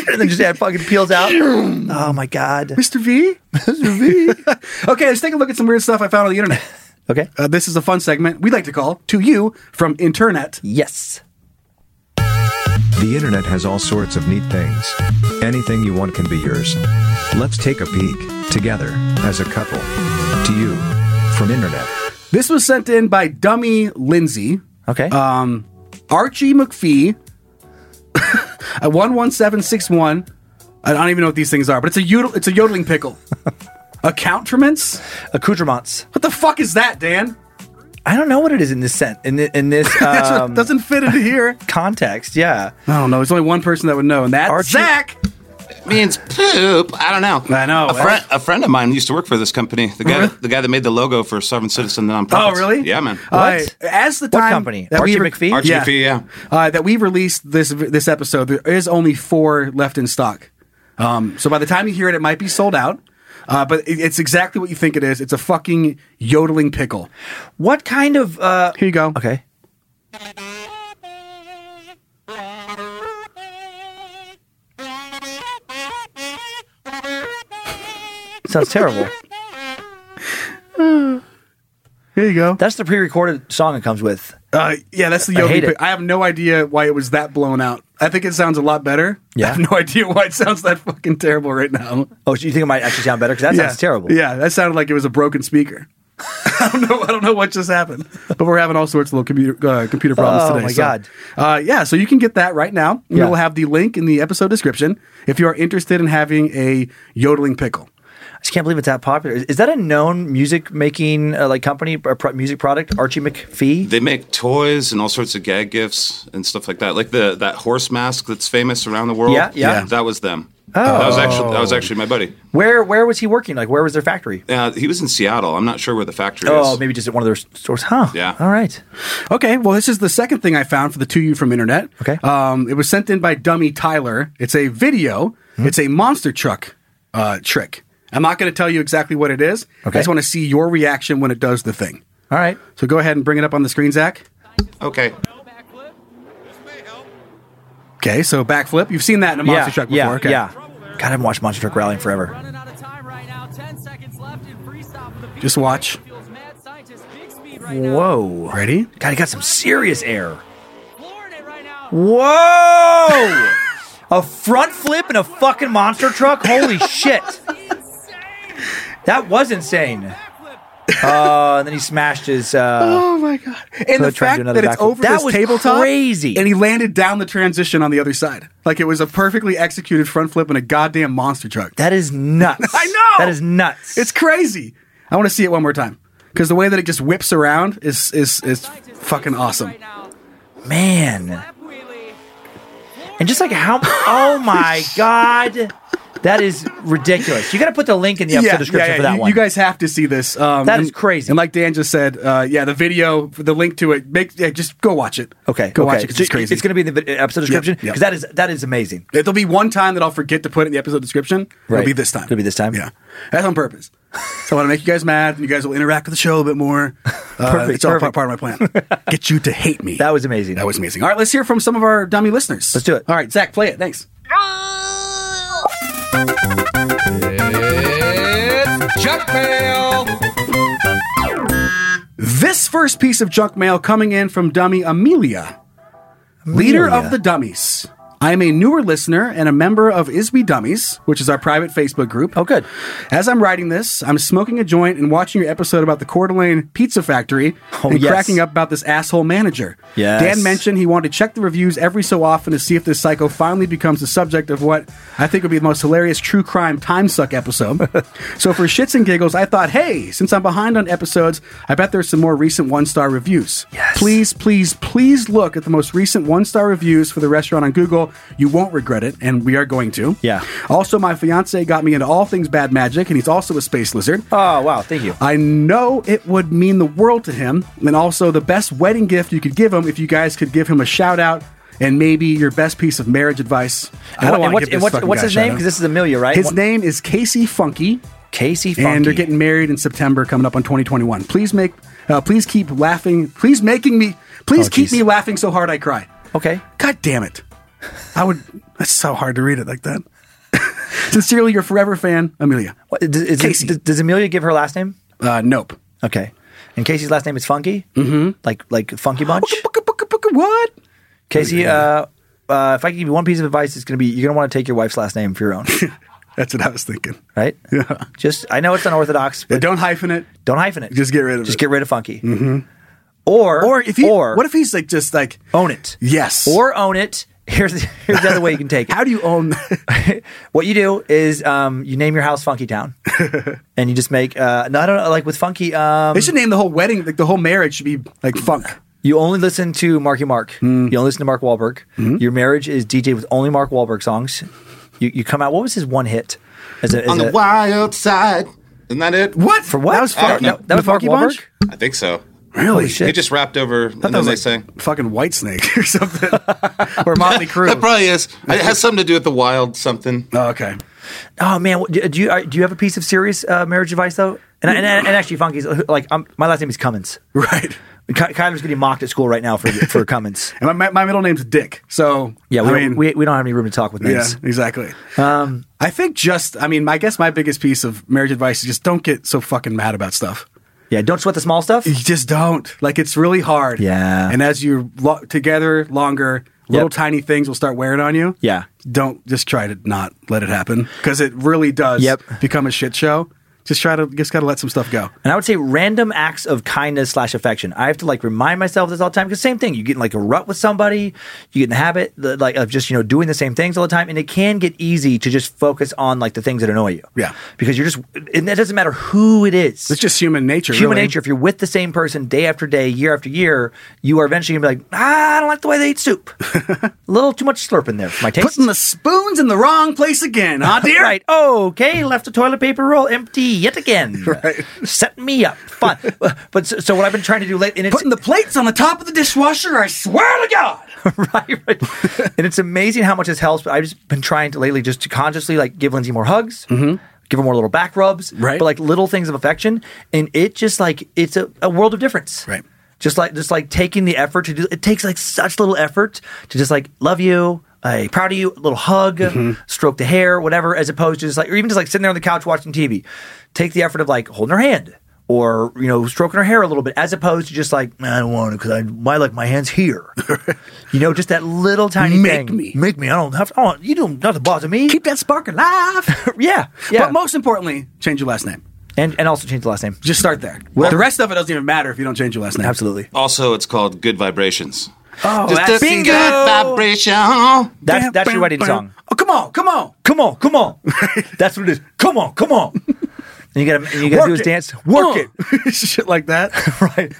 [SPEAKER 4] and then just that fucking peels out. Oh my god.
[SPEAKER 3] Mr. V? Mr. V. okay, let's take a look at some weird stuff I found on the internet.
[SPEAKER 4] Okay.
[SPEAKER 3] Uh, this is a fun segment we like to call To You from Internet.
[SPEAKER 4] Yes.
[SPEAKER 8] The internet has all sorts of neat things. Anything you want can be yours. Let's take a peek, together, as a couple. To you, from internet.
[SPEAKER 3] This was sent in by Dummy Lindsay, Um,
[SPEAKER 4] Okay.
[SPEAKER 3] Uh, Archie McPhee, at 11761. I don't even know what these things are, but it's a, yodel- it's a yodeling pickle. Accoutrements?
[SPEAKER 4] Accoutrements.
[SPEAKER 3] What the fuck is that, Dan?
[SPEAKER 4] I don't know what it is in this sent in thi- in this
[SPEAKER 3] That's
[SPEAKER 4] um,
[SPEAKER 3] what doesn't fit into here.
[SPEAKER 4] context. Yeah.
[SPEAKER 3] I don't know. There's only one person that would know, and that's
[SPEAKER 4] Archie-
[SPEAKER 3] Zach.
[SPEAKER 5] means poop. I don't know.
[SPEAKER 3] I know,
[SPEAKER 5] A,
[SPEAKER 3] right?
[SPEAKER 5] friend, a friend of mine used to work for this company. The guy, the guy that made the logo for Sovereign Citizen
[SPEAKER 3] Oh,
[SPEAKER 5] Nonprofits.
[SPEAKER 3] really?
[SPEAKER 5] Yeah, man.
[SPEAKER 3] Uh,
[SPEAKER 4] What?
[SPEAKER 3] as the
[SPEAKER 4] What
[SPEAKER 3] time
[SPEAKER 4] company?
[SPEAKER 3] that
[SPEAKER 4] Archie
[SPEAKER 3] we re-
[SPEAKER 4] McPhee?
[SPEAKER 5] Archie
[SPEAKER 3] yeah,
[SPEAKER 5] McPhee, yeah.
[SPEAKER 3] Uh, that we released this this episode, there is only four left in stock. Um, so by the time you hear it, it might be sold out. Uh, but it, it's exactly what you think it is. It's a fucking yodeling pickle.
[SPEAKER 4] What kind of uh
[SPEAKER 3] Here you go.
[SPEAKER 4] Okay. Sounds terrible.
[SPEAKER 3] Here you go.
[SPEAKER 4] That's the pre-recorded song it comes with.
[SPEAKER 3] Uh, yeah, that's the
[SPEAKER 4] I
[SPEAKER 3] yodeling
[SPEAKER 4] hate it.
[SPEAKER 3] pickle. I have no idea why it was that blown out. I think it sounds a lot better.
[SPEAKER 4] Yeah.
[SPEAKER 3] I have no idea why it sounds that fucking terrible right now.
[SPEAKER 4] Oh, so you think it might actually sound better? Because that
[SPEAKER 3] yeah.
[SPEAKER 4] sounds terrible.
[SPEAKER 3] Yeah, that sounded like it was a broken speaker. I don't know. I don't know what just happened, but we're having all sorts of little computer uh, computer problems
[SPEAKER 4] Oh,
[SPEAKER 3] today.
[SPEAKER 4] my
[SPEAKER 3] so,
[SPEAKER 4] God.
[SPEAKER 3] Uh, yeah, so you can get that right now. We
[SPEAKER 4] Yeah.
[SPEAKER 3] will have the link in the episode description if you are interested in having a yodeling pickle.
[SPEAKER 4] I just can't believe it's that popular. Is, is that a known music making uh, like company or pro- music product? Archie McPhee.
[SPEAKER 5] They make toys and all sorts of gag gifts and stuff like that. Like the that horse mask that's famous around the world.
[SPEAKER 4] Yeah, yeah. Yeah.
[SPEAKER 5] That was them. Oh. That was actually that was actually my buddy.
[SPEAKER 4] Where where was he working? Like where was their factory?
[SPEAKER 5] Uh, he was in Seattle. I'm not sure where the factory is.
[SPEAKER 4] Oh, maybe just at one of their s- stores. Huh.
[SPEAKER 5] Yeah.
[SPEAKER 4] All right.
[SPEAKER 3] Okay, well, this is the second thing I found for the two you from internet.
[SPEAKER 4] Okay.
[SPEAKER 3] um, it was sent in by Dummy Tyler. It's a video.
[SPEAKER 4] Hmm?
[SPEAKER 3] It's a monster truck uh, trick. I'm not going to tell you exactly what it is. I
[SPEAKER 4] Okay.
[SPEAKER 3] just want to see your reaction when it does the thing.
[SPEAKER 4] All right.
[SPEAKER 3] So go ahead and bring it up on the screen, Zach.
[SPEAKER 5] Okay.
[SPEAKER 3] Okay, so backflip. You've seen that in a monster
[SPEAKER 4] yeah.
[SPEAKER 3] truck before.
[SPEAKER 4] yeah.
[SPEAKER 3] okay.
[SPEAKER 4] Yeah. God, I haven't watched Monster Truck Rally in forever.
[SPEAKER 3] Just watch.
[SPEAKER 4] Whoa.
[SPEAKER 3] Ready?
[SPEAKER 4] God, he got some serious air.
[SPEAKER 8] Whoa! a front flip and a fucking monster truck? Holy shit. That was insane. Uh, and then he smashed his. Uh,
[SPEAKER 3] Oh my god! And the
[SPEAKER 8] Coach tried
[SPEAKER 3] fact
[SPEAKER 8] to do
[SPEAKER 3] that
[SPEAKER 8] another
[SPEAKER 3] it's
[SPEAKER 8] backflip.
[SPEAKER 3] over
[SPEAKER 8] That
[SPEAKER 3] this
[SPEAKER 8] was
[SPEAKER 3] tabletop,
[SPEAKER 8] crazy.
[SPEAKER 3] and he landed down the transition on the other side, like it was a perfectly executed front flip in a goddamn monster truck.
[SPEAKER 8] That is nuts.
[SPEAKER 3] I know.
[SPEAKER 8] That is nuts.
[SPEAKER 3] It's crazy. I want to see it one more time because the way that it just whips around is is is fucking awesome.
[SPEAKER 8] Man. And just like how. Oh my God. That is ridiculous. You got to put the link in the episode description for that
[SPEAKER 3] you,
[SPEAKER 8] one.
[SPEAKER 3] you guys have to see this. Um,
[SPEAKER 8] That is
[SPEAKER 3] and-
[SPEAKER 8] crazy.
[SPEAKER 3] And like Dan just said, uh, yeah, the video, the link to it, make yeah, just go watch it.
[SPEAKER 8] okay.
[SPEAKER 3] go
[SPEAKER 8] okay.
[SPEAKER 3] watch it. 'cause
[SPEAKER 8] So
[SPEAKER 3] it's crazy.
[SPEAKER 8] It's going to be in the vi- episode description because
[SPEAKER 3] yep.
[SPEAKER 8] that is that is amazing.
[SPEAKER 3] It'll be one time that I'll forget to put it in the episode description.
[SPEAKER 8] Right.
[SPEAKER 3] It'll be this time.
[SPEAKER 8] It'll be this time.
[SPEAKER 3] Yeah, that's on purpose. so I want to make you guys mad, and you guys will interact with the show a bit more. Uh,
[SPEAKER 8] Perfect,
[SPEAKER 3] It's all
[SPEAKER 8] perfect.
[SPEAKER 3] part, part of my plan. Get you to hate me.
[SPEAKER 8] That was amazing.
[SPEAKER 3] That was amazing. All right, let's hear from some of our dummy listeners.
[SPEAKER 8] Let's do it.
[SPEAKER 3] All right, Zach, play it. Thanks. This first piece of junk mail coming in from dummy Amelia, leader
[SPEAKER 8] Amelia.
[SPEAKER 3] of the dummies. I am a newer listener and a member of Is We Dummies, which is our private Facebook group.
[SPEAKER 8] Oh, good.
[SPEAKER 3] As I'm writing this, I'm smoking a joint and watching your episode about the Coeur d'Alene Pizza Factory
[SPEAKER 8] Oh,
[SPEAKER 3] and
[SPEAKER 8] yes.
[SPEAKER 3] cracking up about this asshole manager.
[SPEAKER 8] Yes.
[SPEAKER 3] Dan mentioned he wanted to check the reviews every so often to see if this psycho finally becomes the subject of what I think would be the most hilarious true crime time suck episode. so for shits and giggles, I thought, hey, since I'm behind on episodes, I bet there's some more recent one star reviews.
[SPEAKER 8] Yes.
[SPEAKER 3] Please, please, please look at the most recent one star reviews for the restaurant on Google. You won't regret it, and we are going to.
[SPEAKER 8] Yeah.
[SPEAKER 3] Also, my fiance got me into all things bad magic, and he's also a space lizard.
[SPEAKER 8] Oh, wow. Thank you.
[SPEAKER 3] I know it would mean the world to him, and also the best wedding gift you could give him if you guys could give him a shout out and maybe your best piece of marriage advice. I don't
[SPEAKER 8] And
[SPEAKER 3] want
[SPEAKER 8] what's-
[SPEAKER 3] to give this
[SPEAKER 8] and what's,
[SPEAKER 3] fucking
[SPEAKER 8] what's
[SPEAKER 3] guy a
[SPEAKER 8] his
[SPEAKER 3] shout
[SPEAKER 8] name?
[SPEAKER 3] out.
[SPEAKER 8] Because this is Amelia, right?
[SPEAKER 3] His
[SPEAKER 8] What-
[SPEAKER 3] name is Casey Funky,
[SPEAKER 8] Casey Funky.
[SPEAKER 3] and they're getting married in September, coming up on 2021. Please make, uh, please keep laughing. Please making me, please
[SPEAKER 8] Oh,
[SPEAKER 3] keep
[SPEAKER 8] geez.
[SPEAKER 3] me laughing so hard I cry.
[SPEAKER 8] Okay.
[SPEAKER 3] God damn it! I would. That's so hard to read it like that. Sincerely, your forever fan, Amelia.
[SPEAKER 8] What, is, is-
[SPEAKER 3] Casey.
[SPEAKER 8] does- does Amelia give her last name?
[SPEAKER 3] Uh, nope.
[SPEAKER 8] Okay. And Casey's last name is Funky? Mm-hmm. Like like Funky Bunch?
[SPEAKER 3] What?
[SPEAKER 8] Casey, uh, uh, if I could give you one piece of advice, it's going to be you're going to want to take your wife's last name for your own,
[SPEAKER 3] That's what I was thinking.
[SPEAKER 8] right?
[SPEAKER 3] Yeah.
[SPEAKER 8] Just, I know it's unorthodox,
[SPEAKER 3] Yeah,
[SPEAKER 8] but
[SPEAKER 3] don't hyphen it.
[SPEAKER 8] don't hyphen it.
[SPEAKER 3] Just get rid of
[SPEAKER 8] Just
[SPEAKER 3] it.
[SPEAKER 8] get rid of Funky. Mm-hmm. Or,
[SPEAKER 3] Or if he,
[SPEAKER 8] or
[SPEAKER 3] what if he's like just like
[SPEAKER 8] own it.
[SPEAKER 3] Yes.
[SPEAKER 8] Or own it. Here's the, here's the other way you can take it.
[SPEAKER 3] how do you own? that?
[SPEAKER 8] what you do is um, you name your house Funky Town, and you just make uh, no, I don't know, like with Funky. Um,
[SPEAKER 3] they should name the whole wedding like the whole marriage should be like funk.
[SPEAKER 8] You only listen to Marky Mark.
[SPEAKER 3] Mm.
[SPEAKER 8] You only listen to Mark Wahlberg. Your marriage is DJ with only Mark Wahlberg songs. You, you come out. What was his one hit? As a, as
[SPEAKER 5] On the
[SPEAKER 8] a-
[SPEAKER 5] wild side. Isn't that it?
[SPEAKER 3] What
[SPEAKER 8] for what? Uh,
[SPEAKER 3] That was
[SPEAKER 5] I
[SPEAKER 3] funk.
[SPEAKER 5] don't know.
[SPEAKER 8] That, that was
[SPEAKER 3] The
[SPEAKER 8] Mark
[SPEAKER 3] Funky
[SPEAKER 8] Wahlberg.
[SPEAKER 3] Bunch?
[SPEAKER 5] I think so.
[SPEAKER 3] Really?
[SPEAKER 8] shit.
[SPEAKER 5] They just wrapped over and then
[SPEAKER 3] That was
[SPEAKER 5] they
[SPEAKER 3] like
[SPEAKER 5] sang.
[SPEAKER 3] fucking White Snake or something, or Motley Crue.
[SPEAKER 5] That probably is. It has something to do with the wild something.
[SPEAKER 3] oh, okay.
[SPEAKER 8] Oh man, what- do, do you are- do you have a piece of serious uh, marriage advice though? And, and, and actually, Funky's uh, like i my last name is Cummins.
[SPEAKER 3] Right.
[SPEAKER 8] Ky- Kyler's getting mocked at school right now for for Cummins.
[SPEAKER 3] And my, my, my middle name's Dick. So
[SPEAKER 8] Yeah, we,
[SPEAKER 3] I
[SPEAKER 8] don't-
[SPEAKER 3] mean,
[SPEAKER 8] we, we don't have any room to talk with
[SPEAKER 3] yeah,
[SPEAKER 8] names.
[SPEAKER 3] exactly. I think just I mean, I guess my biggest piece of marriage advice is just don't get so fucking mad about stuff.
[SPEAKER 8] Yeah, don't sweat the small stuff.
[SPEAKER 3] You just don't. Like it's really hard.
[SPEAKER 8] Yeah.
[SPEAKER 3] And as you're lo- together longer, little
[SPEAKER 8] Yep.
[SPEAKER 3] tiny things will start wearing on you.
[SPEAKER 8] Yeah.
[SPEAKER 3] Don't just try to not let it happen because it really does
[SPEAKER 8] Yep.
[SPEAKER 3] become a shit show. Just try to just gotta let some stuff go.
[SPEAKER 8] And I would say random acts of kindness slash affection. I have to like remind myself of this all the time because same thing. You get in like a rut with somebody, you get in the habit the, like of just you know doing the same things all the time, and it can get easy to just focus on like the things that annoy you.
[SPEAKER 3] Yeah.
[SPEAKER 8] because you're just and that doesn't matter who it is.
[SPEAKER 3] It's just human nature.
[SPEAKER 8] Human
[SPEAKER 3] really.
[SPEAKER 8] nature. If you're with the same person day after day, year after year, you are eventually gonna be like, ah, I don't like the way they eat soup. a little too much slurp in there for my taste.
[SPEAKER 3] Putting the spoons in the wrong place again, huh, dear?
[SPEAKER 8] Right. Oh, Okay. Left the toilet paper roll empty yet again.
[SPEAKER 3] Right.
[SPEAKER 8] Set me up. Fun. but so, so what I've been trying to do late, and it's
[SPEAKER 3] Putting the plates on the top of the dishwasher, I swear to God.
[SPEAKER 8] right, right. and it's amazing how much this helps. But I've just been trying to lately just to consciously like give Lindsay more hugs. Give her more little back rubs,
[SPEAKER 3] Right.
[SPEAKER 8] But like little things of affection, and it just like it's a, a world of difference,
[SPEAKER 3] Right.
[SPEAKER 8] Just like just like taking the effort to do. It takes like such little effort to just like love you, I proud of you, little hug,
[SPEAKER 3] Mm-hmm.
[SPEAKER 8] stroke the hair, whatever. As opposed to just like or even just like sitting there on the couch watching TV, take the effort of like holding her hand or you know stroking her hair a little bit, as opposed to just like "Nah, I don't want to because I why like my hands here, you know, just that little tiny
[SPEAKER 3] Make
[SPEAKER 8] thing.
[SPEAKER 3] me.
[SPEAKER 8] make me. I don't have to. Oh, you don't not to bother me.
[SPEAKER 3] Keep that spark alive.
[SPEAKER 8] yeah, yeah.
[SPEAKER 3] But most importantly, change your last name.
[SPEAKER 8] and and also change the last name.
[SPEAKER 3] Just start there. the rest of it doesn't even matter if you don't change your last name.
[SPEAKER 8] Absolutely.
[SPEAKER 5] Also, it's called Good Vibrations.
[SPEAKER 3] Oh,
[SPEAKER 5] Just
[SPEAKER 3] that's
[SPEAKER 5] a good vibration.
[SPEAKER 8] That's that's your wedding song.
[SPEAKER 3] Oh, come on, come on.
[SPEAKER 8] Come on, come on. that's what it is. Come on, come on. And you gotta and you gotta
[SPEAKER 3] Work
[SPEAKER 8] do is
[SPEAKER 3] it. Uh.
[SPEAKER 8] dance. Work it.
[SPEAKER 3] it. Shit like that.
[SPEAKER 8] right.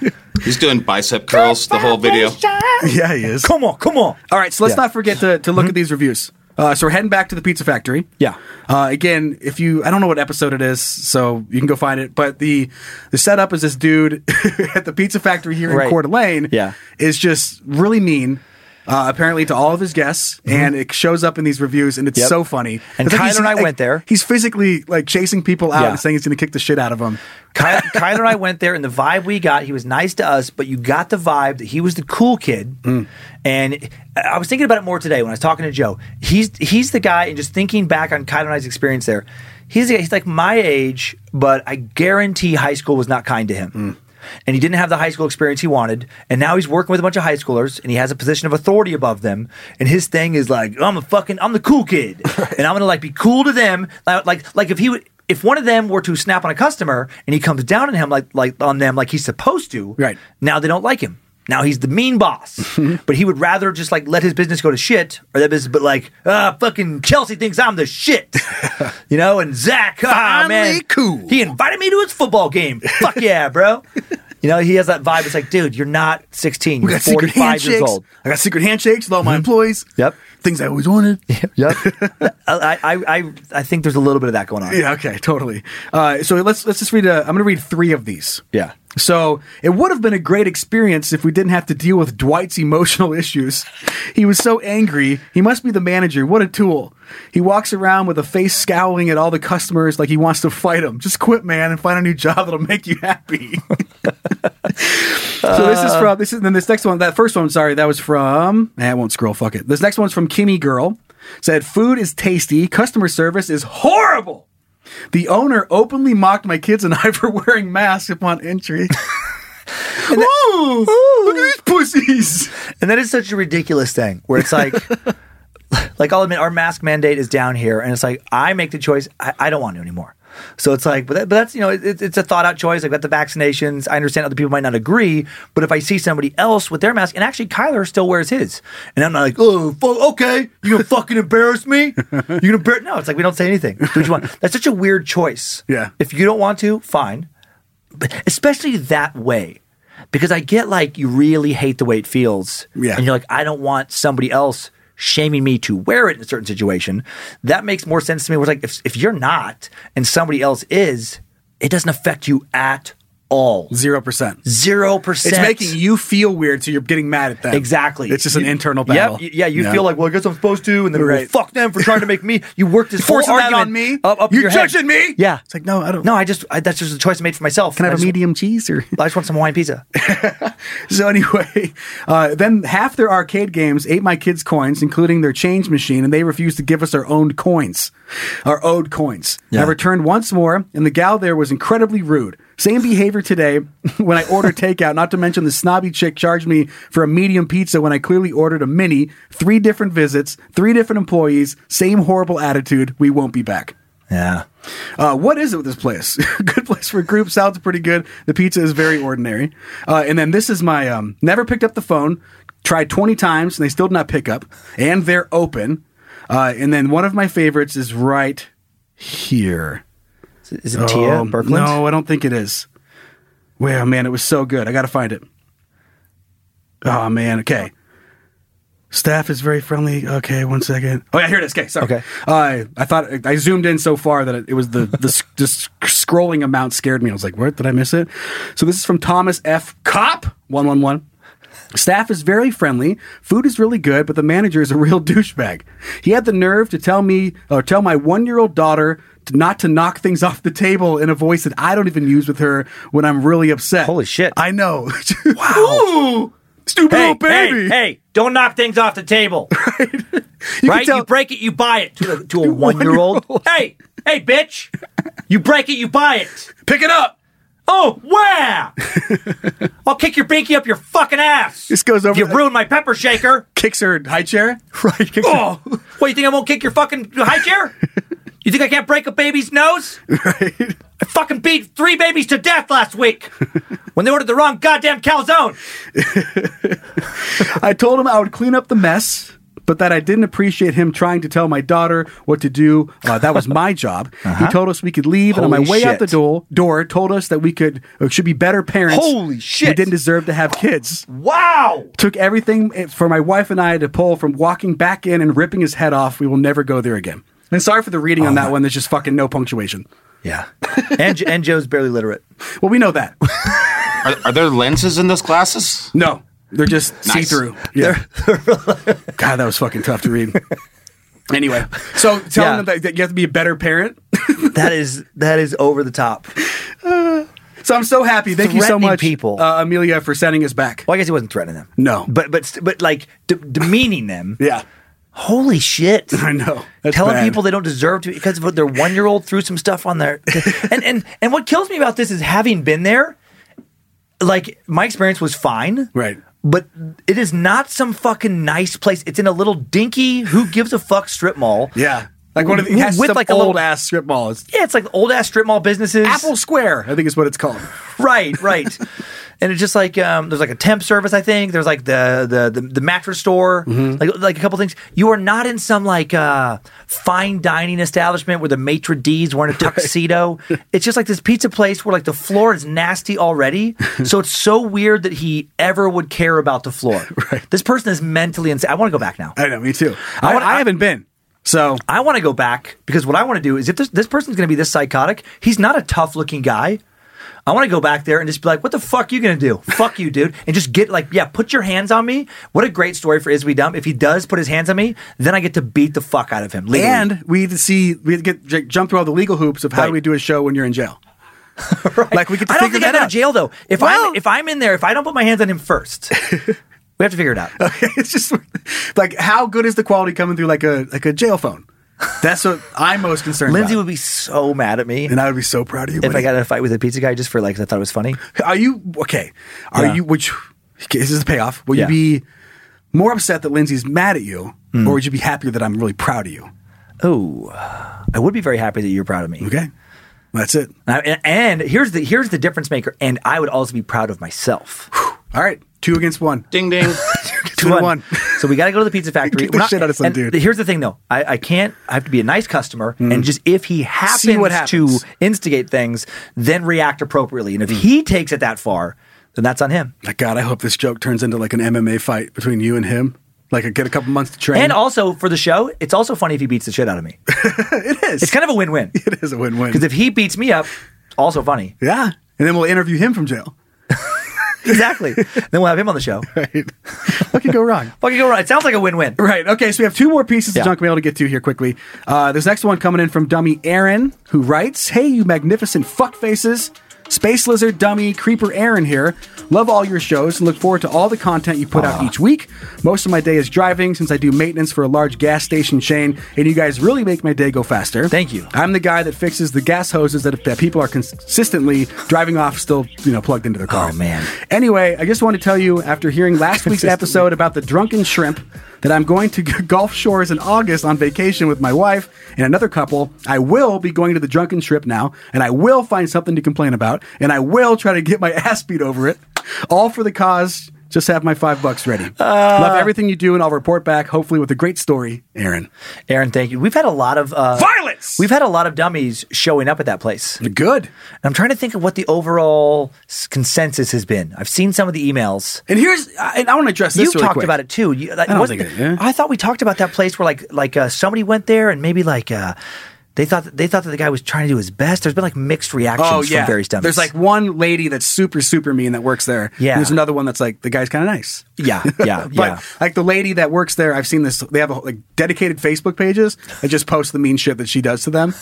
[SPEAKER 5] He's doing bicep curls the whole video.
[SPEAKER 3] yeah, he is.
[SPEAKER 8] Come on, come on.
[SPEAKER 3] All right, so let's
[SPEAKER 8] Yeah. Mm-hmm.
[SPEAKER 3] not forget to, to look at these reviews. Uh, so we're heading back to the Pizza Factory.
[SPEAKER 8] Yeah.
[SPEAKER 3] Uh, again, if you, I don't know what episode it is, so you can go find it. But the the setup is this dude at the Pizza Factory here
[SPEAKER 8] Right.
[SPEAKER 3] in Coeur d'Alene
[SPEAKER 8] Yeah.
[SPEAKER 3] is just really mean. Uh, apparently to all of his guests, and it shows up in these reviews, and it's
[SPEAKER 8] Mm-hmm. Yep.
[SPEAKER 3] so funny.
[SPEAKER 8] And
[SPEAKER 3] It's like
[SPEAKER 8] Tyler
[SPEAKER 3] he's-
[SPEAKER 8] and I
[SPEAKER 3] like,
[SPEAKER 8] went there.
[SPEAKER 3] He's physically like chasing people out
[SPEAKER 8] Yeah.
[SPEAKER 3] and saying he's going to kick the shit out of them.
[SPEAKER 8] Ky- Kyler and I went there, and the vibe we got, he was nice to us, but you got the vibe that he was the cool kid. Mm. And I- I was thinking about it more today when I was talking to Joe. He's he's the guy, and just thinking back on Kyler and I's experience there, he's the guy- he's like my age, but I guarantee high school was not kind to him. And he didn't have the high school experience he wanted, and now he's working with a bunch of high schoolers, and he has a position of authority above them. And his thing is like, I'm a fucking, I'm the cool kid, and I'm gonna like be cool to them, like like, like if he would, if one of them were to snap on a customer and he comes down on him like like on them like he's supposed to,
[SPEAKER 3] Right.
[SPEAKER 8] Now they don't like him. Now he's the mean boss. but he would rather just like let his business go to shit or that business but like ah fucking Chelsea thinks I'm the shit. you know, and Zach, ah
[SPEAKER 3] Finally
[SPEAKER 8] man.
[SPEAKER 3] cool.
[SPEAKER 8] He invited me to his football game. Fuck yeah, bro. You know, he has that vibe. It's like, dude, you're not 16.
[SPEAKER 3] We
[SPEAKER 8] You're
[SPEAKER 3] got secret
[SPEAKER 8] 45 years
[SPEAKER 3] handshakes.
[SPEAKER 8] old. Mm-hmm.
[SPEAKER 3] I got secret handshakes with all my employees.
[SPEAKER 8] Yep.
[SPEAKER 3] Things I always wanted.
[SPEAKER 8] Yep. I, I, I, I think there's a little bit of that going on.
[SPEAKER 3] Yeah. Okay. Totally. Uh, so let's let's just read. i am I'm going to read three of these.
[SPEAKER 8] Yeah.
[SPEAKER 3] So it would have been a great experience if we didn't have to deal with Dwight's emotional issues. He was so angry. He must be the manager. What a tool. He walks around with a face scowling at all the customers like he wants to fight them. Just quit, man, and find a new job that'll make you happy. so this is from this is then this next one. That first one, sorry, that was from. eh, I won't scroll. Fuck it. This next one's from Kimmy Girl. Said food is tasty. Customer service is horrible. The owner openly mocked my kids and I for wearing masks upon entry. Ooh, look at these pussies.
[SPEAKER 8] And that is such a ridiculous thing where it's like, like I'll admit our mask mandate is down here, and it's like I make the choice. I, I don't want to anymore. So it's like, but, that, but that's you know, it, it's a thought out choice. I've got the vaccinations. I understand other people might not agree, but if I see somebody else with their mask, and actually Kyler still wears his, and I'm not like, oh, fu- okay, you gonna fucking embarrass me? You gonna embar-" no? It's like we don't say anything. Do what you want. That's such a weird choice.
[SPEAKER 3] Yeah.
[SPEAKER 8] If you don't want to, fine especially that way because i get like you really hate the way it feels
[SPEAKER 3] Yeah.
[SPEAKER 8] and you're like i don't want somebody else shaming me to wear it in a certain situation that makes more sense to me where it's like if, if you're not and somebody else is it doesn't affect you at all
[SPEAKER 3] Zero percent.
[SPEAKER 8] zero percent
[SPEAKER 3] It's making you feel weird, so you're getting mad at them.
[SPEAKER 8] Exactly.
[SPEAKER 3] It's just an
[SPEAKER 8] You-
[SPEAKER 3] internal
[SPEAKER 8] Yep,
[SPEAKER 3] battle.
[SPEAKER 8] y- yeah, you feel like, well, I guess I'm supposed to, and then well,
[SPEAKER 3] Right.
[SPEAKER 8] fuck them for trying to make me. You worked this
[SPEAKER 3] You're forcing
[SPEAKER 8] whole
[SPEAKER 3] that
[SPEAKER 8] argument
[SPEAKER 3] on me?
[SPEAKER 8] Up, up
[SPEAKER 3] You're
[SPEAKER 8] your head.
[SPEAKER 3] judging me?
[SPEAKER 8] Yeah.
[SPEAKER 3] It's like, no, I don't-
[SPEAKER 8] No, I just I, that's just a choice I made for myself.
[SPEAKER 3] Can I have
[SPEAKER 8] just,
[SPEAKER 3] a medium cheese or?
[SPEAKER 8] I just want some Hawaiian pizza.
[SPEAKER 3] So anyway, uh, then half their arcade games ate my kids' coins, including their change machine, and they refused to give us our own coins, our owed coins. I returned once more, and the gal there was incredibly rude. Same behavior today when I order takeout. Not to mention the snobby chick charged me for a medium pizza when I clearly ordered a mini. Three different visits, three different employees, same horrible attitude. We won't be back.
[SPEAKER 8] Yeah.
[SPEAKER 3] Uh, what is it with this place? good place for a group. Sounds pretty good. The pizza is very ordinary. Uh, and then this is my um, never picked up the phone. Tried 20 times and they still did not pick up. And they're open. Uh, and then one of my favorites is right here.
[SPEAKER 8] Is it Tia
[SPEAKER 3] Um,
[SPEAKER 8] Berkland?
[SPEAKER 3] No, I don't think it is. Well, man, it was so good. I got to find it. Oh, man. Okay. Staff is very friendly. Okay, one second. Oh, yeah, here it is. Okay, sorry.
[SPEAKER 8] Okay.
[SPEAKER 3] Uh, I thought I zoomed in so far that it, it was the, the, s- the s- scrolling amount scared me. I was like, what? Did I miss it? So this is from Thomas F. Cop 111. Staff is very friendly. Food is really good, but the manager is a real douchebag. He had the nerve to tell me or tell my one year old daughter to not to knock things off the table in a voice that I don't even use with her when I'm really upset.
[SPEAKER 8] Holy shit.
[SPEAKER 3] I know. wow. Ooh, stupid
[SPEAKER 8] Hey,
[SPEAKER 3] little baby.
[SPEAKER 8] hey, hey, don't knock things off the table.
[SPEAKER 3] You
[SPEAKER 8] right?
[SPEAKER 3] Can tell,
[SPEAKER 8] you break it, you buy it. To, a- to a one year old. Hey, hey, bitch. You break it, you buy it.
[SPEAKER 3] pick it up.
[SPEAKER 8] Oh, wow! I'll kick your binky up your fucking ass. This
[SPEAKER 3] goes over.
[SPEAKER 8] You ruined my pepper shaker.
[SPEAKER 3] Kicks her high chair. Right.
[SPEAKER 8] oh, what? You think I won't kick your fucking high chair? You think I can't break a baby's nose? Right. I fucking beat three babies to death last week when they ordered the wrong goddamn calzone.
[SPEAKER 3] I told him I would clean up the mess, but that I didn't appreciate him trying to tell my daughter what to do. Uh, that was my job. He told us we could leave, and on
[SPEAKER 8] Uh-huh. Holy
[SPEAKER 3] my way out
[SPEAKER 8] shit.
[SPEAKER 3] the door, door told us that we could uh, should be better parents.
[SPEAKER 8] Holy
[SPEAKER 3] We
[SPEAKER 8] shit.
[SPEAKER 3] didn't deserve to have kids.
[SPEAKER 8] Wow!
[SPEAKER 3] Took everything eh, for my wife and I to pull from walking back in and ripping his head off. We will never go there again. And sorry for the reading
[SPEAKER 8] Oh
[SPEAKER 3] on that one. There's just fucking no punctuation.
[SPEAKER 8] Yeah. and and Joe's barely literate.
[SPEAKER 3] Well, we know that.
[SPEAKER 5] Are, are there lenses in those glasses?
[SPEAKER 3] No, they're just see
[SPEAKER 5] Nice.
[SPEAKER 3] through. Yeah. God, that was fucking tough to read. anyway, so telling
[SPEAKER 8] Yeah.
[SPEAKER 3] them that, that you have to be a better parent.
[SPEAKER 8] That is that is over the top.
[SPEAKER 3] So I'm so happy. Thank you so
[SPEAKER 8] Threatening
[SPEAKER 3] much,
[SPEAKER 8] people.
[SPEAKER 3] uh, Amelia, for sending us back.
[SPEAKER 8] Well, I guess he wasn't threatening them.
[SPEAKER 3] No,
[SPEAKER 8] But but but like de- demeaning them.
[SPEAKER 3] yeah,
[SPEAKER 8] Holy shit!
[SPEAKER 3] I know. That's
[SPEAKER 8] telling
[SPEAKER 3] bad.
[SPEAKER 8] people they don't deserve to because of their one year old threw some stuff on their and and and what kills me about this is having been there. Like my experience was fine,
[SPEAKER 3] Right.
[SPEAKER 8] But it is not some fucking nice place. It's in a little dinky, who gives a fuck strip mall.
[SPEAKER 3] Yeah, like one of the
[SPEAKER 8] With
[SPEAKER 3] has some
[SPEAKER 8] like a
[SPEAKER 3] old
[SPEAKER 8] little-
[SPEAKER 3] ass strip mall. It's
[SPEAKER 8] Yeah, it's like old ass strip mall businesses.
[SPEAKER 3] Apple Square, I think is what it's called.
[SPEAKER 8] right, right. and it's just like um, there's like a temp service, I think. There's like the the the, the mattress store, like like a couple things. You are not in some like uh, fine dining establishment where the maitre d's wearing a tuxedo. it's just like this pizza place where like the floor is nasty already. so it's so weird that he ever would care about the floor. Right. This person is mentally insane. I want to go back now.
[SPEAKER 3] I know, me too.
[SPEAKER 8] I
[SPEAKER 3] I,
[SPEAKER 8] wanna-
[SPEAKER 3] I haven't been. So
[SPEAKER 8] I want to go back because what I want to do is if this, this person's going to be this psychotic, he's not a tough looking guy. I want to go back there and just be like, what the fuck you going to do? Fuck you, dude. And just get like, yeah, put your hands on me. What a great story for Isby Dumb. If he does put his hands on me, then I get to beat the fuck out of him. legally.
[SPEAKER 3] and we had to see we had to get j- jump through all the legal hoops of how do
[SPEAKER 8] Right.
[SPEAKER 3] we do a show when you're in jail. Like we could
[SPEAKER 8] I
[SPEAKER 3] figure
[SPEAKER 8] don't think I
[SPEAKER 3] that
[SPEAKER 8] go to
[SPEAKER 3] out.
[SPEAKER 8] jail though. If
[SPEAKER 3] Well-
[SPEAKER 8] I'm if I'm in there, if I don't put my hands on him first, we have to figure it out.
[SPEAKER 3] it's just like how good is the quality coming through like a like a jail phone? That's what I'm most concerned.
[SPEAKER 8] Lindsay
[SPEAKER 3] about.
[SPEAKER 8] would be so mad at me
[SPEAKER 3] and I would be so proud of you
[SPEAKER 8] if I
[SPEAKER 3] Woody.
[SPEAKER 8] got in a fight with a pizza guy just for like 'cause I thought it was funny.
[SPEAKER 3] Are you okay? Are
[SPEAKER 8] Yeah.
[SPEAKER 3] you? Would you? Okay, this is the payoff. Will
[SPEAKER 8] Yeah. Hmm.
[SPEAKER 3] you be more upset that Lindsay's mad at you, or would you be happier that I'm really proud of you?
[SPEAKER 8] Oh, I would be very happy that you're proud of me.
[SPEAKER 3] Okay, that's it.
[SPEAKER 8] And, I- and here's the here's the difference maker. And I would also be proud of myself.
[SPEAKER 3] All right, two against one.
[SPEAKER 5] Ding ding.
[SPEAKER 3] Two to one.
[SPEAKER 8] So we got to go to the pizza factory.
[SPEAKER 3] Get the
[SPEAKER 8] We're not-
[SPEAKER 3] shit out of some
[SPEAKER 8] and
[SPEAKER 3] dude. Hmm.
[SPEAKER 8] th- Here's the thing, though. I, I can't. I have to be a nice customer, and just if he happens,
[SPEAKER 3] See what
[SPEAKER 8] to
[SPEAKER 3] happens.
[SPEAKER 8] instigate things, then react appropriately. And if he takes it that far, then that's on him.
[SPEAKER 3] My God, I hope this joke turns into like an MMA fight between you and him. Like, I get a couple months to train.
[SPEAKER 8] And also for the show, it's also funny if he beats the shit out of me.
[SPEAKER 3] it is.
[SPEAKER 8] It's kind of a win-win
[SPEAKER 3] it is a win-win.
[SPEAKER 8] because if he beats me up, also funny.
[SPEAKER 3] yeah, and then we'll interview him from jail.
[SPEAKER 8] Exactly. then we'll have him on the show.
[SPEAKER 3] Right? what could go wrong?
[SPEAKER 8] Fucking go right. It sounds like a win-win.
[SPEAKER 3] Right. Okay. So we have two more pieces
[SPEAKER 8] Yeah.
[SPEAKER 3] of junk mail to get to here quickly. Uh, this next one coming in from Dummy Aaron, who writes, "Hey, you magnificent fuckfaces." Space Lizard, Dummy, Creeper Aaron here. Love all your shows and look forward to all the content you put out each week. Most of my day is driving since I do maintenance for a large gas station chain, and you guys really make my day go faster.
[SPEAKER 8] Thank you.
[SPEAKER 3] I'm the guy that fixes the gas hoses that, that people are consistently driving off still, you know, plugged into their car.
[SPEAKER 8] Oh, man.
[SPEAKER 3] Anyway, I just want to tell you after hearing last week's episode about the drunken shrimp that I'm going to Gulf Shores in August on vacation with my wife and another couple. I will be going to the drunken shrimp now, and I will find something to complain about, and I will try to get my ass beat over it. All for the cause. Just have my five bucks ready.
[SPEAKER 8] Ah.
[SPEAKER 3] Love everything you do, and I'll report back, hopefully, with a great story, Aaron.
[SPEAKER 8] Aaron, thank you. We've had a lot of uh,
[SPEAKER 3] Violence!
[SPEAKER 8] We've had a lot of dummies showing up at that place. And
[SPEAKER 3] Good.
[SPEAKER 8] I'm trying to think of what the overall s- consensus has been. I've seen some of the emails.
[SPEAKER 3] And here's, I- and I want to address this
[SPEAKER 8] You
[SPEAKER 3] really
[SPEAKER 8] talked
[SPEAKER 3] quick.
[SPEAKER 8] about it too. You, like,
[SPEAKER 3] I don't
[SPEAKER 8] wasn't
[SPEAKER 3] think
[SPEAKER 8] the-
[SPEAKER 3] it- yeah.
[SPEAKER 8] I thought we talked about that place where like like uh, somebody went there and maybe like uh, they thought that, they thought that the guy was trying to do his best. There's been like mixed reactions from various dummies.
[SPEAKER 3] Oh, There's like one lady that's super, super mean that works there.
[SPEAKER 8] Yeah.
[SPEAKER 3] And there's another one that's like the guy's kind of nice.
[SPEAKER 8] yeah, yeah,
[SPEAKER 3] but
[SPEAKER 8] yeah.
[SPEAKER 3] like the lady that works there, I've seen this. They have a, whole- like dedicated Facebook pages that just post the mean shit that she does to them.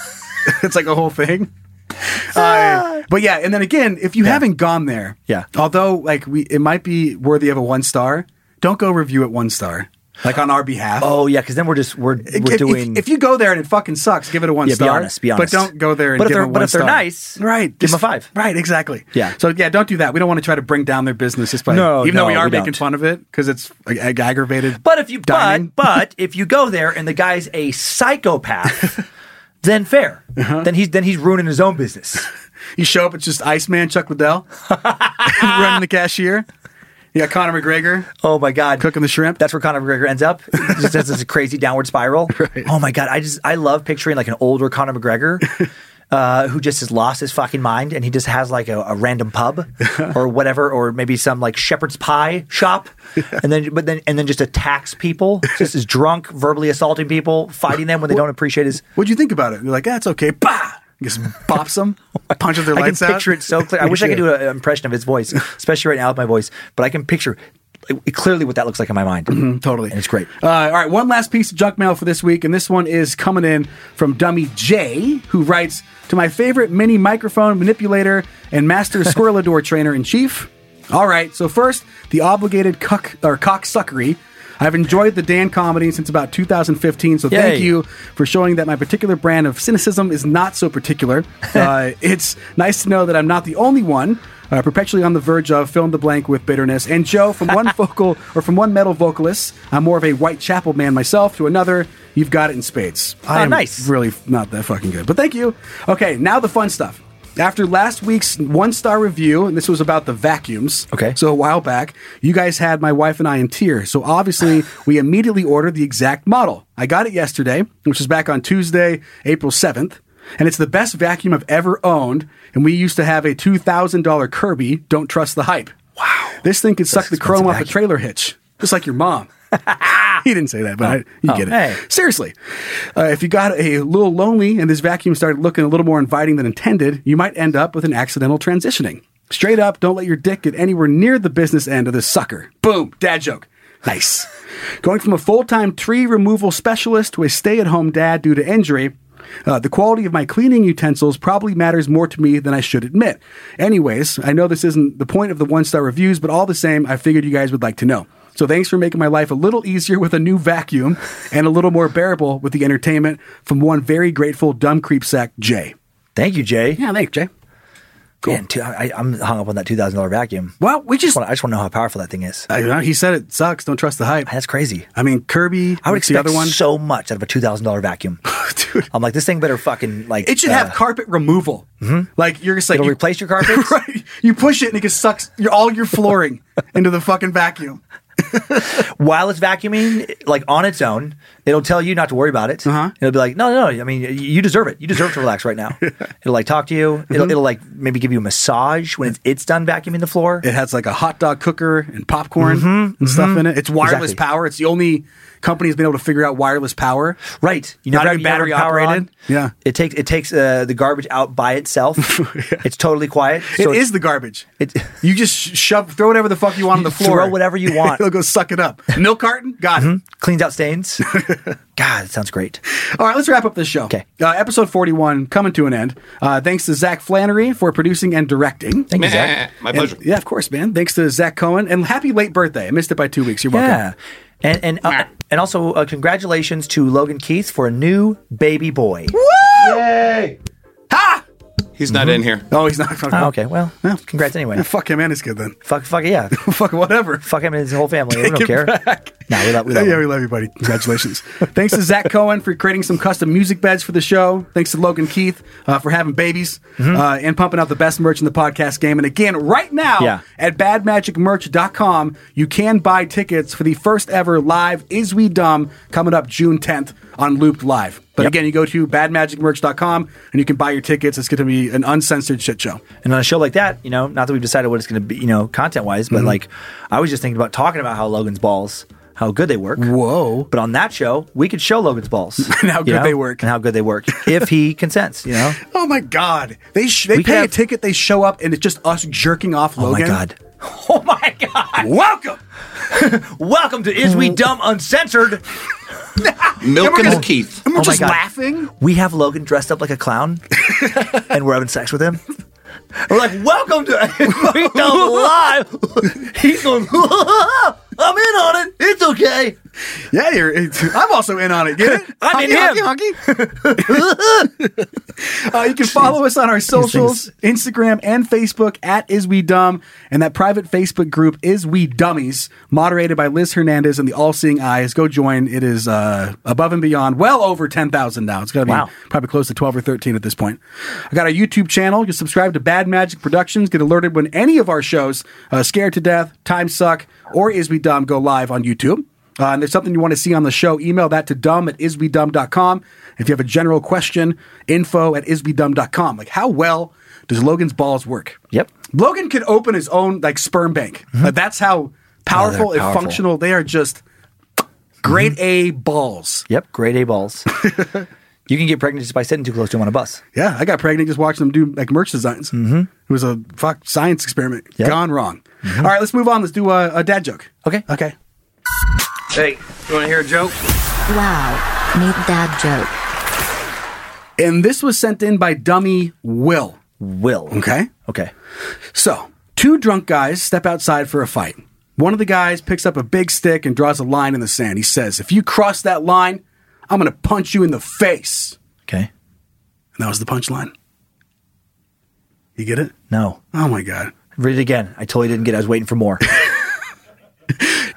[SPEAKER 3] it's like a whole thing. Uh, but yeah, and then again, if you haven't gone there,
[SPEAKER 8] Ah. Yeah.
[SPEAKER 3] although like we, it might be worthy of a one star. Don't go review it one star. like on our behalf.
[SPEAKER 8] Oh yeah, because then we're just we're we're
[SPEAKER 3] if,
[SPEAKER 8] doing.
[SPEAKER 3] If, if you go there and it fucking sucks, give it a one
[SPEAKER 8] Yeah, be
[SPEAKER 3] star.
[SPEAKER 8] honest, be honest.
[SPEAKER 3] But don't go there and
[SPEAKER 8] But if
[SPEAKER 3] give
[SPEAKER 8] they're-
[SPEAKER 3] them
[SPEAKER 8] but
[SPEAKER 3] one
[SPEAKER 8] if they're
[SPEAKER 3] star.
[SPEAKER 8] nice,
[SPEAKER 3] right?
[SPEAKER 8] give 'em a
[SPEAKER 3] just-
[SPEAKER 8] five.
[SPEAKER 3] Right, exactly.
[SPEAKER 8] Yeah.
[SPEAKER 3] So yeah, don't do that. We don't want to try to bring down their business just by
[SPEAKER 8] No,
[SPEAKER 3] even though
[SPEAKER 8] no,
[SPEAKER 3] we are
[SPEAKER 8] we
[SPEAKER 3] making
[SPEAKER 8] don't.
[SPEAKER 3] fun of it because it's like, ag- aggravated.
[SPEAKER 8] but if you
[SPEAKER 3] dining.
[SPEAKER 8] but but if you go there and the guy's a psychopath, then fair. Then he's then he's ruining his own business.
[SPEAKER 3] you show up, it's just Iceman Chuck Liddell running the cashier. You got Conor McGregor.
[SPEAKER 8] Oh my God,
[SPEAKER 3] cooking the shrimp.
[SPEAKER 8] That's where Conor McGregor ends up. It Just has this crazy downward spiral. Oh my god, I just I love picturing like an older Conor McGregor. Uh, who just has lost his fucking mind and he just has like a, a random pub or whatever or maybe some like shepherd's pie shop and then but then and then just attacks people just is drunk verbally assaulting people fighting them when they don't appreciate his
[SPEAKER 3] What'd you think about it? You're like, that's okay. Bah! Just bops them, punches their
[SPEAKER 8] Oh I can
[SPEAKER 3] lights out.
[SPEAKER 8] picture it so clear. I
[SPEAKER 3] You
[SPEAKER 8] wish I could
[SPEAKER 3] should.
[SPEAKER 8] do an impression of his voice, especially right now with my voice. But I can picture like, clearly what that looks like in my mind.
[SPEAKER 3] totally,
[SPEAKER 8] and it's great.
[SPEAKER 3] Uh, all right, one last piece of junk mail for this week, and this one is coming in from Dummy J, who writes to my favorite mini microphone manipulator and master squirrelador trainer in chief. All right, so first the obligated cuck or cocksuckery. I've enjoyed the Dan comedy since about 2015, so thank
[SPEAKER 8] Yay.
[SPEAKER 3] you for showing that my particular brand of cynicism is not so particular. Uh, it's nice to know that I'm not the only one uh, perpetually on the verge of fill in the blank with bitterness. And Joe, from one vocal or from one metal vocalist, I'm more of a Whitechapel man myself, to another, you've got it in spades. I
[SPEAKER 8] Oh,
[SPEAKER 3] am
[SPEAKER 8] nice.
[SPEAKER 3] Really not that fucking good, but thank you. Okay, now the fun stuff. After last week's one star review, and this was about the vacuums.
[SPEAKER 8] Okay.
[SPEAKER 3] So a while back, you guys had my wife and I in tears. So obviously, we immediately ordered the exact model. I got it yesterday, which is back on Tuesday, April 7th. And it's the best vacuum I've ever owned. And we used to have a $2,000 Kirby. Don't trust the hype. Wow. This thing could suck the chrome off a trailer hitch, just like your mom. he didn't say that, but I, you
[SPEAKER 8] Oh,
[SPEAKER 3] get it.
[SPEAKER 8] hey.
[SPEAKER 3] Seriously, uh, if you got a little lonely and this vacuum started looking a little more inviting than intended, you might end up with an accidental transitioning. Straight up, don't let your dick get anywhere near the business end of this sucker. Boom, dad joke. Nice. Going from a full time tree removal specialist to a stay at home dad due to injury, uh, the quality of my cleaning utensils probably matters more to me than I should admit. Anyways, I know this isn't the point of the one star reviews, but all the same, I figured you guys would like to know. So thanks for making my life a little easier with a new vacuum and a little more bearable with the entertainment from one very grateful dumb creep sack, Jay.
[SPEAKER 8] Thank you, Jay.
[SPEAKER 3] Yeah, thanks, Jay.
[SPEAKER 8] Cool. Man, two, I, I'm hung up on that two thousand dollar vacuum.
[SPEAKER 3] Well, we just.
[SPEAKER 8] I just want to know how powerful that thing is.
[SPEAKER 3] I don't know, he said it sucks. Don't trust the hype.
[SPEAKER 8] That's crazy.
[SPEAKER 3] I mean, Kirby.
[SPEAKER 8] I would
[SPEAKER 3] what's the
[SPEAKER 8] expect
[SPEAKER 3] other one.
[SPEAKER 8] so much out of a two thousand dollar vacuum.
[SPEAKER 3] Dude,
[SPEAKER 8] I'm like, this thing better fucking like
[SPEAKER 3] it should have
[SPEAKER 8] uh,
[SPEAKER 3] carpet removal. Like you're just like
[SPEAKER 8] Mm-hmm. It'll
[SPEAKER 3] you-
[SPEAKER 8] replace your carpets?
[SPEAKER 3] right? You push it and it just sucks your, all your flooring into the fucking vacuum.
[SPEAKER 8] while it's vacuuming, like on its own. It'll tell you not to worry about it. Uh-huh. It'll be like, no, no, no. I mean, y- you deserve it. You deserve to relax right now. it'll like talk to you. It'll,
[SPEAKER 3] Mm-hmm.
[SPEAKER 8] it'll like maybe give you a massage when it's, it's done vacuuming the floor.
[SPEAKER 3] It has like a hot dog cooker and popcorn and stuff in it. It's wireless
[SPEAKER 8] Mm-hmm, Exactly.
[SPEAKER 3] power. It's the only company that's been able to figure out wireless power.
[SPEAKER 8] Right. You
[SPEAKER 3] Not
[SPEAKER 8] never
[SPEAKER 3] even
[SPEAKER 8] you never
[SPEAKER 3] battery
[SPEAKER 8] have power
[SPEAKER 3] operated?
[SPEAKER 8] on.
[SPEAKER 3] Yeah.
[SPEAKER 8] It takes it takes uh, the garbage out by itself. It's totally quiet. So
[SPEAKER 3] it
[SPEAKER 8] it's-
[SPEAKER 3] is the garbage.
[SPEAKER 8] it-
[SPEAKER 3] you just sh- shove, throw whatever the fuck you want on the
[SPEAKER 8] Throw
[SPEAKER 3] floor.
[SPEAKER 8] whatever you want. Mm-hmm.
[SPEAKER 3] It'll go suck it up. Milk carton? Got it.
[SPEAKER 8] cleans out stains. God, it sounds great.
[SPEAKER 3] All right, let's wrap up this show.
[SPEAKER 8] Okay.
[SPEAKER 3] Uh, episode 41 coming to an end. Uh, thanks to Zach Flannery for producing and directing.
[SPEAKER 8] Thank you, Zach.
[SPEAKER 5] Meh, my
[SPEAKER 3] And-
[SPEAKER 5] pleasure.
[SPEAKER 3] yeah, of course, man. Thanks to Zach Cohen. And happy late birthday. I missed it by two weeks. You're welcome.
[SPEAKER 8] Yeah. And and uh, and also uh, congratulations to Logan Keith for a new baby boy.
[SPEAKER 5] He's not in here.
[SPEAKER 3] Oh, he's not.
[SPEAKER 8] Oh, okay, well,
[SPEAKER 3] Yeah.
[SPEAKER 8] congrats anyway.
[SPEAKER 3] Yeah, fuck him and his kid then.
[SPEAKER 8] Fuck, fuck, yeah,
[SPEAKER 3] fuck whatever.
[SPEAKER 8] fuck him and his whole family. We
[SPEAKER 3] Take
[SPEAKER 8] don't
[SPEAKER 3] it
[SPEAKER 8] care. No, we love, we love
[SPEAKER 3] yeah,
[SPEAKER 8] him.
[SPEAKER 3] we love you, buddy. Congratulations. Thanks to Zach Cohen for creating some custom music beds for the show. Thanks to Logan Keith uh, for having babies
[SPEAKER 8] Mm-hmm.
[SPEAKER 3] uh, and pumping out the best merch in the podcast game. And again, right now
[SPEAKER 8] Yeah.
[SPEAKER 3] at badmagicmerch.com, you can buy tickets for the first ever live Is We Dumb coming up June 10th on Looped Live. But
[SPEAKER 8] Yep.
[SPEAKER 3] again, you go to badmagicmerch.com and you can buy your tickets. It's going to be an uncensored shit show.
[SPEAKER 8] And on a show like that, you know, not that we've decided what it's going to be, you know, content wise,
[SPEAKER 3] Mm-hmm.
[SPEAKER 8] but like, I was just thinking about talking about how Logan's balls, how good they work.
[SPEAKER 3] Whoa.
[SPEAKER 8] But on that show, we could show Logan's balls
[SPEAKER 3] And how
[SPEAKER 8] you
[SPEAKER 3] good
[SPEAKER 8] know,
[SPEAKER 3] they work.
[SPEAKER 8] and how good they work if he consents. You know.
[SPEAKER 3] Oh my God! They sh- they
[SPEAKER 8] We could
[SPEAKER 3] pay a
[SPEAKER 8] have-
[SPEAKER 3] ticket, they show up, and it's just us jerking off.
[SPEAKER 8] Oh
[SPEAKER 3] Logan.
[SPEAKER 8] my god. Oh my god.
[SPEAKER 3] Welcome.
[SPEAKER 8] Welcome to Is We Dumb Uncensored.
[SPEAKER 5] Milk and Keith.
[SPEAKER 3] And we're
[SPEAKER 8] Oh my
[SPEAKER 3] just
[SPEAKER 8] God.
[SPEAKER 3] laughing.
[SPEAKER 8] We have Logan dressed up like a clown, and we're having sex with him. We're like, welcome to Is We Dumb Live. He's going, I'm in on it. It's okay.
[SPEAKER 3] Yeah, you're. I'm also in on it. Get it?
[SPEAKER 8] I'm in
[SPEAKER 3] Honky,
[SPEAKER 8] him.
[SPEAKER 3] honky, honky. uh, you can follow us on our socials, Instagram and Facebook at Is We Dumb, and that private Facebook group Is We Dummies, moderated by Liz Hernandez and the All Seeing Eyes. Go join. It is uh, above and beyond, well over ten thousand now. It's got to be
[SPEAKER 8] Wow.
[SPEAKER 3] probably close to twelve or thirteen at this point. I got our YouTube channel. You can subscribe to Bad Magic Productions. Get alerted when any of our shows, uh, Scared to Death, Time Suck, or Is We Dumb, go live on YouTube. Uh, and there's something you want to see on the show, email that to dumb at isbedumb.com. If you have a general question, info at isbedumb.com. Like, how well does Logan's balls work?
[SPEAKER 8] Yep.
[SPEAKER 3] Logan could open his own like sperm bank. Uh, that's how powerful, and
[SPEAKER 8] Mm-hmm. Oh, powerful.
[SPEAKER 3] functional they are. Just grade A balls.
[SPEAKER 8] Yep, grade A balls. you can get pregnant just by sitting too close to him on a bus.
[SPEAKER 3] Yeah, I got pregnant just watching them do like merch designs. Mm-hmm. It was a fuck science experiment
[SPEAKER 8] Yep. Mm-hmm.
[SPEAKER 3] gone wrong. All right, let's move on. Let's do a, a dad joke.
[SPEAKER 8] Okay.
[SPEAKER 3] Okay.
[SPEAKER 12] Hey, you want to hear a joke?
[SPEAKER 2] Wow. Neat dad joke.
[SPEAKER 3] And this was sent in by dummy Will.
[SPEAKER 8] Will.
[SPEAKER 3] Okay.
[SPEAKER 8] Okay.
[SPEAKER 3] So, two drunk guys step outside for a fight. One of the guys picks up a big stick and draws a line in the sand. He says, If you cross that line, I'm going to punch you in the face.
[SPEAKER 8] Okay.
[SPEAKER 3] And that was the punchline. You get it?
[SPEAKER 8] No.
[SPEAKER 3] Oh my God.
[SPEAKER 8] Read it again. I totally didn't get it. I was waiting for more.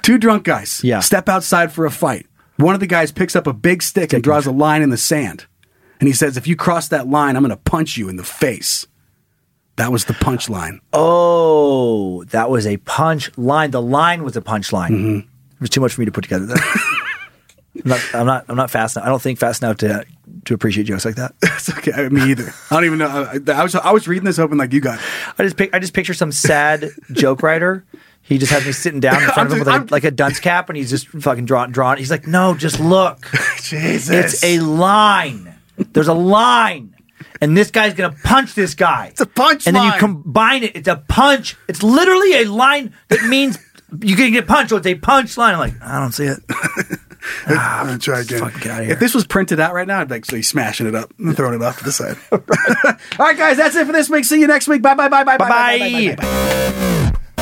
[SPEAKER 3] Two drunk guys
[SPEAKER 8] Yeah.
[SPEAKER 3] step outside for a fight. One of the guys picks up a big stick and draws a line in the sand. And he says, If you cross that line, I'm going to punch you in the face. That was the punchline.
[SPEAKER 8] oh, that was a punch line. The line was a punch line. It was too much for me to put together. I'm, not, I'm not I'm not fast enough. I don't think fast enough to to appreciate jokes like that.
[SPEAKER 3] That's okay. I- Me either. I don't even know. I, I was, I was reading this hoping like you got it.
[SPEAKER 8] I just pic- I just picture some sad joke writer. He just has me sitting down in front of him with
[SPEAKER 3] I'm-
[SPEAKER 8] like, like a dunce cap, and he's just fucking drawing, drawing. He's like, "No, just look.
[SPEAKER 3] Jesus.
[SPEAKER 8] It's a line. There's a line, and this guy's gonna punch this guy. It's a
[SPEAKER 3] punch
[SPEAKER 8] And then
[SPEAKER 3] line.
[SPEAKER 8] you combine it. It's a punch. It's literally a line that means you're gonna get punched. Or it's a punch line. I'm like, I don't see it.
[SPEAKER 3] I'm gonna try again.
[SPEAKER 8] fucking get outta here.
[SPEAKER 3] If this was printed out right now, I'd like be smashing it up and throwing it off to the side. All right, guys, that's it for this week. See you next week. Bye bye bye bye bye bye bye. bye, bye, bye.